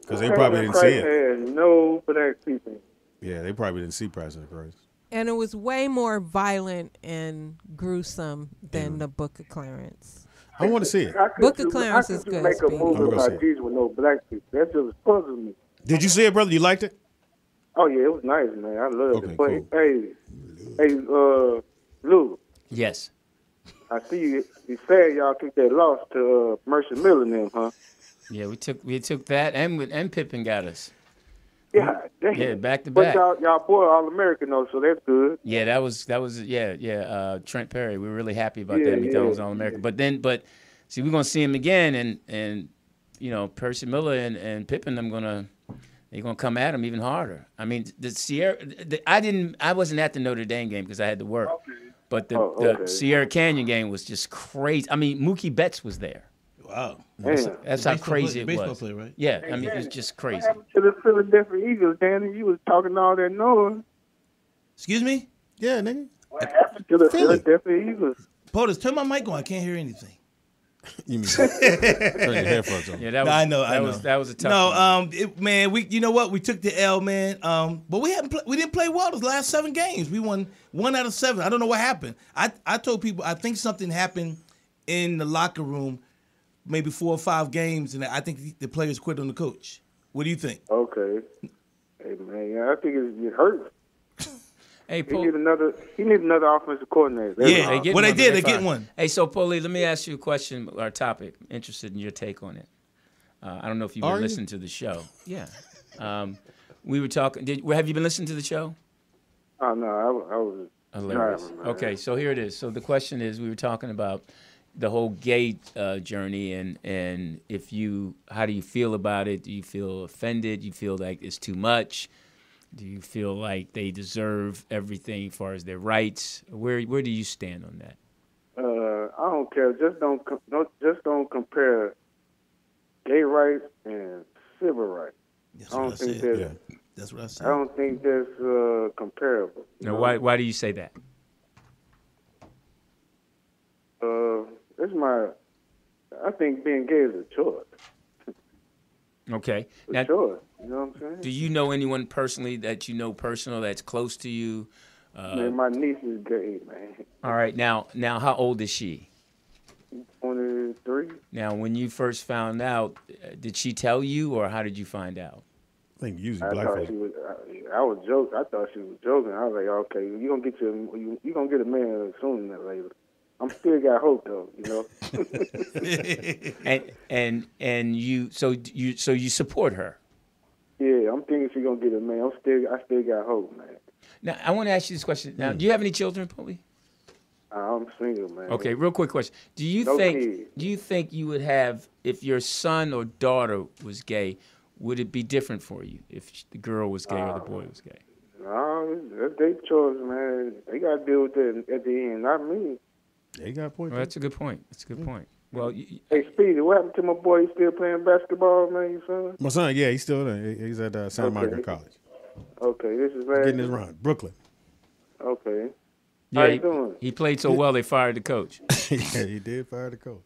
S2: Because they probably didn't see it.
S9: Has no black people.
S2: Yeah, they probably didn't see President Christ.
S4: and it was way more violent and gruesome than the Book of Clarence.
S2: I want to see it.
S9: How could
S4: Book of
S9: you-
S4: Clarence
S9: how
S4: is
S9: could you
S4: good,
S9: Make a
S4: Speedy.
S2: I'm
S9: movie
S2: gonna see
S9: about
S2: it.
S9: Jesus with no black people. That just puzzles me.
S2: Did you see it, brother? You liked it?
S9: Oh yeah, it was nice, man. I loved
S2: Okay,
S9: it. But
S2: cool.
S9: hey, hey, uh, Lou,
S1: Yes.
S9: I see you. You said y'all took that loss to uh, Mercer Miller, and them, huh?
S1: Yeah, we took we took that, and and Pippen got us.
S9: Yeah, damn.
S1: Yeah, back to
S9: But
S1: back.
S9: y'all, y'all boy, all American though, so that's good.
S1: Yeah, that was that was yeah yeah uh, Trent Perry. We were really happy about
S9: Yeah,
S1: that. We thought it was
S9: yeah,
S1: all American. But then, but see, we're gonna see him again, and and you know Percy Miller and and Pippen. I'm gonna they're gonna come at him even harder. I mean, the Sierra. The, I didn't. I wasn't at the Notre Dame game because I had to work. But the,
S9: Oh,
S1: the
S9: okay.
S1: Sierra Canyon game was just crazy. I mean, Mookie Betts was there.
S3: Wow.
S9: Damn.
S1: That's how
S3: Baseball
S1: crazy
S3: player-
S1: it
S3: baseball
S1: was.
S3: player, right?
S1: Yeah, I mean, it was just
S9: What
S1: crazy.
S9: happened to the Philadelphia Eagles, Danny? You was talking all that noise.
S3: Excuse me,
S2: Yeah, nigga.
S9: What happened to the
S2: Philly.
S9: Philadelphia Eagles?
S3: POTUS, turn my mic on. I can't hear anything.
S2: You mean turn your headphones on?
S1: Yeah, that
S3: No,
S1: was,
S3: I know.
S1: That
S3: I know.
S1: was that was a tough.
S3: No,
S1: one.
S3: um, it, man, we you know what? We took the L, man. Um, but we haven't pla we didn't play well those last seven games. We won one out of seven. I don't know what happened. I I told people I think something happened in the locker room, maybe four or five games, and I think the players quit on the coach. What do you think?
S9: Okay. Hey man, I think it, it hurts.
S1: hey,
S9: He
S1: Paul,
S9: need another. He need another offensive coordinator. That's
S3: Yeah.
S9: all.
S1: They get
S3: Well, they
S1: one, but
S3: did. They get
S1: fired.
S3: one.
S1: Hey, so Paulie, let me ask you a question or a topic. Interested in your take on it. Uh, I don't know if you've
S2: Are
S1: been
S2: you?
S1: listening to the show. Yeah. Um, we were talking. Did have you been listening to the show?
S9: Oh no, I, wa- I was.
S1: Hilarious.
S9: Driving, man.
S1: Okay, so here it is. So the question is, we were talking about the whole gay uh, journey, and and if you, how do you feel about it? Do you feel offended? Do you feel like it's too much? Do you feel like they deserve everything as far as their rights? Where where do you stand on that?
S9: Uh, I don't care. Just don't. Com- don't just don't compare gay rights and civil rights.
S3: That's
S9: I don't
S3: what I
S9: think
S3: said.
S9: that's.
S3: That's what I said.
S9: I don't think that's uh, comparable. you
S1: Now,
S9: know?
S1: why why do you say that?
S9: Uh, it's my. I think being gay is a choice.
S1: Okay.
S9: A
S1: Now,
S9: choice. You know what I'm
S1: do
S9: saying?
S1: you know anyone personally that you know personal that's close to you? Uh,
S3: uh,
S9: man, my niece is gay, man.
S1: All right. Now now, how old is she?
S9: Twenty-three.
S1: Now, when you first found out, uh, did she tell you, or how did you find out?
S2: I think usually
S9: I
S2: black
S9: thought
S2: folks.
S9: she was. I, I was joking. I thought she was joking. I was like, okay, you gonna get your, you, you gonna get a man sooner or later. I'm still got hope though, you know.
S1: And and and you, so d- you, so you support her.
S9: yeah, I'm thinking she gonna get a man. I'm still, I still got hope, man.
S1: Now, I want to ask you this question.
S2: Hmm.
S1: Now, do you have any children, Polly?
S9: I'm single, man.
S1: Okay, real quick question. Do you
S9: No
S1: think
S9: kids.
S1: do you think you would have if your son or daughter was gay? Would it be different for you if sh- the girl was gay or the boy was gay?
S9: No, that's their choice, man. They gotta deal with that at the end, not me.
S2: They got a point.
S1: Well, that's a good point. That's a good point. Well, you,
S9: Hey, Speedy, what happened to my boy? He still playing basketball, man? You son?
S2: My son, yeah, he's still there. He- He's at uh, Santa
S9: Okay.
S2: Monica College,
S9: Okay, this is last.
S2: getting his run. Brooklyn.
S9: Okay.
S1: yeah,
S9: you
S1: he-
S9: doing?
S1: he played so well they fired the coach.
S2: yeah, he did fire the coach.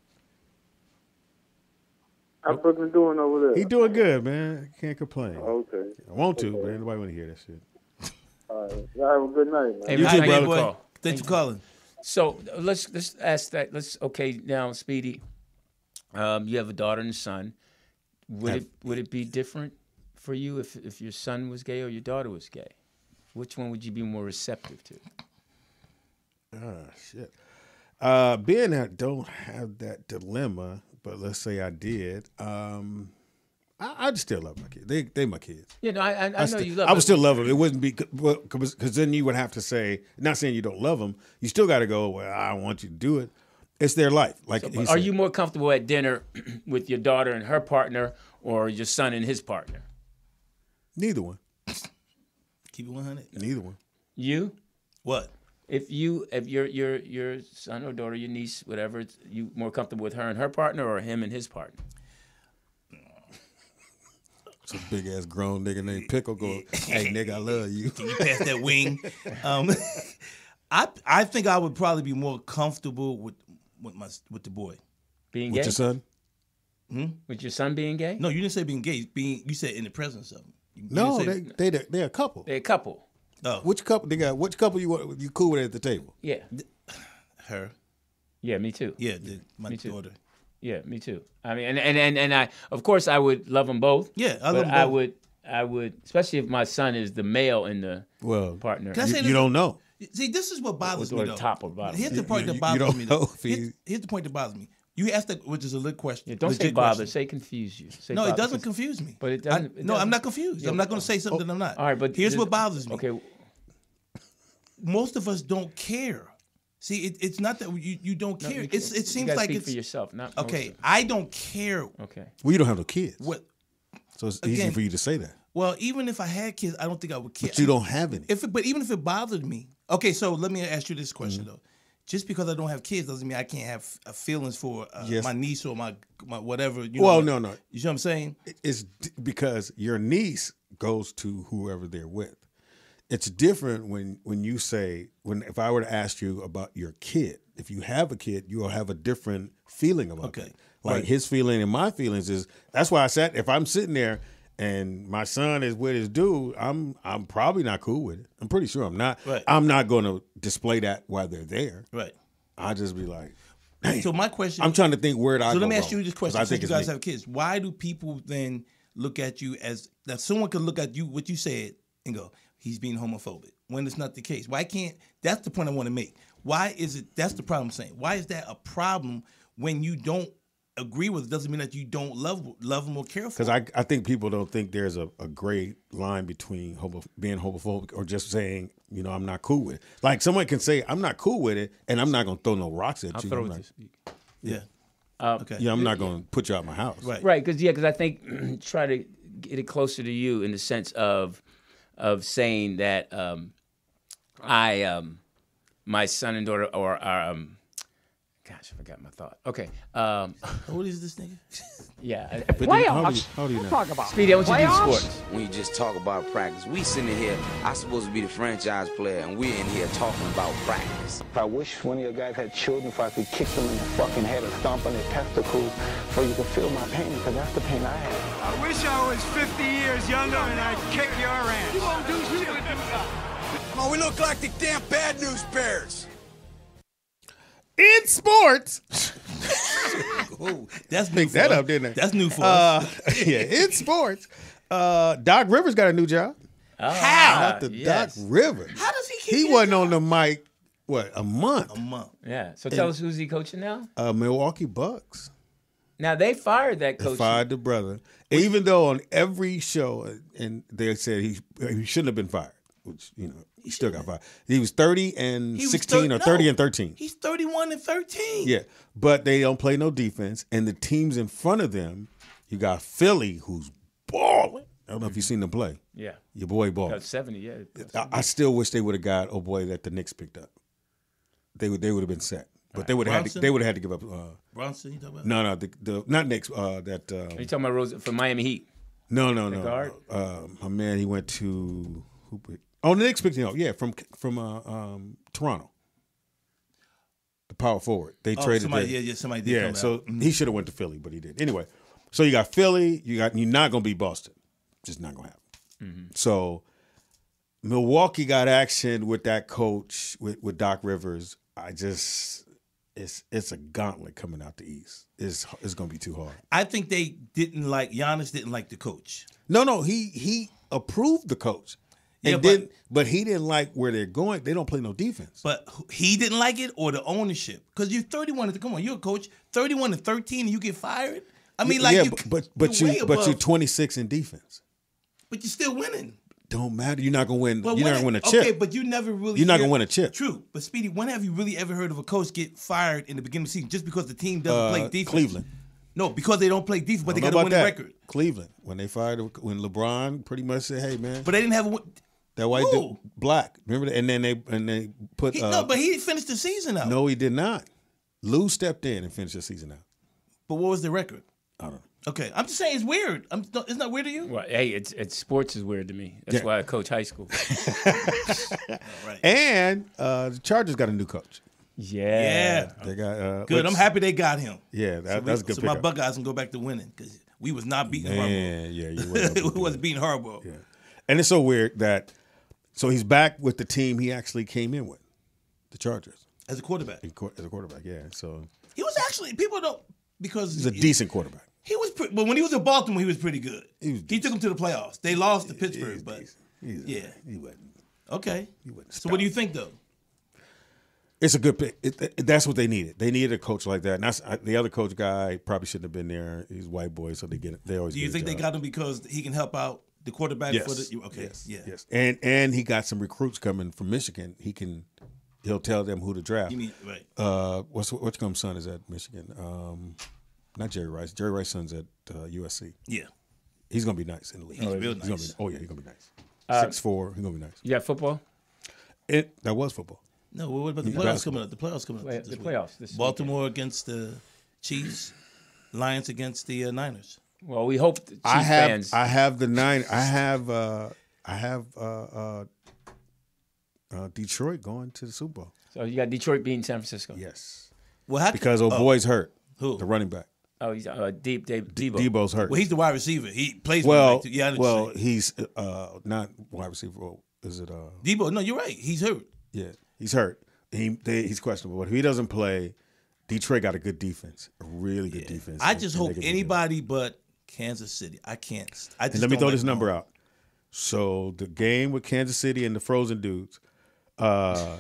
S9: How Brooklyn doing over there?
S2: He doing good, man. Can't complain.
S9: Okay.
S2: I want to, but anybody want to hear that shit.
S9: All right. Y'all have a good night, man.
S1: Hey,
S2: You
S1: I-
S2: too,
S1: I-
S2: brother.
S1: boy.
S3: Boy, Thanks for calling.
S1: So uh, let's let's ask that. Let's okay now, Speedy. Um, you have a daughter and a son. Would it would it be different for you if if your son was gay or your daughter was gay? Which one would you be more receptive to?
S2: Ah, shit. Uh, being I don't have that dilemma, but let's say I did. Um, I, I just still love my kids. They they my kids.
S1: You know, I I, I know
S2: sti-
S1: you love.
S2: I would still love them. It wouldn't be because then you would have to say, not saying you don't love them. You still got to go. Well, I don't want you to do it. It's their life. Like, he
S1: Are
S2: said.
S1: you more comfortable at dinner with your daughter and her partner, or your son and his partner?
S2: Neither one.
S3: Keep it 100.
S2: Neither one.
S1: You,
S3: What?
S1: if you if your your your son or daughter, your niece, whatever, it's- you more comfortable with her and her partner, or him and his partner?
S2: Some big ass grown nigga named Pickle go. Hey nigga, I love you.
S3: Can you pass that wing? Um, I I think I would probably be more comfortable with with my with the boy. Hmm?
S1: Being
S2: With
S1: gay
S2: your son?
S1: with your son being gay?
S3: No, you didn't say being gay. Being you said in the presence of him. You didn't
S2: No,
S3: say-
S2: they they they- they're a couple.
S1: They're a couple.
S3: oh,
S2: which couple? They got which couple you want? You cool with at the table?
S1: Yeah.
S3: her.
S1: Yeah, me too.
S3: Yeah, the, my
S1: too.
S3: daughter.
S1: Yeah, me too. I mean, and and and, and I, of course, I would love them both.
S3: Yeah, I
S1: but
S3: love 'em
S1: I
S3: both.
S1: would, I would, especially if my son is the male in the
S2: Well,
S1: partner.
S3: Can I
S2: you,
S3: say
S2: you
S3: this-
S2: don't know.
S3: See, this is what bothers
S1: Or
S3: me. Though.
S1: top or bottom.
S3: Here's the
S2: You-
S3: part
S2: you-
S3: that
S2: you
S3: bothers
S2: don't
S3: me. Though.
S2: know if
S3: Here's,
S2: he-
S3: here's the point that bothers me. You asked that, which is a lit question.
S1: Yeah, don't say
S3: legit
S1: bother.
S3: question.
S1: Say confuse you. Say
S3: No, it
S1: bother.
S3: doesn't confuse me.
S1: But it
S3: I-
S1: doesn't- it
S3: no,
S1: doesn't-
S3: I'm not confused.
S1: Yeah, oh.
S3: I'm not going to say something I'm not.
S1: All right, but
S3: here's
S1: the-
S3: what bothers me.
S1: Okay,
S3: most of us don't care. See, it, it's not that you, you don't care.
S1: you
S3: it's,
S1: can't- you
S3: it seems
S1: gotta
S3: like
S1: speak
S3: it's
S1: for yourself, not most
S3: okay.
S1: of us.
S3: I don't care
S1: Okay.
S2: Well, you don't have no kids,
S3: what.
S2: so it's easy
S3: again-
S2: for you to say that.
S3: Well, even if I had kids, I don't think I would care.
S2: But you don't have any.
S3: If it, but even if it bothered me, okay. So let me ask you this question
S2: Mm-hmm.
S3: though: Just because I don't have kids doesn't mean I can't have uh, feelings for uh,
S2: Yes.
S3: my niece or my my whatever. You
S2: well,
S3: know,
S2: no, no.
S3: You know what I'm saying?
S2: It's d- because your niece goes to whoever they're with. It's different when when you say when if I were to ask you about your kid, if you have a kid, you will have a different feeling about
S3: Okay.
S2: it. Like
S3: Right.
S2: his feeling and my feelings is that's why I sat. If I'm sitting there and my son is with his dude, I'm I'm probably not cool with it. I'm pretty sure I'm not.
S3: Right.
S2: I'm not going to display that while they're there.
S3: Right.
S2: I just be like,
S3: So my question.
S2: I'm trying to think where I.
S3: so
S2: go
S3: let me ask
S2: wrong,
S3: you this
S2: 'cause
S3: question:
S2: I
S3: Since
S2: think
S3: you
S2: it's
S3: guys
S2: me.
S3: have kids, why do people then look at you as that? Someone could look at you what you said and go, "He's being homophobic," when it's not the case. Why can't? That's the point I want to make. Why is it? That's the problem. I'm saying. Why is that a problem when you don't agree with doesn't mean that you don't love love them or care for
S2: Because I, I think people don't think there's a, a gray line between homo, being homophobic or just saying, you know, I'm not cool with it. Like someone can say, I'm not cool with it, and I'm not going to throw no rocks at you. I'm
S1: throw it Uh,
S2: not,
S1: this-
S3: Yeah. okay.
S2: yeah, I'm not going to put you out my house.
S3: Right.
S1: Right, because yeah, because I think try to get it closer to you in the sense of of saying that um, I um, my son and daughter or um, gosh, I forgot my thought. Okay, um,
S3: How old is this nigga?
S1: yeah, I- I-
S2: But then, how do you, how do you know?
S1: Speedy, I want you to do sports.
S10: When you just talk about practice, we sitting here, I supposed to be the franchise player, and we're in here talking about practice.
S11: If I wish one of your guys had children, if I could kick them in the fucking head or stomp on their testicles, for you can feel my pain, because that's the pain I have.
S7: I wish I was 50 years younger and I'd kick your ass. You won't do shit. Oh, we look like the damn bad news bears.
S2: In sports.
S3: Oh, that's new
S2: Picked
S3: for
S2: that
S3: us.
S2: up, didn't I?
S3: That's new for us.
S2: Uh, yeah, in sports. Uh, Doc Rivers got a new job. How? The
S1: Ah, yes.
S2: Doc Rivers. How does he He wasn't on the mic, what, a month?
S3: A month.
S1: Yeah. So tell us who's he coaching now?
S2: Uh, Milwaukee Bucks.
S1: Now they fired that
S2: They
S1: coach.
S2: fired the brother. Even though on every show, and they said he he shouldn't have been fired, which you know he still got fired. He was thirty and
S3: He was
S2: sixteen
S3: thir-
S2: or thirty
S3: no.
S2: and thirteen.
S3: He's 31 and 13.
S2: Yeah, but they don't play no defense, and the teams in front of them, you got Philly who's balling. I don't know if you've seen them play.
S1: Yeah.
S2: Your boy ball.
S1: About seventy. Yeah.
S2: I, I still wish they would have got oh boy that the Knicks picked up. They would they would have been set, but they would have had to,
S3: Brunson?
S2: they would have had to give up. Uh,
S3: Bronson, you talking about?
S2: no, no, the, the not Knicks. Uh, that um,
S1: Are you talking about Rose from Miami Heat?
S2: No, no, no.
S1: guard?
S2: Uh, my man, he went to who? picked- Oh, the Knicks picked him up. Yeah, from from uh, um, Toronto. The power forward they
S3: Oh,
S2: traded.
S3: somebody,
S2: the-
S3: yeah, yeah, somebody did
S2: yeah.
S3: come
S2: So
S3: out. Mhm.
S2: he should have went to Philly, but he did anyway. So you got Philly. You got you're not gonna beat Boston. Just not gonna happen. So Milwaukee got action with that coach with with Doc Rivers. I just it's it's a gauntlet coming out the East. It's it's gonna be too hard.
S3: I think they didn't like, Giannis didn't like the coach.
S2: No, no, he he approved the coach. And
S3: Yeah, but-
S2: didn't but he didn't like where they're going. They don't play no defense.
S3: But who- he didn't like it or the ownership? Because you're 31. and- Come on, you're a coach. 31 and 13, and you get fired? I mean, like,
S2: yeah,
S3: you,
S2: but but, but
S3: you're
S2: you
S3: way
S2: but you're
S3: above,
S2: 26 in defense.
S3: but you're still winning.
S2: Don't matter. You're not gonna win.
S3: But
S2: you're not
S3: when
S2: gonna win a
S3: okay,
S2: chip.
S3: but you never really.
S2: You're not
S3: hear-
S2: gonna win a chip.
S3: True, but Speedy, when have you really ever heard of a coach get fired in the beginning of the season just because the team doesn't
S2: Uh,
S3: play defense?
S2: Cleveland.
S3: No, because they don't play defense, but
S2: I
S3: they
S2: don't know
S3: got a
S2: about
S3: winning
S2: that.
S3: record.
S2: Cleveland when they fired when LeBron pretty much said, "Hey man,
S3: But they didn't have a. win-
S2: that white dude
S3: who?
S2: black." Remember that? And then they and they put
S3: He,
S2: uh,
S3: no, but he finished the season out.
S2: no, he did not. Lou stepped in and finished the season out.
S3: But what was the record?
S2: I don't know.
S3: Okay, I'm just saying it's weird. I'm, no, it's not weird to you.
S1: Well, hey, it's it's sports is weird to me. That's
S2: Yeah.
S1: why I coach high school.
S2: And uh, the Chargers got a new coach.
S1: yeah.
S3: Yeah,
S2: They got uh,
S3: good.
S2: what's-
S3: I'm happy they got him.
S2: Yeah, that,
S3: so we-
S2: that's a good.
S3: So my
S2: pickup.
S3: Buckeyes can go back to winning because we was not beating Harbaugh.
S2: Man, yeah, you went up
S3: we
S2: and
S3: was beating Harbaugh.
S2: down. And it's so weird that so he's back with the team he actually came in with, the Chargers,
S3: As a quarterback,
S2: in quar- as a quarterback. Yeah, so
S3: he was actually people don't because
S2: he's a decent quarterback.
S3: He was, pre- but when he was in Baltimore, he was pretty good.
S2: He
S3: He,
S2: was
S3: took him to the playoffs. They lost to Pittsburgh, but
S2: He's a-
S3: Yeah.
S2: he wasn't.
S3: okay.
S2: wasn't
S3: So what do you think though?
S2: It's a good pick. It, it- that's what they needed. They needed a coach like that. And that's I, the other coach guy probably shouldn't have been there. He's a white boy, so they get they always.
S3: Do you
S2: get a
S3: think they
S2: job.
S3: got him because he can help out the quarterback
S2: Yes.
S3: for the? you- Okay,
S2: Yes.
S3: yeah.
S2: Yes. And and he got some recruits coming from Michigan. He can he'll tell them who to draft.
S3: You mean right?
S2: uh, what's what's come son is at Michigan. Um, not Jerry Rice. Jerry Rice's son's at uh, USC.
S3: Yeah.
S2: He's gonna be nice in the league.
S3: He's real
S2: He's gonna be,
S3: nice.
S2: oh yeah, he's gonna be nice.
S1: Uh,
S2: Six four. He's gonna be nice.
S1: You got football?
S2: It that was football.
S3: No, well, what about the playoffs
S2: basketball.
S3: coming up? The playoffs coming up.
S1: Play-
S3: this
S1: the
S3: week.
S1: playoffs this
S3: Baltimore against the Chiefs. Lions against the uh, Niners.
S1: Well, we hope the Chiefs
S2: I have
S1: fans.
S2: I have the nine. I have uh, I have uh, uh, uh, Detroit going to the Super Bowl.
S1: so you got Detroit beating San Francisco.
S2: Yes,
S3: Well, how
S2: because
S3: oh,
S2: old boy's hurt.
S3: Who?
S2: the running back?
S1: Oh, he's uh, deep, Dave, Debo.
S2: Debo's hurt.
S3: Well, he's the wide receiver. He plays. with
S2: well,
S3: like two- yeah, I know what you're
S2: well, he's uh, not wide receiver. Well, Is it? Uh,
S3: saying. Debo. No, you're right. He's hurt.
S2: Yeah, he's hurt. He they, he's questionable. But if he doesn't play, Detroit got a good defense, a really good defense.
S3: I
S2: and-
S3: just
S2: and they
S3: hope
S2: can be good.
S3: anybody but Kansas City. I can't. I just
S2: And let me
S3: don't
S2: throw
S3: like
S2: this
S3: them.
S2: number out. So the game with Kansas City and the Frozen dudes, uh,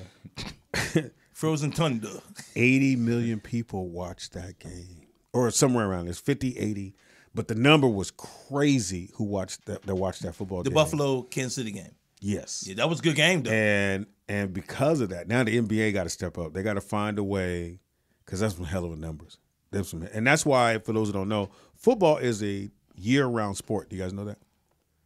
S3: Frozen Thunder.
S2: eighty million people watched that game. or somewhere around this 50, 80. But the number was crazy who watched that, that watched that football
S3: The
S2: game.
S3: Buffalo Kansas City game.
S2: Yes.
S3: Yeah, that was a good game though.
S2: And and because of that, now the NBA got to step up. They got to find a way because that's some hell of a numbers. That's some, and that's why for those who don't know, football is a year-round sport. Do you guys know that?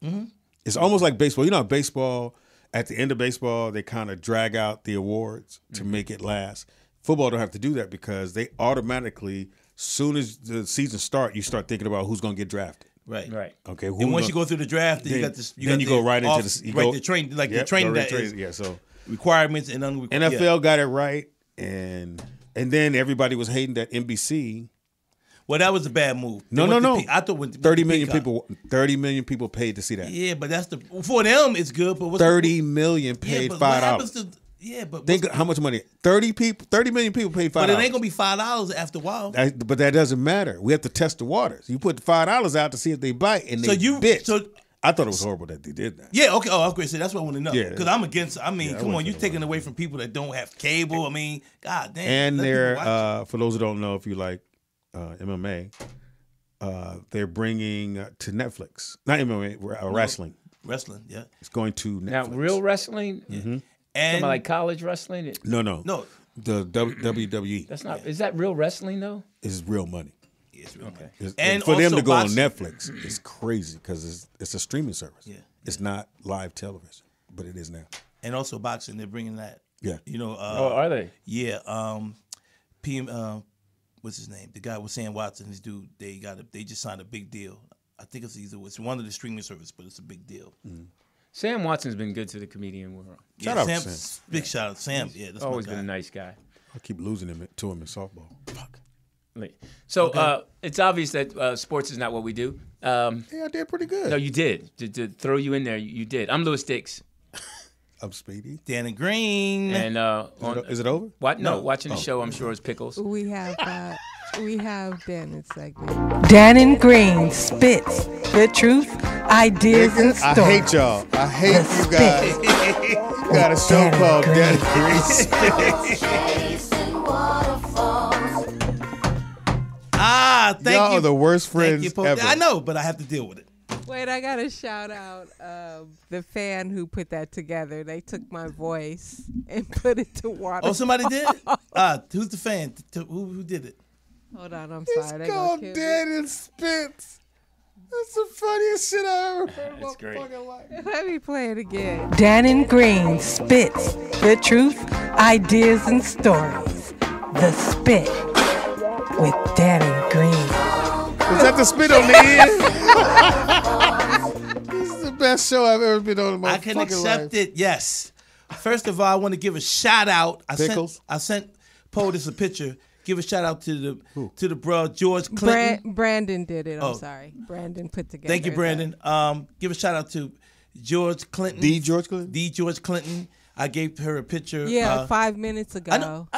S7: Mm-hmm.
S2: It's almost like baseball. You know, how baseball at the end of baseball they kind of drag out the awards to
S3: Mm-hmm.
S2: make it last. Football don't have to do that because they automatically, soon as the season start, you start thinking about who's going to get drafted.
S3: Right. Right.
S2: Okay. who
S3: And once
S2: gonna-
S3: you go through the draft, then, you
S2: Then-
S3: got this.
S2: then
S3: got
S2: you go right into the- you
S3: right
S2: go-
S3: the train like the
S2: Yep,
S3: training
S2: go
S3: that
S2: to
S3: is
S2: training, yeah, so-
S3: requirements and unre-
S2: NFL
S3: yeah.
S2: got it right, and and then everybody was hating that NBC.
S3: Well, that was a bad move.
S2: No,
S3: They
S2: no,
S3: went to
S2: no.
S3: Pe- I thought went to-
S2: thirty
S3: to
S2: million
S3: Peacock.
S2: people. Thirty million people paid to see that.
S3: Yeah, but that's the for them it's good. But what's
S2: Thirty million paid
S3: but what
S2: five
S3: happens
S2: dollars.
S3: to- yeah, but
S2: Think how much money? Thirty people. Thirty million people paid five
S3: but it
S2: dollars.
S3: ain't gonna be five dollars after a while.
S2: That- but that doesn't matter. We have to test the waters. You put the five dollars out to see if they bite, and
S3: So
S2: they
S3: you-
S2: bit.
S3: so-
S2: I thought it was horrible that they did that.
S3: Yeah, okay. Oh, okay. So that's what I want to know.
S2: Yeah.
S3: Because I'm against. I mean,
S2: Yeah, I
S3: come on,
S2: wouldn't
S3: you're taking away from people that don't have cable. I mean, god damn.
S2: and
S3: let people
S2: they're
S3: watch it.
S2: uh, for those who don't know, if you like uh, MMA, uh, they're bringing uh, to Netflix, not MMA, uh, wrestling.
S3: wrestling. Yeah.
S2: It's going to
S1: Now,
S2: Netflix.
S1: real wrestling,
S2: Mhm.
S1: and like college wrestling. It,
S2: No, no, The W- E. WWE
S1: that's not. Is that real wrestling though?
S2: is real money.
S3: It's real okay.
S2: It's-
S3: And
S2: for them
S3: also
S2: to go
S3: boxing.
S2: on Netflix is crazy because it's it's a streaming service.
S3: Yeah.
S2: it's not live television, but it is now.
S3: and also boxing. They're bringing that.
S2: Yeah.
S3: You know. Uh,
S2: Oh, are they?
S3: Yeah. Um, PM. Uh, what's his name? The guy with Sam Watson. This dude. They got. A, they just signed a big deal. I think it's either it's one of the streaming services, but it's a big deal.
S2: Mm.
S1: Sam Watson's been good to the comedian world.
S3: Shout Yeah, out to Sam- Sam. big shout out to Sam. Yeah, that's my
S1: always
S3: guy.
S1: been a nice guy.
S2: I keep losing him to him in softball.
S1: Like- So
S2: Okay.
S1: uh, it's obvious that uh, sports is not what we do. Um,
S2: yeah, I did pretty good.
S1: No, you did. To, to throw you in there, you you did. I'm Lewis Dix.
S2: I'm Speedy.
S3: Danny Green.
S1: And uh,
S2: Is it o- is it over?
S1: What? No,
S2: No.
S1: watching the
S2: Oh.
S1: show. I'm sure is pickles.
S4: We have uh, we have Dennis segment. Dannon Green spits the truth, ideas, and
S2: I
S4: stories.
S2: hate y'all. I hate you guys. You got a show called Daddy Grease.
S3: ah, thank
S2: y'all
S3: you.
S2: are the worst
S3: Thank
S2: friends
S3: you, Pope.
S2: ever.
S3: I know, but I have to deal with it.
S4: Wait, I gotta shout out um, the fan who put that together. They took my voice and put it to water.
S3: Oh, somebody did. Uh, who's the fan? T- t- Who, who did it?
S4: Hold on, I'm
S7: It's
S4: sorry.
S7: called
S4: dead
S2: and spits. That's the funniest shit I ever
S4: heard
S7: in my great.
S4: fucking life. Let me play it again. Dannon Green spits the truth, ideas, and stories. The spit with Dannon Green.
S2: Was that the spit on the end? this is the best show I've ever been on in my
S3: I can
S2: fucking
S3: accept
S2: life.
S3: it. Yes. First of all, I want to give a shout out. I
S2: Pickles?
S3: sent I sent Poe this a picture. Give a shout out to the to the bro George
S4: Bran-
S3: Clinton.
S4: Brandon did it. I'm
S3: Oh.
S4: sorry. Brandon put together.
S3: Thank you,
S4: the-
S3: Brandon. Um, give a shout out to George Clinton.
S2: D. George Clinton.
S3: D. George Clinton. I gave her a picture.
S4: Yeah,
S3: uh,
S4: five minutes ago.
S3: I know-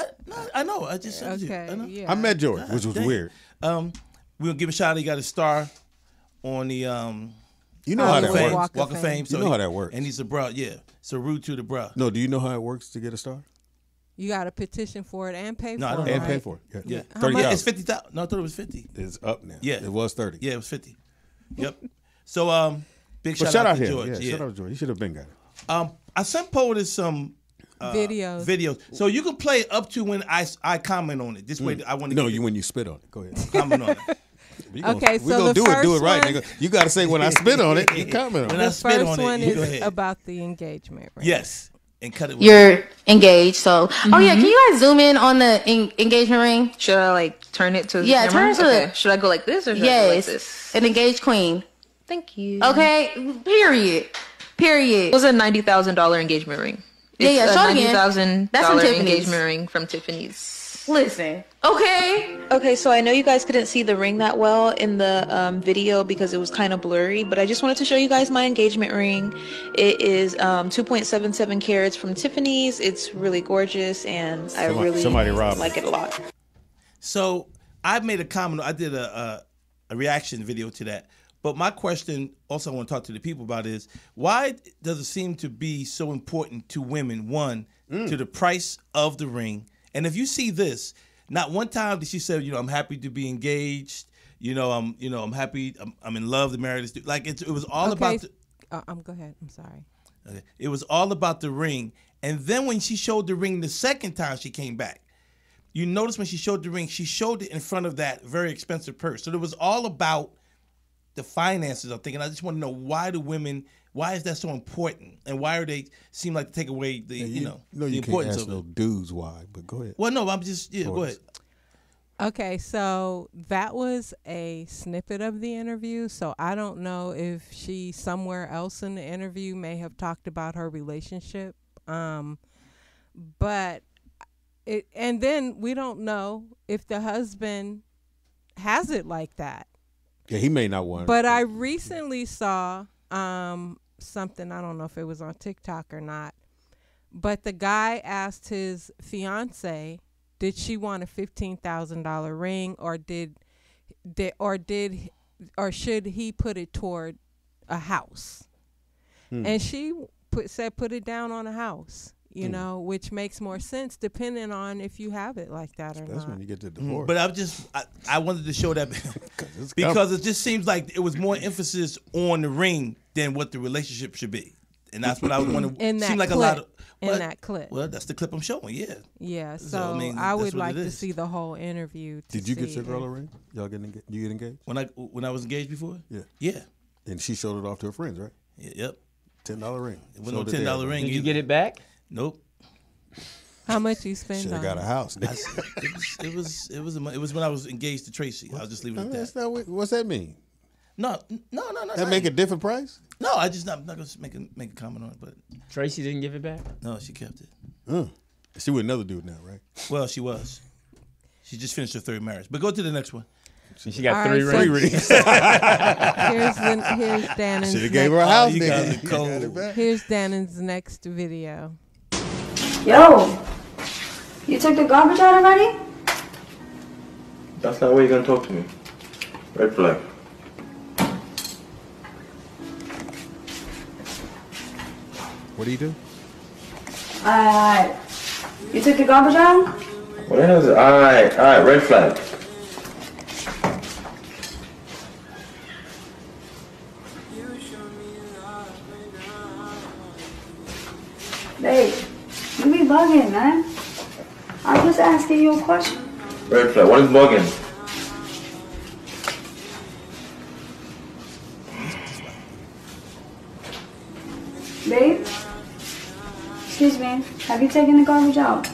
S3: I know. I just sent
S4: okay,
S3: you. I, know.
S4: Yeah.
S2: met George, which was
S3: Dang.
S2: weird.
S3: Um, we'll give a shout out. He got a star on the um.
S2: You know how that
S3: Fame-
S2: works.
S3: Walk of Fame.
S2: You know how that works.
S3: And he's a bro. Yeah. So rude to the bro.
S2: No, do you know how it works to get a star?
S4: You got to petition for it and pay
S3: No, I
S4: for
S3: don't
S4: it.
S2: And
S3: know.
S2: pay
S4: right?
S2: for it.
S3: Yeah.
S2: How much?
S3: It's 50,000. No, I thought it was 50.
S2: It's up now.
S3: Yeah.
S2: It was 30.
S3: Yeah, it was 50. Yep. So um big
S2: But
S3: shout, out, to
S2: him.
S3: George.
S2: Yeah,
S3: Yeah.
S2: Shout out to George. You should have been got it.
S3: Um I sent Poet some uh,
S4: Videos.
S3: Videos. So you can play up to when I I comment on it. This way
S2: Mm.
S3: I want to
S2: No, you when you spit on it. Go ahead.
S3: comment on it.
S2: You gonna-
S4: Okay,
S2: we
S4: so
S2: gonna
S4: the
S2: do it. Do it
S4: first
S2: right,
S4: one-
S2: nigga. You gotta say when I spit on it. You comment on it.
S3: When
S4: the
S3: I spit
S4: first
S3: on it,
S4: one
S3: you
S4: is
S3: go ahead.
S4: about the engagement ring.
S3: Yes. And cut it with
S12: You're engaged, so oh yeah.
S2: Mm-hmm.
S3: Mhm.
S12: Can you guys zoom in on the en- engagement ring?
S13: Mm-hmm. Should I like turn it to the
S12: Yeah,
S13: camera?
S12: turn it to the-
S13: Okay. Should I go like this or should I go like
S12: Yes,
S13: this?
S12: an engaged queen.
S13: Thank you.
S12: Okay, period. Period.
S13: It was a ninety thousand dollar engagement ring.
S12: Yeah,
S13: It's
S12: yeah,
S13: a
S12: show it
S13: ninety
S12: again.
S13: thousand
S12: That's from
S13: dollar
S12: Tiffany's.
S13: engagement ring from Tiffany's.
S12: Listen.
S13: Okay. Okay, so I know you guys couldn't see the ring that well in the um, video because it was kind of blurry, but I just wanted to show you guys my engagement ring. It is um, 2.77 carats from Tiffany's. It's really gorgeous, and I
S3: Somebody-
S13: really
S3: somebody robbed
S13: like it
S3: it.
S13: a lot.
S3: So I made a comment. I did a, a a reaction video to that. But my question, also, I want to talk to the people about is why does it seem to be so important to women? One, to the price of the ring, and if you see this, Not one time did she say, you know, I'm happy to be engaged. You know, I'm, you know, I'm happy. I'm, I'm in love to marry this dude. Like it's, it was all
S4: okay.
S3: about. The,
S4: uh, I'm go ahead. I'm sorry.
S3: Okay. It was all about the ring. And then when she showed the ring the second time she came back, you notice when she showed the ring, she showed it in front of that very expensive purse. So it was all about the finances, I think. And I just want to know why do women, why is that so important? And why are they seem like to take away the, you, know,
S2: no,
S3: the
S2: you can't
S3: importance
S2: ask
S3: of
S2: no
S3: it?
S2: dudes why, but go ahead.
S3: Well, no, I'm just, yeah, go
S2: Importance.
S3: ahead.
S4: Okay, so that was a snippet of the interview. So I don't know if she somewhere else in the interview may have talked about her relationship. Um but it and then we don't know if the husband has it like that.
S2: Yeah, he may not want.
S4: But I recently saw um, something. I don't know if it was on TikTok or not. But the guy asked his fiance, "Did she want a fifteen thousand dollar ring, or did, did, or did, or should he put it toward a house?"
S14: Hmm.
S4: And she put said, "Put it down on a house." You
S3: Hmm.
S4: know, which makes more sense depending on if you have it like that or not.
S2: you get the
S3: Mm, But I'm just I, I wanted to show that because it just seems like it was more emphasis on the ring than what the relationship should be, and that's what I want to
S4: In that
S3: seem like
S4: clip.
S3: a lot of
S4: In
S3: well,
S4: that clip.
S3: Well, that's the clip I'm showing. Yeah.
S4: Yeah, so,
S3: So,
S4: I,
S3: I mean, that's
S4: would
S3: what
S4: like
S3: it
S4: to
S3: is.
S4: see the whole interview. to
S2: Did you get
S4: see
S2: your girl a
S4: if-
S2: ring? Y'all get engaged? You get engaged?
S3: When I when I was engaged before?
S2: Yeah.
S3: Yeah.
S2: And she showed it off to her friends, right?
S3: Yep.
S2: Ten dollar ring.
S3: It wasn't no ten dollar ring. either.
S1: it back?
S3: Nope.
S4: How much you spend on it?
S3: I s- it was it was it was, a, mon- it was when I was engaged to Tracy. I'll just leave it
S2: No,
S3: at that.
S2: that's not what, what's that mean?
S3: No, no, no, no.
S2: That
S3: no.
S2: make a different price?
S3: No, I just not, not gonna make a make a comment on it, but
S1: Tracy didn't give it back.
S3: no, she kept it.
S2: Mm. She with another dude now, right?
S3: Well, she was. She just finished her third marriage. But go to the next one.
S1: She
S2: got All three right, so- rings. Three
S4: Here's the- here's Should've Danon's gave her a next- house,
S3: Oh, you
S4: nigga.
S3: guys are
S4: You got
S3: cold.
S4: Here's Dannon's next video.
S15: Yo, you took the garbage out already?
S16: That's not where you're gonna talk to me. Red flag.
S2: What do you do?
S15: Alright. Uh, You took the garbage out?
S16: What the hell is it? Alright, alright, red flag.
S15: Babe, you be bugging, man. I'm just asking you a question.
S16: Red flag. What is bugging?
S15: Babe? Excuse me, have you taken the garbage out?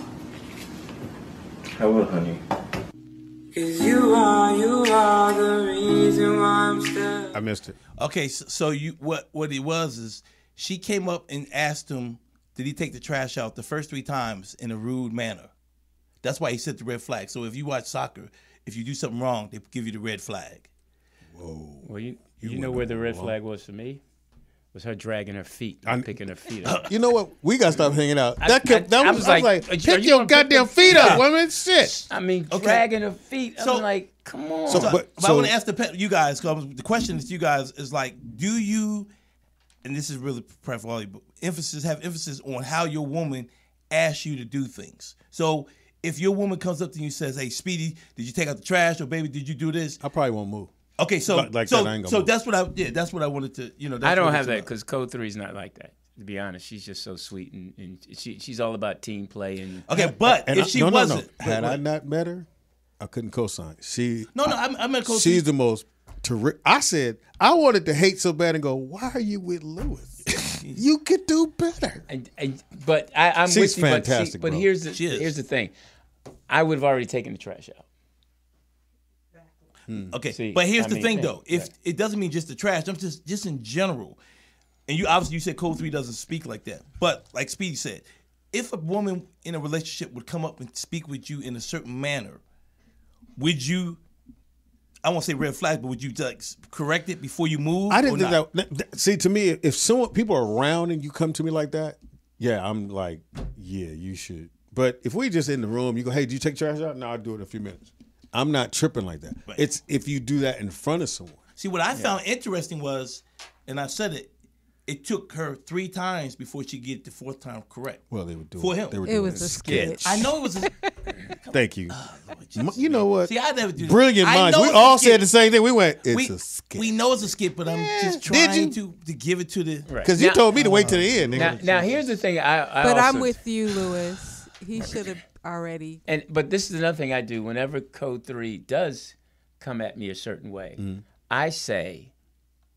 S16: I will, honey.
S7: Cause you are, you are the reason why I'm still.
S2: I missed it.
S3: Okay, so, so you what what it was is she came up and asked him, did he take the trash out the first three times in a rude manner? That's why he set the red flag. So if you watch soccer, if you do something wrong, they give you the red flag.
S2: Whoa.
S1: Well, you
S3: You
S1: you, know
S3: went
S1: where the
S3: over
S1: red
S3: long.
S1: flag was for me was her dragging her feet, and picking her feet up.
S2: You know what? We gotta stop hanging out.
S1: I-
S2: That kept, that
S1: I- I
S2: was,
S1: was
S2: I was
S1: like,
S2: like,
S1: are you- are
S2: pick
S1: you
S2: your
S1: gonna pick
S2: goddamn
S1: the-
S2: feet up,
S3: Yeah.
S2: women. Shit.
S1: I mean,
S3: Okay.
S1: dragging her feet.
S3: So-
S1: I'm like, come on.
S3: So, but, I want to ask the pe- you guys 'cause the question to you guys is like, do you, and this is really preferably for all you, but emphasis have emphasis on how your woman asks you to do things. So if your woman comes up to you and says, "Hey, Speedy, did you take out the trash?" or "Baby, did you do this?"
S2: I probably won't move.
S3: Okay, so
S2: Like- like
S3: so
S2: that, I ain't gonna
S3: so
S2: move.
S3: that's what I yeah that's what I wanted to you know. That's
S1: I don't
S3: what
S1: have
S3: it's
S1: that
S3: about.
S1: because Code Three is not like that. To be honest, she's just so sweet and, and she she's all about team play and.
S3: Okay, but
S2: And
S3: if
S2: I-
S3: she
S2: no, no, no.
S3: wasn't,
S2: had
S3: but-
S2: I not met her, I couldn't co-sign. She
S3: No, no, I'm- I'm at co-sign.
S2: She's the most terrific. I said I wanted to hate so bad and go. Why are you with Lewis? you could do better.
S1: And, and but I, I'm
S2: She's
S1: with you. but see-
S2: fantastic,
S1: But,
S2: bro.
S1: here's the here's the thing. I would have already taken the trash out.
S3: Hmm. Okay,
S1: See,
S3: but here's
S1: I
S3: the
S1: mean,
S3: thing
S1: yeah,
S3: though. If
S1: right.
S3: it doesn't mean just the trash, I'm just just in general. And you obviously you said Code Three doesn't speak like that, but like Speedy said, if a woman in a relationship would come up and speak with you in a certain manner, would you? I won't say red flag, but would you like s- correct it before you move?
S2: I
S3: or
S2: didn't think
S3: not?
S2: that, that- that- See, to me, if someone people are around and you come to me like that, yeah, I'm like, yeah, you should. But if we just in the room, you go, hey, do you take trash out? No, I'll do it in a few minutes. I'm not tripping like that. It's if you do that in front of someone.
S3: See, what I found interesting was, and I said it, it took her three times before she get the fourth time correct.
S2: Well, they would do
S3: for
S2: it.
S3: him.
S2: They were It doing was a a sketch. sketch.
S3: I know it was. A,
S2: Thank you.
S3: Oh,
S2: M- you know what?
S3: See, I never do. that.
S2: Brilliant
S3: I
S2: minds.
S3: know
S2: We
S3: it's a
S2: all said
S3: skit.
S2: the same thing. We went. It's
S3: we,
S2: a
S3: we know it's a skit, but I'm just trying to, to give it to the.
S2: Because you told me to wait till the end.
S1: Now,
S2: nigga.
S1: now here's the thing. I, I
S4: But I'm
S1: also-
S4: with you, Lewis. He should have already.
S1: And but this is another thing I do. Whenever Code Three does come at me a certain way,
S2: Mm-hmm.
S4: Mhm.
S1: I say,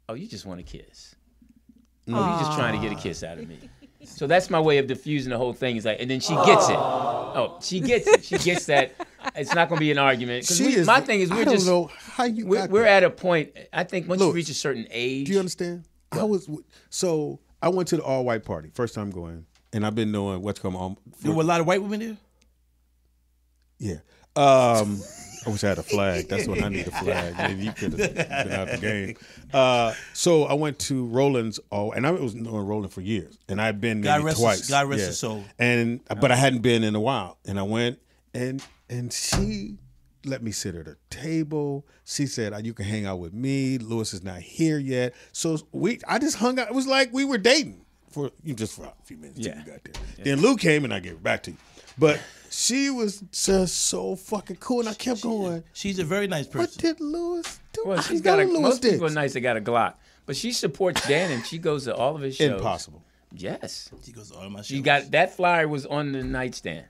S1: "Oh, you just want a kiss. Oh, you're just trying to get a kiss out of me." So that's my way of diffusing the whole thing. Is like, and then she gets it. Oh, she gets it. She gets that. It's not going to be an argument. 'Cause
S2: She
S1: we-
S2: is-
S1: my thing is,
S2: I
S1: we're
S2: don't
S1: just
S2: know how you
S1: We're,
S2: got
S1: we're
S2: that.
S1: at a point. I think once you reach a certain age,
S2: Do you understand? I was so I went to the all white party first time going, and I've been knowing what's um, coming on.
S3: There were a lot of white women there.
S2: Yeah. Um, I wish I had a flag. That's what I need a flag. Maybe you could have been out the game. Uh, so I went to Roland's all, and I was knowing Roland for years, and I've been
S3: God
S2: maybe
S3: rest his-
S2: twice.
S3: God rest his soul.
S2: And but I hadn't been in a while, and I went, and and she let me sit at her table. She said, "Uh, "You can hang out with me. Lewis is not here yet." So we, I just hung out. It was like we were dating for you know, just for a few minutes. till you got there. Then Lou came, and I gave it back to you. But she was just so fucking cool, and I kept going.
S3: She's a very nice person.
S2: What did Lewis do?
S1: Well,
S2: I
S1: she's
S2: know
S1: got a,
S2: Lewis
S1: most
S2: did.
S1: people are nice. They got a Glock, but she supports Dan and she goes to all of his shows.
S2: Impossible.
S1: Yes.
S3: She goes to all my shows.
S1: She got that flyer was on the nightstand,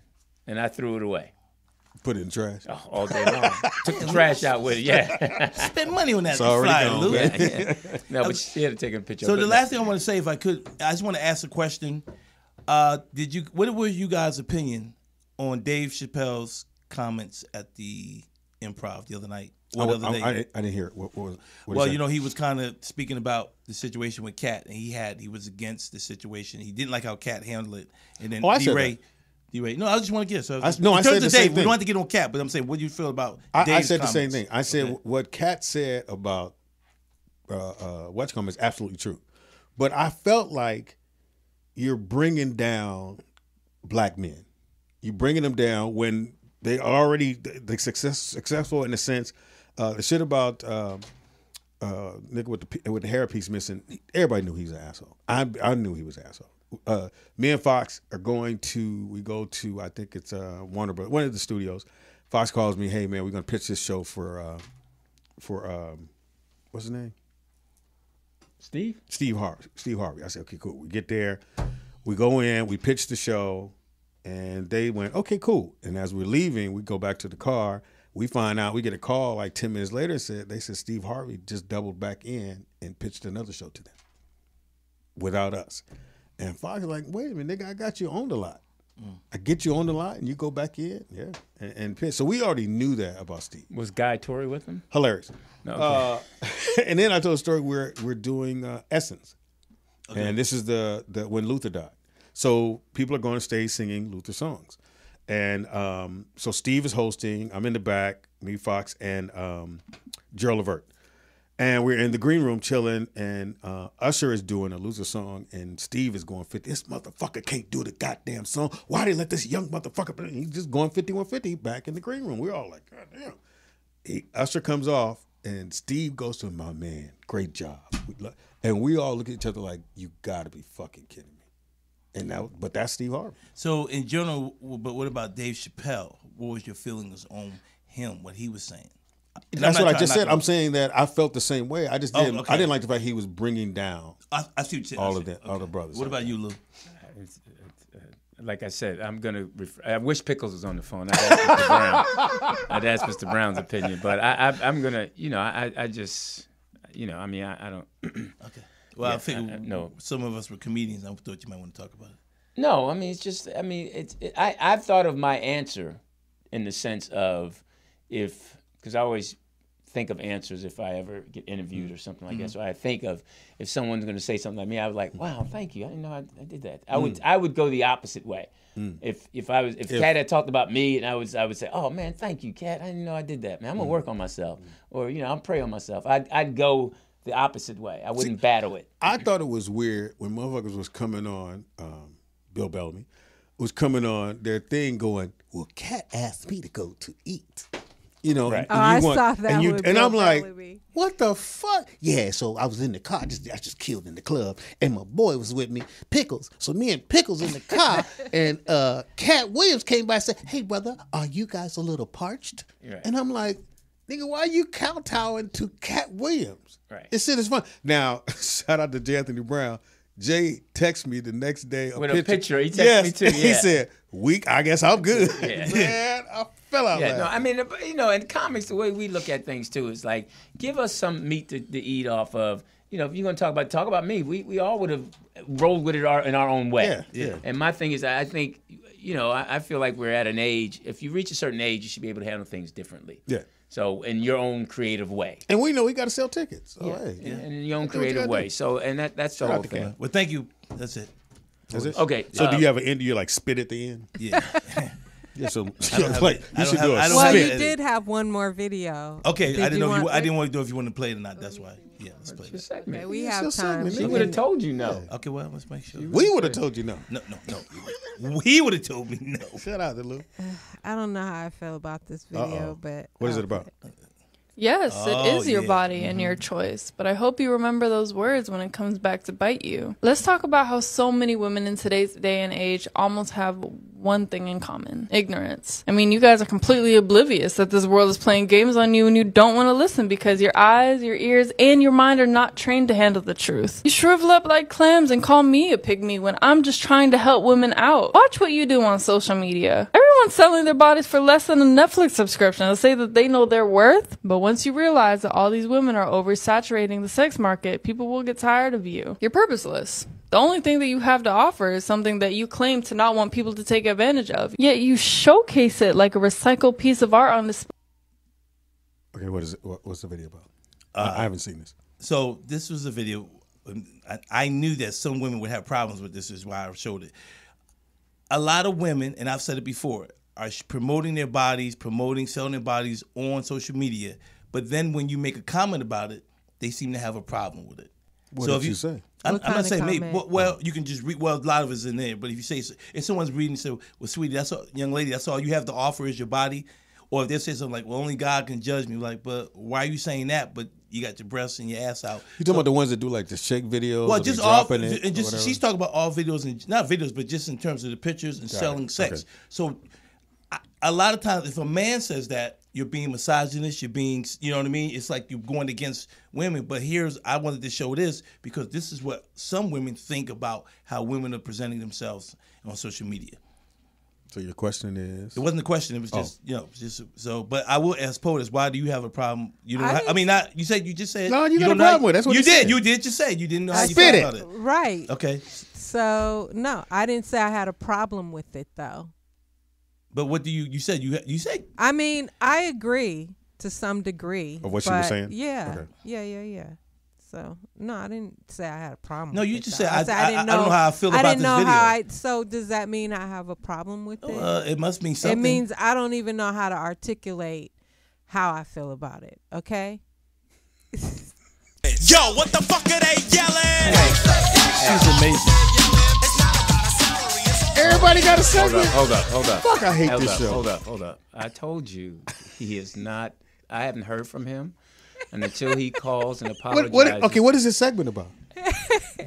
S1: and I threw it away Oh,
S2: Put it in trash.
S1: all day long. Took the trash out with it. Yeah.
S3: Spend money on that
S2: It's already
S3: flyer,
S2: gone,
S3: Lou.
S2: man.
S1: Yeah, yeah. No, but she had to take a picture.
S3: So
S1: of it.
S3: the last thing I want to say, if I could, I just want to ask a question. Uh, did you? What was you guys' opinion on Dave Chappelle's comments at the Improv the other night?
S2: I,
S3: Or the other
S2: I-
S3: day?
S2: I- I didn't hear it. What, what was? what he
S3: well,
S2: said.
S3: you know, he was kind of speaking about the situation with Cat, and he had he was against the situation. He didn't like how Cat handled it, and then
S2: Oh, I said
S3: D-Ray. D-Ray. No, I just want to get. So
S2: I- no,
S3: in
S2: I
S3: terms
S2: said
S3: of
S2: the
S3: Dave,
S2: same
S3: We
S2: thing.
S3: don't have to get on Cat, but I'm saying, what do you feel about?
S2: I, I
S3: Dave's
S2: said the same
S3: comments?
S2: thing. I said what Kat said about uh, uh, what's coming is absolutely true, but I felt like you're bringing down black men. You're bringing them down when they already they success successful in a sense. Uh, the shit about um uh, nigga with the p- with the hair piece missing. Everybody knew he was an asshole. I I knew he was an asshole. Uh, me and Fox are going to we go to I think it's uh, Warner Bros. One of the studios. Fox calls me, hey man, we're gonna pitch this show for uh, for um, what's his name?
S1: Steve.
S2: Steve Harvey. Steve Harvey. I said, okay, cool. We get there, we go in, we pitch the show, and they went, okay, cool. And as we're leaving, we go back to the car. We find out we get a call like ten minutes later. Said they said Steve Harvey just doubled back in and pitched another show to them without us. And Fox is like, wait a minute, nigga, I got you on the lot. I get you on the lot, and you go back in, yeah, and, and pitch. So we already knew that about Steve.
S1: was Guy Tory with him.
S2: Hilarious.
S1: No,
S2: Uh, and then I told a story where we're doing uh, Essence, and this is the the when Luther died. So people are going to stay singing Luther songs, and um, so Steve is hosting. I'm in the back, me Fox and um, Gerald Levert, and we're in the green room chilling. And uh, Usher is doing a Luther song, and Steve is going 50. This motherfucker can't do the goddamn song. Why they let this young motherfucker? play?" He's just going 5150 back in the green room. We're all like, God damn he, Usher comes off, and Steve goes to him, my man. Great job. We lo- And we all look at each other like, you got to be fucking kidding me. And now, but that's Steve Harvey.
S3: So in general, w- but what about Dave Chappelle? What was your feelings on him? What he was saying? And I'm
S2: That's
S3: not
S2: what I
S3: trying
S2: just
S3: not
S2: said.
S3: to-
S2: I'm saying that I felt the same way. I just
S3: Oh,
S2: didn't.
S3: okay.
S2: I didn't like the fact he was bringing down
S3: I, I see what you're saying.
S2: all
S3: I
S2: of
S3: see.
S2: that, all the brothers.
S3: What about you, Lou? uh,
S1: Like I said, I'm gonna. Ref- I wish Pickles was on the phone. I'd ask Mr. Brown. I'd ask Mr. Brown's opinion, but I, I, I'm gonna. You know, I, I just. You know, I mean, I, I don't. okay.
S3: Well, I think
S1: no.
S3: some of us were comedians. I thought you might want to talk about it.
S1: No, I mean it's just I mean it's it, I I've thought of my answer in the sense of if because I always think of answers if I ever get interviewed or something like that.
S3: Mhm.
S1: So I think of if someone's going to say something like me, I was like, wow, thank you, I didn't know I, I did that. I would I would go the opposite way.
S3: Mm.
S1: If if I was if,
S3: If-
S1: Kat had talked about me and I was I would say, oh man, thank you, Kat, I didn't know I did that. Man, I'm gonna work on myself, or you know, I'm praying on myself. I'd I'd go the opposite way. I wouldn't battle it.
S2: I thought it was weird when motherfuckers was coming on, um, Bill Bellamy was coming on their thing going, Well, Cat asked me to go to eat. You know, and
S4: Oh, I
S2: you want-
S4: saw that
S2: and you,
S4: with
S2: and
S4: Bill
S2: I'm like,
S14: What the fuck? Yeah, so I was in the car. I just, I just killed in the club, and my boy was with me, Pickles. So me and Pickles in the car, and uh Cat Williams came by and said, "Hey, brother, are you guys a little parched?"
S2: Right.
S14: And I'm like, "Nigga, why are you kowtowing to Cat Williams?"
S1: Right.
S2: This shit is fun. Now, shout out to J. Anthony Brown. Jay texted me the next day
S1: With a picture. He texted me too,
S2: He
S1: yeah.
S2: said, "Week, I guess I'm good."
S1: Yeah.
S2: Man, I fell out.
S1: Yeah, no,
S2: laughing.
S1: I mean, but, you know, in comics, the way we look at things too is like, give us some meat to, to eat off of. You know, if you're gonna talk about talk about me, we, we all would have rolled with it our, in our own way.
S2: Yeah, yeah.
S1: And my thing is, I think, you know, I, I feel like we're at an age. If you reach a certain age, you should be able to handle things differently.
S2: Yeah.
S1: So in your own creative way.
S2: and we know we got to sell tickets. So,
S1: Yeah.
S2: hey,
S1: And, and in your own
S2: That's what you
S1: creative
S2: gotta
S1: way.
S2: do.
S1: So and that that's the
S2: Shout out
S1: whole
S2: to
S1: thing.
S2: Cat.
S3: Well, thank you. That's it.
S2: That's it.
S1: Okay.
S2: So do
S1: uh,
S2: you have an end? Do you like spit at the end?
S3: Yeah.
S2: yeah. So
S3: I don't have-
S2: like,
S3: I
S2: you
S3: don't
S2: should
S3: have-
S2: do a
S3: I don't
S2: spit.
S3: have-
S4: You did have one more video.
S3: Okay, I didn't know if you,
S4: want-
S3: I didn't want to know if you wanted to play it or not. That's why. Yeah, let's play it.
S4: Okay, we
S1: It's
S4: have time.
S1: your segment, She nigga. would've told you no.
S3: Okay, well, let's make sure.
S2: We would have told you no.
S3: No, no, no. He would have told me no.
S2: Shut out, Lou.
S4: I don't know how I feel about this video,
S2: Uh-oh.
S4: but
S2: What is it about?
S17: Yes, it
S2: Oh,
S17: is your
S2: yeah.
S17: body
S4: Mm-hmm.
S17: and your choice, but I hope you remember those words when it comes back to bite you. Let's talk about how so many women in today's day and age almost have one thing in common ignorance. I mean, you guys are completely oblivious that this world is playing games on you and you don't want to listen because your eyes, your ears, and your mind are not trained to handle the truth. You shrivel up like clams and call me a pygmy when I'm just trying to help women out. Watch what you do on social media. Everyone's selling their bodies for less than a Netflix subscription to say that they know their worth. But once you realize that all these women are oversaturating the sex market, people will get tired of you. You're purposeless. The only thing that you have to offer is something that you claim to not want people to take advantage of. Yet you showcase it like a recycled piece of art on display.
S2: Okay, what is it? What, what's the video about? I, I haven't seen this.
S3: So this was a video. um, I, I knew that some women would have problems with this. Is why I showed it. A lot of women, and I've said it before, are sh- promoting their bodies, promoting selling their bodies on social media. But then when you make a comment about it, they seem to have a problem with it.
S2: What did you say?
S3: I,
S2: What
S3: I'm
S2: kind
S3: not
S2: of
S3: saying maybe.
S2: comment?
S3: Well, well, you can just read. Well, a lot of it's in there. But if you say, if someone's reading, say, "Well, sweetie, that's all, young lady, that's all you have to offer is your body," or if they say something like, "Well, only God can judge me," like, but why are you saying that? But you got your breasts and your ass out.
S2: You talking about the ones that do like the shake videos?
S3: Well,
S2: or be
S3: just all
S2: dropping
S3: ju-
S2: it
S3: and
S2: or
S3: just
S2: whatever?
S3: she's talking about all videos and not videos, but just in terms of the pictures and
S2: Got it.
S3: selling sex.
S2: Okay.
S3: So, I, a lot of times, if a man says that, you're being misogynist. You're being, you know what I mean. It's like you're going against women. But here's, I wanted to show this because this is what some women think about how women are presenting themselves on social media.
S2: So your question is?
S3: It wasn't a question. It was
S2: Oh.
S3: just, you know, just so. But I will ask POTUS, why do you have a problem? You know,
S4: I
S3: I,
S4: didn't-
S3: mean, not you said you just said
S2: No, you got
S3: don't
S2: a
S3: know how-
S2: problem with it. That's what
S3: you
S2: he
S3: did.
S2: said.
S3: You did just say you didn't know how
S2: I
S3: you
S2: spit
S3: felt
S2: it.
S3: about it.
S4: Right.
S3: Okay.
S4: So no, I didn't say I had a problem with it though.
S3: But what do you you said you you said
S4: I mean, I agree to some degree
S3: Of what you were
S4: but
S3: saying?
S4: Yeah,
S3: Okay.
S4: yeah, yeah, yeah. So no, I didn't say I had a problem.
S3: No,
S4: with
S3: you
S4: it,
S3: just
S4: though.
S3: said, I-
S4: said
S3: I- I
S4: didn't know.
S3: don't know how I feel about
S4: I didn't
S3: this
S4: know
S3: video.
S4: how I. So does that mean I have a problem with it?
S3: uh, it must mean something.
S4: It means I don't even know how to articulate how I feel about it. Okay.
S7: Yo, what the fuck are they yelling?
S3: she's amazing.
S14: Everybody got a
S1: Hold up,
S14: segment.
S1: hold up, hold up.
S14: Fuck, I hate
S1: Hold
S14: this
S1: up,
S14: show.
S1: Hold up, hold up. I told you he is not. I haven't heard from him, and until he calls and
S2: What,
S1: apologizes,
S2: what, okay, what is this segment about?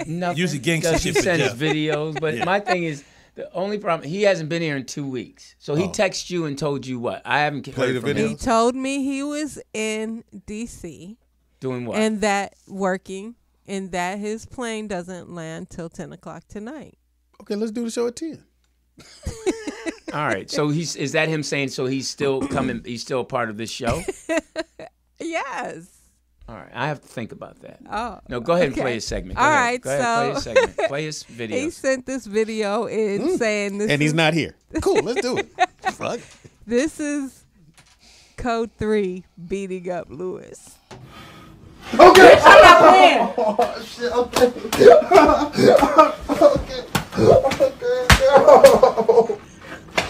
S1: nothing.
S3: Use the gangster
S1: Because
S3: shit
S1: He
S3: for
S1: sends
S3: Jeff.
S1: videos, but
S3: Yeah.
S1: my thing is the only problem. He hasn't been here in two weeks, so he
S3: Oh.
S1: texted you and told you what. I haven't
S3: Play
S1: heard
S3: the
S1: from him.
S4: He told me he was in D.C.
S1: Doing what?
S4: And that working, and that his plane doesn't land till ten o'clock tonight.
S2: Okay, let's do the show at ten.
S1: All right. So he's is that him saying? So he's still coming. He's still a part of this show.
S4: Yes.
S1: All right, I have to think about that.
S4: Oh,
S1: no, go ahead and play
S4: okay.
S1: his segment.
S4: All
S1: All
S4: right,
S1: right, go ahead,
S4: so-
S1: play his segment. Play his video.
S4: He sent this video in saying this,
S2: Mm. and he's
S4: is-
S2: not here. Cool, let's do it. Fuck.
S4: This is Code Three beating up Lewis.
S7: Okay.
S4: I'm not playing.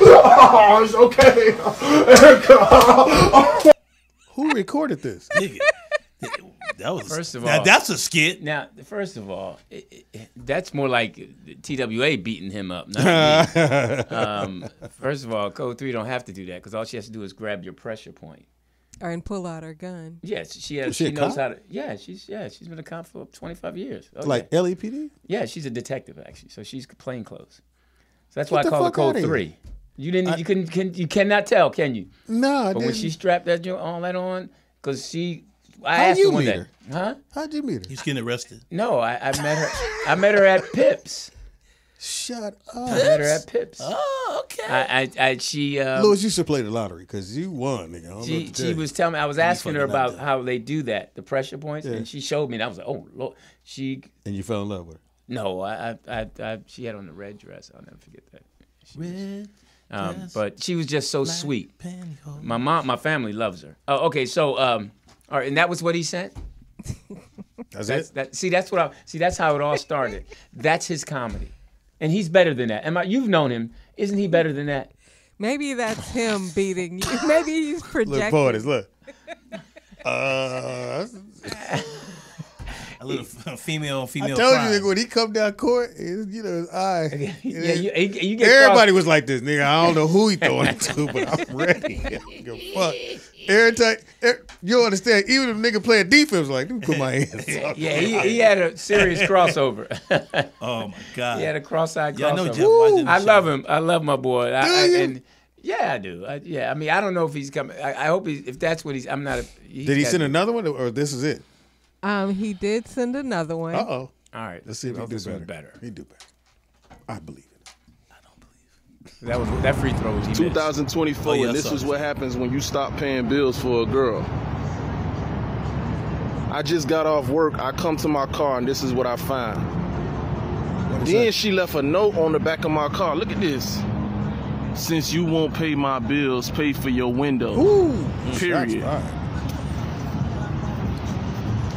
S7: Oh, it's okay.
S2: Who recorded this?
S3: That was
S1: first of all.
S3: now that's a skit.
S1: Now, first of all, it, it- that's more like TWA beating him up. Not me. um, first of all, Code Three don't have to do that because all she has to do is grab your pressure point.
S4: or and pull out her gun.
S1: Yes, she has.
S2: Was she a
S1: she knows
S2: cop?
S1: how to. Yeah, she's yeah, she's been a cop for twenty five years. Oh,
S2: Like E
S1: yeah.
S2: LAPD?
S1: Yeah, she's a detective actually. So she's plainclothes. So that's
S2: Get
S1: why I
S2: the
S1: call her
S2: fuck
S1: Code
S2: outta here.
S1: Three. You didn't. you couldn't. Can, you cannot tell, can you?
S2: No, I
S1: But when she
S2: didn't.
S1: strapped that jo- all that on, because she, I
S2: How'd
S1: asked
S2: you
S1: her one
S2: meet
S1: day,
S2: her?
S1: huh?
S2: How'd you meet her?
S3: He's getting arrested.
S1: No, I, I met her. I met her at Pips.
S2: Shut up.
S1: I met her at Pips.
S3: Oh, okay.
S1: I, I, I she. Um,
S2: Louis, you should play the lottery because you won, nigga. I don't know what
S1: She,
S2: to tell
S1: she
S2: you.
S1: was telling me I was
S2: You
S1: asking her
S2: fucking
S1: about
S2: up.
S1: how they do that, the pressure points,
S2: Yeah.
S1: and she showed me, and I was like, "Oh Lord!" She
S2: And you fell in love with her.
S1: no, I, I, I, I she had on the red dress. I'll never forget that. She was-
S3: Red
S1: um,
S3: dress,
S1: but she was just so
S3: black
S1: sweet.
S3: pantyhose.
S1: My mom, my family loves her. Oh, okay, so um, all right, and that was what he sent.
S2: That's,
S1: it. That, see, that's what I see. That's how it all started. that's his comedy, and he's better than that. Am I? You've known him, isn't he better than that?
S4: Maybe that's him beating you. Maybe he's projecting.
S1: Look forward, it's
S2: look.
S3: Uh, a little f- female,
S2: I
S3: female.
S2: told
S3: crime.
S2: you, nigga, when he come down court, it, you know, his eye.
S1: Yeah, you- you- you get
S2: everybody
S1: crossed.
S2: was like this, nigga. I don't know who he throwing it to, but I'm ready. I don't give a fuck. Every time, er- you don't understand, even if nigga playing defense, like, let me put my hands up.
S1: Yeah, he, he had a serious crossover.
S3: oh my god,
S1: he had a cross-eyed crossover.
S3: Yeah, I know Jeff watches the
S1: I
S3: show.
S1: love him. I love my boy. I, I,
S3: Do you?
S1: and yeah, I do. I, yeah, I mean, I don't know if he's coming. I, I hope he's. If that's what he's, I'm not. A, he's
S2: Did he
S1: gotta
S2: send
S1: be-
S2: another one, or this is it?
S4: Um, he did send another one.
S2: Uh oh.
S1: All right,
S2: Let's see if
S1: well,
S2: he do
S1: this
S2: better.
S1: one's better.
S2: He do better. I believe it.
S1: That was that free throw was. He missed.
S18: 2024,
S1: Oh, yeah,
S18: and this
S1: sorry.
S18: is what happens when you stop paying bills for a girl. I just got off work. I come to my car, and this is what I find. Then she left a note on the back of my car. Look at this. Since you won't pay my bills, pay for your window. Period.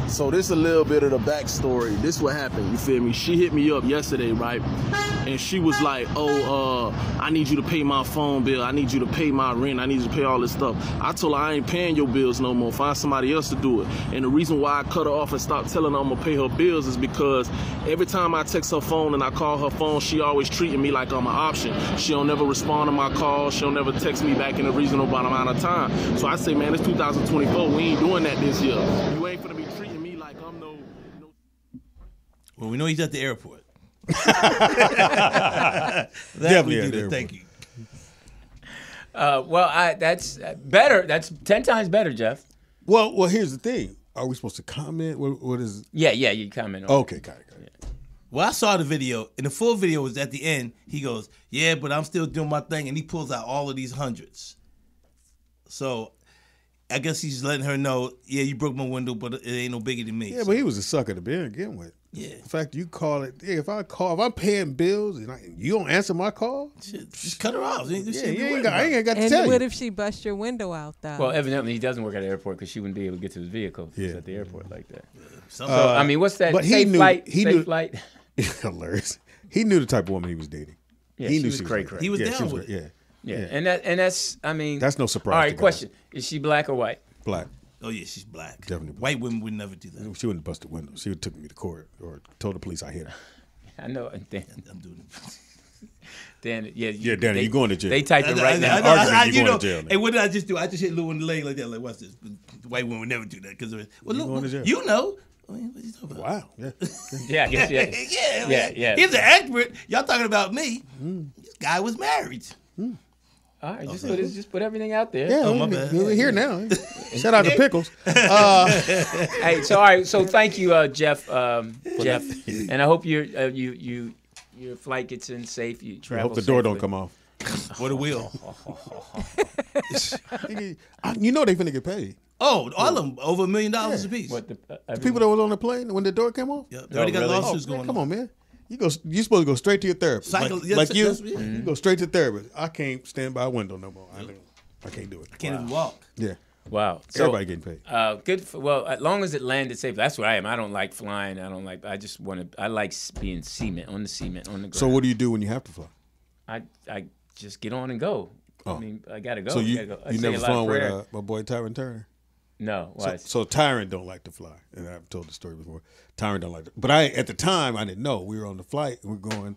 S18: So this a little bit of the backstory. This what happened. You feel me? She hit me up yesterday, right? And she was like, "Oh, uh, I need you to pay my phone bill. I need you to pay my rent. I need you to pay all this stuff." I told her I ain't paying your bills no more. Find somebody else to do it. And the reason why I cut her off and stopped telling her I'm gonna pay her bills is because every time I text her phone and I call her phone, she always treating me like I'm an option. She don't never respond to my calls. She'll never text me back in a reasonable amount of time. So I say, man, it's 2024. We ain't doing that this year. You ain't gonna be treating me like I'm no.
S3: Well, we know he's at the airport. that
S2: Definitely
S3: we
S2: at the
S3: do that.
S2: airport.
S3: Thank you.
S1: Uh, well, I, that's uh, better. That's ten times better, Jeff.
S2: Well, well, here's the thing. Are we supposed to comment? What, what is?
S1: Yeah, yeah, you comment on. it.
S2: Okay, got it.
S3: Well, I saw the video, and the full video was at the end. He goes, "Yeah, but I'm still doing my thing," and he pulls out all of these hundreds. So, I guess he's letting her know, "Yeah, you broke my window, but it ain't no bigger than me."
S2: Yeah, but he was a sucker to begin with.
S3: Yeah.
S2: In fact, you call it. yeah, if I call, if I'm paying bills and I, you don't answer my call,
S3: just cut her off. Yeah,
S2: you ain't got, I ain't got to
S4: and
S2: tell you.
S4: what if she bust your window out though?
S1: Well, evidently he doesn't work at the airport because she wouldn't be able to get to his vehicle if he was at the airport like that. So
S2: Uh,
S1: I mean, what's that?
S2: but he
S1: safe
S2: knew-
S1: flight.
S2: he
S1: safe
S2: knew-
S1: flight.
S2: Hilarious. He knew the type of woman he was dating.
S1: Yeah,
S2: he
S1: she
S2: knew
S1: was cray
S2: like
S1: cray.
S2: that.
S1: He was
S2: yeah,
S1: down
S2: she was,
S1: with
S2: yeah,
S1: it. Yeah. and that and that's I mean
S2: That's no surprise
S1: All
S2: to
S1: right,
S2: guys.
S1: question: Is she black or white?
S2: Black.
S3: Oh yeah, she's black.
S2: Definitely
S3: White women would never do that.
S2: She wouldn't bust the window. She would took me to court or told the police I hit her.
S1: I know. Dan, I'm doing it. Dan, yeah, you,
S2: Yeah, Dan,
S1: they-
S2: you going to jail.
S1: They typing
S3: I- I-
S1: right
S3: I-
S1: now.
S3: I- I- I-
S2: you
S3: you
S2: going to
S3: know,
S2: jail, nigga.
S3: Hey, what did I just do? I just hit Lou in the leg like that. Like, watch this. White women would never do that because well,
S2: You
S3: Lou,
S2: going to jail.
S3: you know. I mean, what you talking about?
S2: Wow. Yeah.
S1: Yeah, I guess, yeah.
S3: yeah,
S1: Yeah,
S3: yeah,
S1: yeah.
S3: He's an expert. Y'all talking about me?
S2: Hmm.
S3: This guy was married.
S1: All right, just put, just put everything out there.
S3: oh,
S2: Yeah, we- we're here now. Shout out to Pickles. Uh,
S1: hey, so all right, so thank you, uh, Jeff. Um, Jeff, and I hope your uh, you you your flight gets in safe. You
S2: I
S1: travel.
S2: hope the door don't
S1: safely.
S2: come off.
S3: What a wheel.
S2: I- you know they finna get paid.
S3: Oh, all of them over a million dollars a piece.
S1: What the, uh, Oh,
S2: The people that was on the plane when the door came off. Oh,
S3: Yep, they already got lawsuits
S2: man,
S3: going
S2: Come on, man. You go. You supposed to go straight to your therapist.
S3: Psycho-
S2: like,
S3: yes,
S2: like you,
S3: yes, yeah.
S1: Mm-hmm.
S2: you go straight to therapist. I can't stand by a window no more. I, don't- I can't do it. I
S3: can't even walk.
S2: Yeah.
S1: Wow.
S2: Everybody getting paid.
S1: Uh, good. For, well, as long as it landed safe, that's where I am. I don't like flying. I don't like. I just want to. I like s- being cement on the cement on the ground.
S2: So what do you do when you have to fly?
S1: I I just get on and go. I
S2: Oh.
S1: mean, I gotta go.
S2: So you
S1: I gotta go. I
S2: you
S1: say
S2: never
S1: a lot of
S2: flown with
S1: prayer.
S2: uh, my boy Tyron Turner.
S1: No,
S2: So,
S1: why?
S2: so Tyron don't like to fly, and I've told the story before. Tyron don't like to, but I at the time I didn't know we were on the flight. We were going, and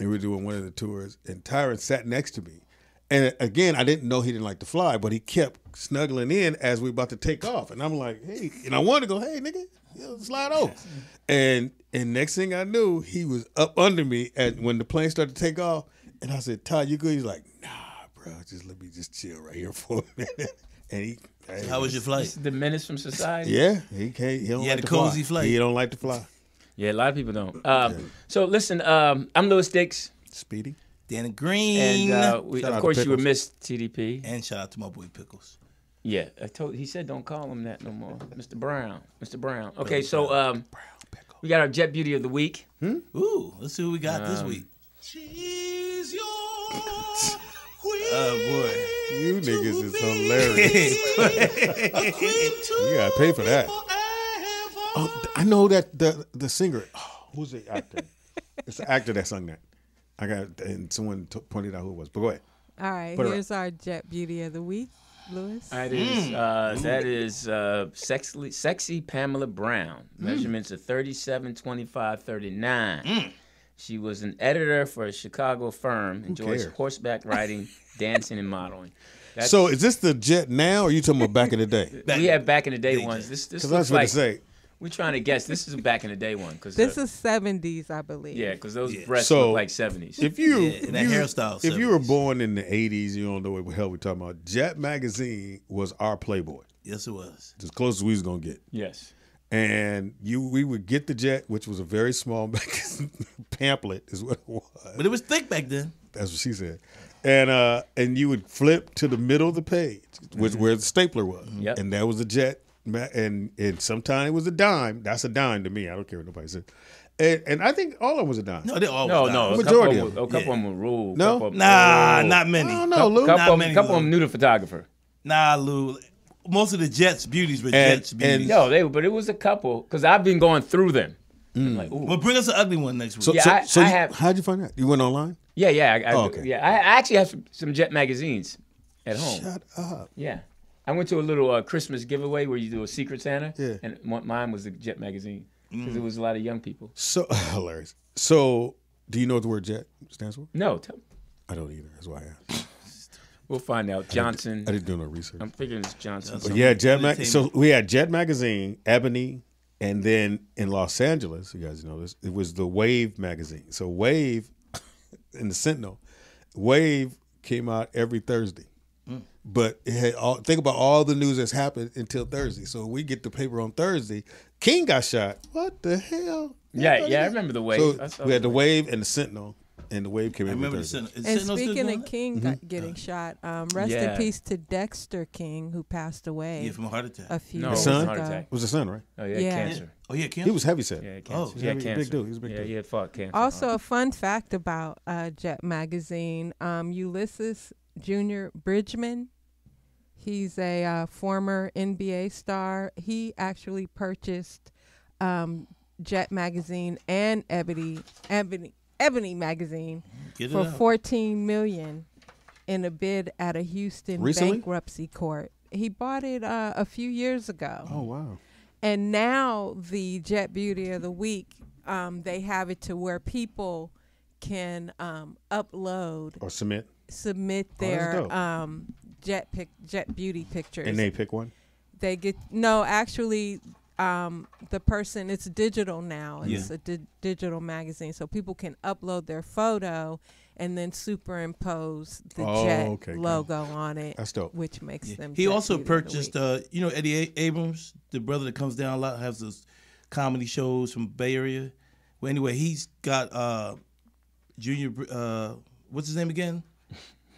S2: we were doing one of the tours, and Tyron sat next to me, And uh, again, I didn't know he didn't like to fly, but he kept snuggling in as we about to take off. And I'm like, hey, and I wanted to go, hey, nigga, yo, slide over. And and next thing I knew, he was up under me and when the plane started to take off. And I said, Todd, you good? He's like, nah, bro, just let me just chill right here for a minute. And he
S3: How was your flight?
S1: The menace from society.
S2: Yeah, he can't. He don't like to fly. He don't like to fly.
S1: Yeah, a lot of people don't. Uh, So listen, um, I'm Lewis Dix.
S2: Speedy.
S3: Danny Green.
S1: And uh, we,
S3: Shout out
S1: of
S3: to
S1: course, you would
S3: Pickles.
S1: miss TDP.
S3: And shout out to my boy Pickles.
S1: Yeah, I told. He said don't call him that no more, Mr. Brown. Mr. Brown. Okay, so um, we got our Jet Beauty of the week.
S3: Hmm? Ooh, let's see who we got this
S1: Um,
S3: week.
S7: She's your
S3: Oh boy,
S2: you niggas is hilarious. you gotta pay for that. Oh, I know that the the singer. Oh, who's the actor? it's the actor that sung that. I got and someone t- pointed out who it was. But go ahead.
S4: All right,
S2: Put it right. Mm.
S4: here's our Jet Beauty of the Week, Lewis.
S1: That is
S4: Hmm.
S1: uh, that is uh, sexy, sexy Pamela Brown.
S4: Mm.
S1: Measurements of 37, 25, 39. She was an editor for a Chicago firm. Enjoys
S2: cares?
S1: horseback riding, dancing, and modeling. That's-
S2: so is this the jet now, or you talking about back in the day?
S1: we had back in the day ones. This this
S2: 'Cause I was
S1: looks
S2: gonna
S1: like
S2: say-
S1: we're trying to guess. This is a back in the day one because
S4: This is 70s, I believe.
S1: yeah, because those breasts
S2: So,
S1: look like seventies.
S2: If you, you- if
S1: you
S2: you were born in the eighties, you don't know what the hell we're talking about. Jet magazine was our Playboy.
S3: Yes, it was.
S2: It's as close as we was gonna get.
S1: Yes.
S2: And you, we would get the jet, which was a very small magazine pamphlet, is what it was.
S3: But it was thick back then.
S2: That's what she said. And uh, and you would flip to the middle of the page, which where the stapler was,
S1: Mm-hmm. Yep.
S2: and that was the jet. ma- And and sometimes it was a dime. That's a dime to me. I don't care what nobody says. And, and I think all of them was a dime.
S3: No, they all
S1: no,
S3: was
S1: no,
S3: dimes.
S1: a couple
S2: Oh, Majority
S1: of them, a couple of them were rule.
S3: No?
S1: couple of 'em-
S3: Nah, not many. I don't know,
S1: Couple-
S3: Lou.
S1: Couple,
S3: Not
S1: of 'em-
S3: many,
S1: couple of
S3: Lou.
S1: them knew the photographer.
S3: Nah, Lou. Most of the Jets beauties were Jets beauties.
S1: no, they but it was a couple because I've been going through them.
S2: Mm.
S1: Like, ooh.
S3: well, bring us an ugly one next week.
S1: So- Yeah, so- I- so I you- have-
S2: how'd you find that? You went online?
S1: Yeah, yeah, I, I,
S2: Oh, okay.
S1: yeah. I, I actually have some, some Jet magazines at home.
S2: Shut up.
S1: Yeah, I went to a little uh, Christmas giveaway where you do a Secret Santa.
S2: Yeah.
S1: and one- mine was the Jet magazine because it
S2: Mm.
S1: was a lot of young people.
S2: So hilarious. So do you know what the word jet stands for?
S1: No, Oh, tell,
S2: I don't either. That's why I asked.
S1: we'll find out. Johnson.
S2: I didn't do no research.
S1: I'm figuring it's Johnson.
S2: But yeah, Jet Mag- So we had Jet Magazine, Ebony, and then in Los Angeles, you guys know this, it was the Wave Magazine. So Wave in the Sentinel, Wave came out every Thursday.
S7: Mm.
S2: But it had all, think about all the news that's happened until Thursday. So we get the paper on Thursday. King got shot. What the hell?
S1: Yeah, yeah, I remember the Wave. I
S2: So
S1: saw
S2: we had
S1: the
S2: the Wave and the Sentinel, and the Wave came in.
S3: remember the
S2: Thursday.
S3: Sentinel.
S4: And speaking of King
S2: Mhm.
S4: got- getting
S1: Uh-huh.
S4: shot, um, rest
S2: Yeah.
S4: in peace to Dexter King, who passed away.
S3: Yeah, from a heart attack.
S4: A few
S2: No,
S4: years
S2: son?
S4: ago.
S2: It was the son, right?
S1: Oh, yeah,
S4: Yeah.
S1: cancer.
S3: Oh, yeah, cancer.
S2: He was heavy set.
S1: Yeah, he had
S2: Oh,
S1: cancer.
S2: he
S1: he had
S2: was a big
S1: cancer.
S2: dude. He was a big
S1: yeah,
S2: dude. Uh,
S1: he had fought cancer.
S4: Also, a fun fact about uh, Jet Magazine um, Ulysses Jr. Bridgman. He's a uh, former NBA star. He actually purchased um, Jet Magazine and Ebony Ebony Ebony Magazine
S7: Get it
S4: for
S7: out.
S4: 14 million in a bid at a Houston
S7: Recently?
S4: bankruptcy court. He bought it uh, a few years ago.
S2: Oh, wow.
S4: And now the Jet Beauty of the Week, um, they have it to where people can um, upload
S2: Or submit.
S4: submit
S2: Oh, that's
S4: their
S2: dope.
S4: um, jet pic Jet Beauty pictures.
S2: And they pick one?
S4: They get no, actually, um, the person. It's digital now.
S2: Yeah.
S4: It's a di- digital magazine, so people can upload their photo and then superimpose the
S3: Oh,
S4: jet
S3: okay, got it.
S4: logo on it.
S3: That's dope.
S4: Which makes them.
S3: He
S4: Jet
S3: also
S4: Beauty of the Week.
S3: purchased, uh, you know, Eddie A- Abrams, the brother that comes down a lot, has those comedy shows from Bay Area. Well, anyway, he's got uh, Junior. Br- Uh, what's his name again?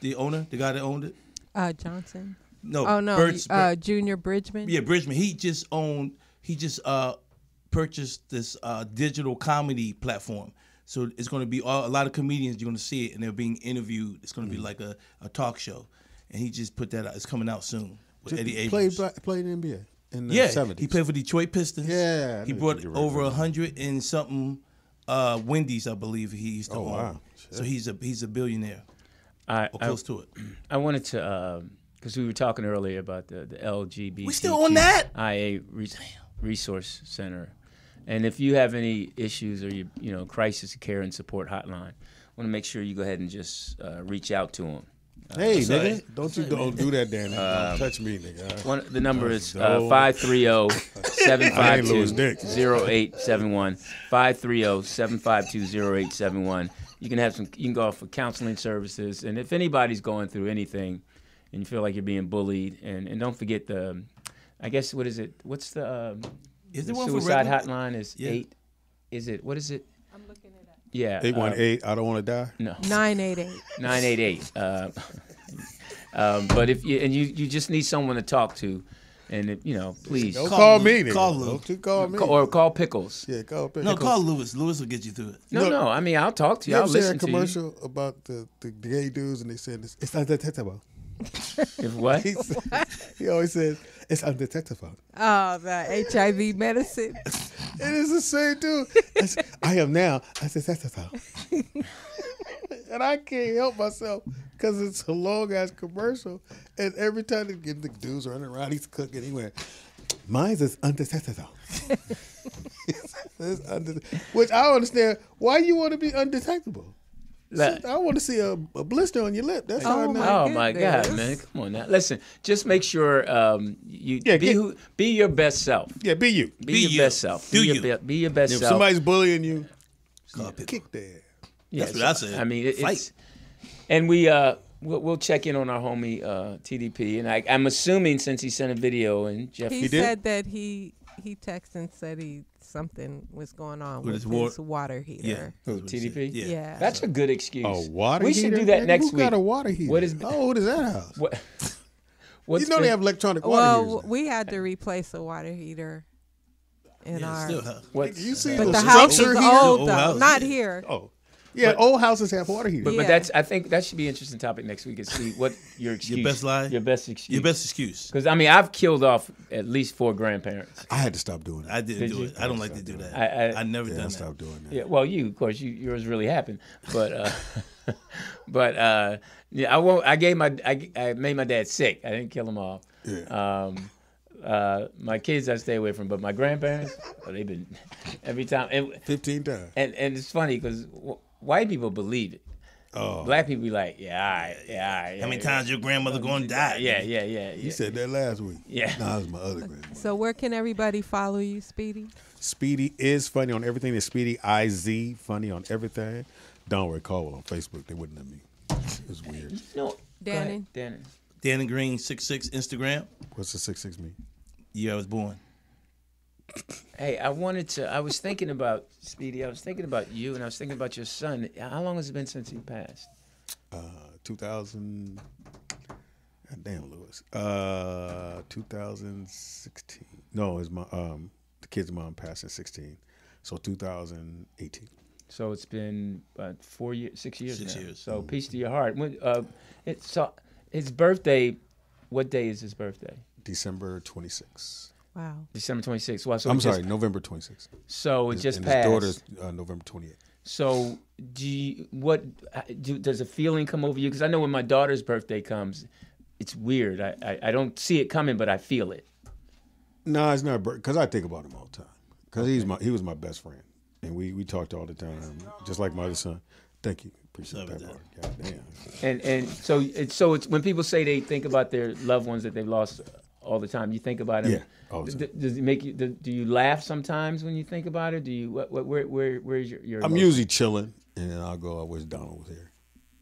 S3: The owner, the guy that owned it.
S4: Uh, Johnson.
S3: No,
S4: Oh no.
S3: Birch-
S4: uh,
S3: Birch-
S4: Junior Bridgman.
S3: Yeah, Bridgman. He just owned. He just uh, purchased this uh, digital comedy platform. So it's going to be all, a lot of comedians. You're going to see it, and they're being interviewed. It's going
S2: Mm.
S3: to be like a, a talk show, and he just put that out. It's coming out soon with Eddie Abrams.
S2: Played, by, played in the NBA in the
S3: yeah,
S2: 70s.
S3: he played for Detroit Pistons.
S2: Yeah, I
S3: he
S2: knew
S3: brought
S2: you were
S3: over a hundred and something uh, Wendy's, I believe he used to
S2: Oh,
S3: own.
S2: wow.
S3: So he's a he's a billionaire.
S1: I,
S3: or close to it.
S1: I wanted to because we were talking earlier about the the LGBT.
S3: We still on that?
S1: IA Res- Resource Center, and if you have any issues or you you know crisis care and support hotline, want to make sure you go ahead and just uh, reach out to them.
S2: Hey,
S1: So,
S2: nigga,
S1: hey.
S2: don't you don't do that, Danny.
S1: Um,
S2: don't touch me, nigga.
S1: One, the number is uh,
S2: Don't.
S1: 530
S2: I ain't Louis Dick.
S1: 752 0871. 530 752 0871. You can have some, you can go off for counseling services. And if anybody's going through anything and you feel like you're being bullied, and, and don't forget the, I guess, what is it? What's the, um,
S3: Is
S1: the
S3: there one for
S1: suicide
S3: regular-
S1: hotline is
S3: Yeah.
S1: eight. Is it, what is it? I'm looking it up. Yeah.
S2: Eight one
S1: um,
S2: eight. I don't want to die.
S1: No.
S4: 988.
S1: 988. Uh, um, but if you and you, you just need someone to talk to, and if, you know, please
S2: Don't call me, nigga. Don't you call me.
S1: or call Pickles.
S2: Yeah, call
S3: No, call Lewis. Lewis will get you through it.
S1: No, no. I mean, I'll talk to you.
S2: You
S1: I'll
S2: ever seen
S1: listen
S2: that
S1: to you.
S2: commercial about the, the gay dudes and they said it's, it's undetectable.
S1: If what?
S2: he, said- he always says it's undetectable.
S4: Oh, the HIV medicine.
S2: It is the same dude. I am now undetectable. and I can't help myself because it's a long ass commercial. And every time they get the dudes running around, he's cooking. He went, Mine's is undetectable. It's unde- Which I don't understand why you want to be undetectable.
S1: Like-
S2: Shit, I want to see a, a blister on your lip. That's how I know.
S1: oh my God, man! Come on now. Listen, just make sure um, you be who, be your best self.
S2: Yeah, be you.
S1: Be, your best self. Do be you? Your be, be your best
S2: If
S1: self.
S2: somebody's bullying you, kick their
S1: Yes,
S3: what I said.
S1: I mean, it,
S3: Fight.
S1: it's and we uh we'll, we'll check in on our homie uh, TDP, and I, I'm assuming since he sent a video and Jeff,
S4: He, said that he he texted and said he something was going on with,
S1: With his
S4: his,
S1: wa-
S4: water heater.
S1: TDP.
S4: Yeah. Yeah.
S1: that's a good excuse.
S2: A water
S1: We
S2: heater?
S1: should do that
S2: Nigga,
S1: next
S2: who
S1: week.
S2: got a water heater?
S1: What is
S2: How old is that house?
S1: What?
S2: You know they have electronic water
S4: well,
S2: heaters
S4: w- we had to replace a water heater in
S2: Yeah,
S4: our.
S2: still, huh? What's- Nigga, you see
S4: but
S2: those
S4: the house is
S2: structure
S4: old,
S2: heaters?
S4: though.
S2: Old house,
S4: Not
S2: yeah.
S4: here.
S2: Oh. Yeah, old houses have water heaters.
S1: But, but that's I think that should be an interesting topic next week. Is see what your excuse,
S3: best lie?
S1: your best excuse,
S3: Your best excuse.
S1: Because I mean, I've killed off at least four grandparents.
S2: I had to stop doing it.
S3: I didn't
S1: Did
S3: do
S1: you?
S3: it. I don't like to do that.
S1: I, I,
S3: never done that.
S2: Stop doing
S1: Yeah, well, you of course, you, yours really happened, but uh, but uh, yeah, I won't. I gave my I, I made my dad sick. I didn't kill him all. Um, uh, my kids I stay away from, but my grandparents, oh, they've been every time. And,
S2: Fifteen times.
S1: And and it's funny because white people believe it.
S2: Oh.
S1: Black people be like, yeah, all right, yeah, all right, yeah,
S3: How many
S1: yeah.
S3: times your grandmother going to die?
S1: Yeah, yeah, yeah.
S2: You said that last week.
S1: Yeah.
S2: No, it was my other grandma.
S4: So where can everybody follow you, Speedy?
S2: Speedy is funny on everything. It's Speedy IZ, funny on everything. Don't worry, Caldwell on Facebook. They wouldn't let me. It was weird.
S1: No,
S4: Danny.
S1: Danny.
S3: Danny Green six six Instagram.
S2: What's the six six mean?
S3: Year I was born.
S1: Hey, I wanted to. I was thinking about Speedy. I was thinking about you, and I was thinking about your son. How long has it been since he passed?
S2: Uh, 2000. God damn, Lewis. Uh, 2016. No, it's my um the kid's mom passed in 16, so 2018.
S1: So it's been uh, four years, six years.
S3: Six
S1: now.
S3: years.
S1: So peace to your heart. When, uh, it, so his birthday. What day is his birthday?
S2: December 26.
S4: Wow.
S1: December 26th. Wow. So
S2: I'm
S1: it just-
S2: sorry, November 26.
S1: So it
S2: His-
S1: just
S2: and
S1: passed.
S2: His daughter's uh, November 28.
S1: So do you, what do, does a feeling come over you? Because I know when my daughter's birthday comes, it's weird. I, I, I don't see it coming, but I feel it.
S2: No, it's not because I think about him all the time. Because he's my he was my best friend, and we we talked all the time, just like my other son. Thank you, appreciate that. Part. God damn.
S1: And and so it's so it's when people say they think about their loved ones that they've lost all the time. You think about them.
S2: Yeah, all the
S1: D- does it make you? Do, do you laugh sometimes when you think about it? Do you? What, what, where where where's your? your
S2: I'm
S1: emotion?
S2: usually chilling, and then I'll go. I wish Donald was here.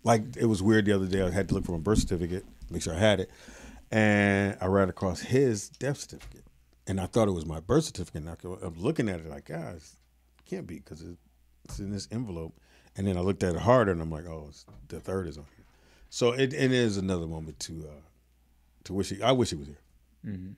S2: Like it was weird the other day. I had to look for my birth certificate, make sure I had it, and I ran across his death certificate, and I thought it was my birth certificate. And I go- I'm looking at it like, guys, it can't be because it's in this envelope. And then I looked at it harder, and I'm like, oh, it's, the third is on here. So it, it is another moment to uh, to wish. He, I wish he was here.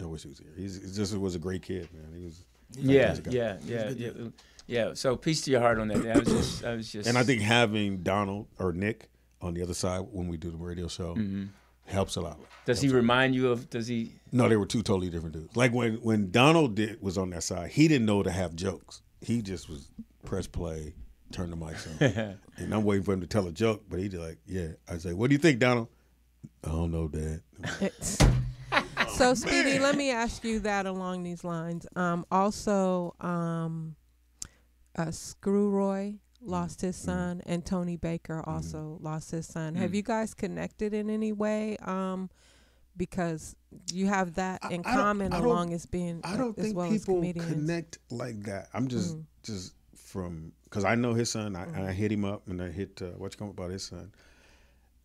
S2: I wish he was here. He's, he just was a great kid, man. He was.
S1: Yeah,
S2: fantastic guy.
S1: yeah, yeah, yeah, yeah. So peace to your heart on that. I was just, I was just.
S2: And I think having Donald or Nick on the other side when we do the radio show
S1: Mhm.
S2: helps a lot.
S1: Does he remind you of? Does he?
S2: No, they were two totally different dudes. Like when when Donald did was on that side, he didn't know to have jokes. He just was press play, turn the mics on, and I'm waiting for him to tell a joke. But he just like, yeah. I say, what do you think, Donald? I don't know, Dad.
S4: so Speedy, let me ask you that along these lines. Um, also, um, uh, Screw Roy lost his son, and Tony Baker also lost his son. Have
S14: Mm-hmm. Mm.
S4: you guys connected in any way? Um, because you have that in
S14: I don't-
S4: common
S14: I don't-
S4: along as being uh,
S14: I don't
S4: as
S14: think
S4: well as
S14: people
S4: comedians.
S2: connect like that. I'm just
S4: Mm.
S2: just from because I know his son. I, and I hit him up and I hit uh, what you call it about his son,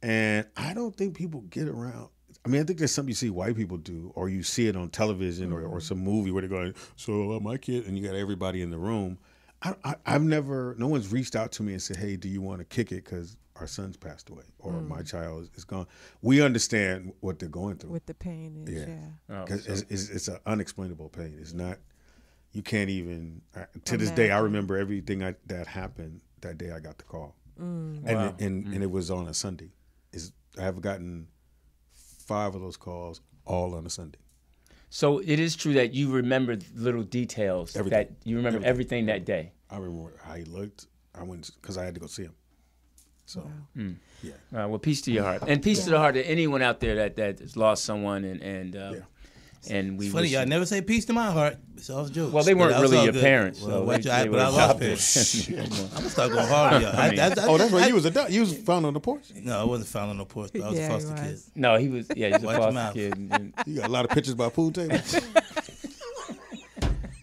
S2: and I don't think people get around. I mean, I think there's something you see white people do, or you see it on television,
S4: Mm.
S2: or, or some movie where they're going, "So uh, my kid," and you got everybody in the room. I, I, I've never, no one's reached out to me and said, "Hey, do you want to kick it?" Because our son's passed away, or
S4: Mm.
S2: my child is, is gone. We understand what they're going through.
S4: What the pain is, yeah. Oh,
S2: 'Cause
S4: so-
S2: it's, it's, it's an unexplainable pain. It's not. You can't even. I- To this day, I remember everything I, that happened that day. I got the call,
S7: Mm.
S2: and
S7: Wow.
S2: and and it was on a Sunday. Is I have gotten five of those calls all on a Sunday.
S1: So it is true that you remember little details that you remember everything, that day.
S2: I remember how he looked. I went because I had to go see him. So
S1: Mm.
S2: yeah.
S1: Uh, well, peace to your heart, and peace to the heart to anyone out there that that has lost someone, and and uh, and we.
S3: It's funny,
S1: wish
S3: y'all
S1: you-
S3: never say peace to my heart. It's all jokes.
S1: Well, they
S3: But
S1: weren't
S3: that's
S1: really
S3: all
S1: your
S3: good.
S1: parents,
S3: Well,
S1: so
S3: what
S1: they-
S3: you- I,
S1: they
S3: but I
S1: were
S3: lost
S1: adopted.
S3: parents.
S1: Shit.
S3: I'm gonna start going hard on y'all.
S1: I mean-
S2: Oh, that's why you was a you was found on the porch.
S3: No, I wasn't found on the porch. But I was
S2: Yeah,
S3: a
S2: he
S3: foster
S2: was.
S3: kid.
S1: No, he was. Yeah, he was a
S3: Watch your
S1: foster
S3: mouth.
S1: kid. and- and-
S2: You got a lot of pictures by pool table.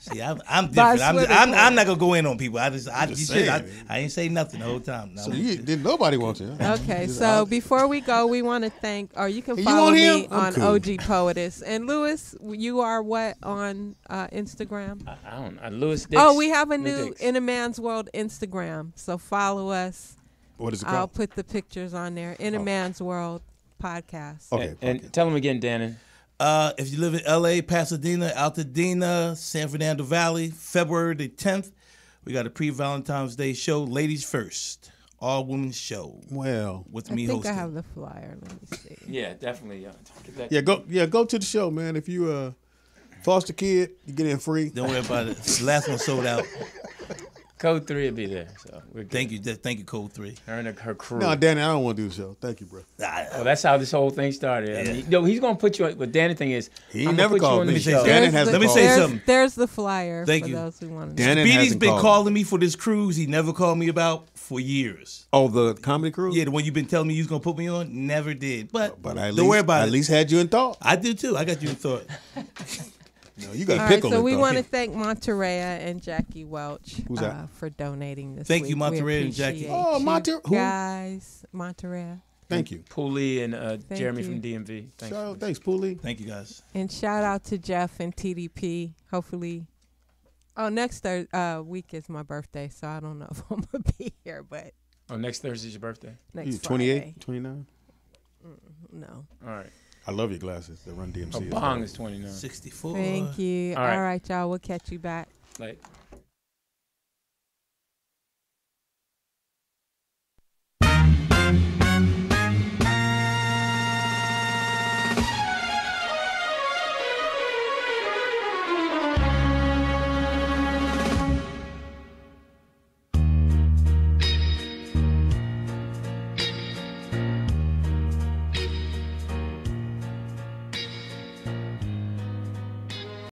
S3: See, I'm, I'm
S2: By
S3: different. I'm,
S2: swimming
S3: I'm,
S2: pool.
S3: I'm not gonna go in on people. I just, I,
S2: Just
S3: you should, I,
S2: saying.
S3: I ain't say nothing the whole time.
S2: So you did nobody want you? huh?
S4: Okay,
S2: Just
S4: so before we go, we want to thank, or you can
S2: You
S4: follow
S2: want
S4: me
S2: him? I'm
S4: on
S2: cool.
S4: OG Poetess. And Lewis, you are what on uh, Instagram?
S1: I don't know. Lewis Dix.
S4: Oh, we have a
S1: Lewis
S4: new
S1: Dix.
S4: In a Man's World Instagram. So follow us.
S2: What is it
S4: I'll
S2: called? Oh.
S4: put the pictures on there. In a Man's World podcast.
S1: And, and tell them again, Dannon.
S3: Uh, if you live in LA, Pasadena, Altadena, San Fernando Valley, February the 10th, we got a pre Valentine's Day show, Ladies First, all women show.
S2: Well,
S3: with
S4: I
S3: me
S4: think I
S3: hosting.
S4: have the flyer. Let me see.
S1: Yeah, definitely. Yeah, Get that-
S2: Yeah, go yeah, go to the show, man. If you uh foster kid, you get in free.
S3: Don't worry about it. The last one sold out.
S1: Code three will be there. So we're
S3: thank you, th- thank you, Code Three. Ah.
S1: Her and her crew.
S2: No, Danny, I don't want to do the show. Thank you, bro.
S1: Well, that's how this whole thing started. I mean, yo, he's gonna put you. on But Dannon thing is,
S2: He
S1: I'm
S2: never
S1: gonna put
S2: called
S1: you on
S2: me.
S1: the
S2: Oh, Let me
S1: show.
S2: say Dannon There's hasn't the-
S3: Let me say
S4: there's,
S3: something.
S4: There's the flyer
S3: Thank
S4: for
S3: you.
S4: those who want to know.
S3: Speedy's
S2: hasn't
S3: been
S2: called.
S3: calling me for this cruise he never called me about for years.
S2: Oh, the comedy cruise?
S3: Yeah, the one you've been telling me you was gonna put me on, never did. But,
S2: But I at
S3: don't
S2: least,
S3: worry about
S2: I
S3: it.
S2: at least had you in thought.
S3: I do too. I got you in thought.
S2: no, you
S4: All
S2: got
S4: right,
S2: pickle
S4: so
S2: in
S4: we
S2: thought.
S4: want to thank Monterey and Jackie Welch
S2: Who's that?
S4: Uh, for donating this
S3: Thank
S4: week.
S3: you,
S4: We
S3: Monterey and Jackie.
S4: appreciate
S2: Oh,
S4: you
S2: Monterey- who?
S4: Guys, Monterey.
S2: Thank you.
S1: Pooley and uh,
S4: Thank
S1: Jeremy
S4: you.
S1: from DMV. Thanks.
S2: Shout out- thanks, Pooley.
S3: Thank you guys.
S4: And shout out to Jeff and TDP. Hopefully, oh, next thir- uh, week is my birthday, so I don't know if I'm gonna be here, but
S1: Oh, next Thursday's your birthday.
S4: next
S2: You
S4: Friday.
S2: 28, 29?
S4: Mm, No.
S1: All right.
S2: I love your glasses. The Run DMC.
S1: Oh, Bong is 29.
S3: 64.
S4: Thank you.
S1: All right.
S4: All right, y'all. We'll catch you back.
S1: Like.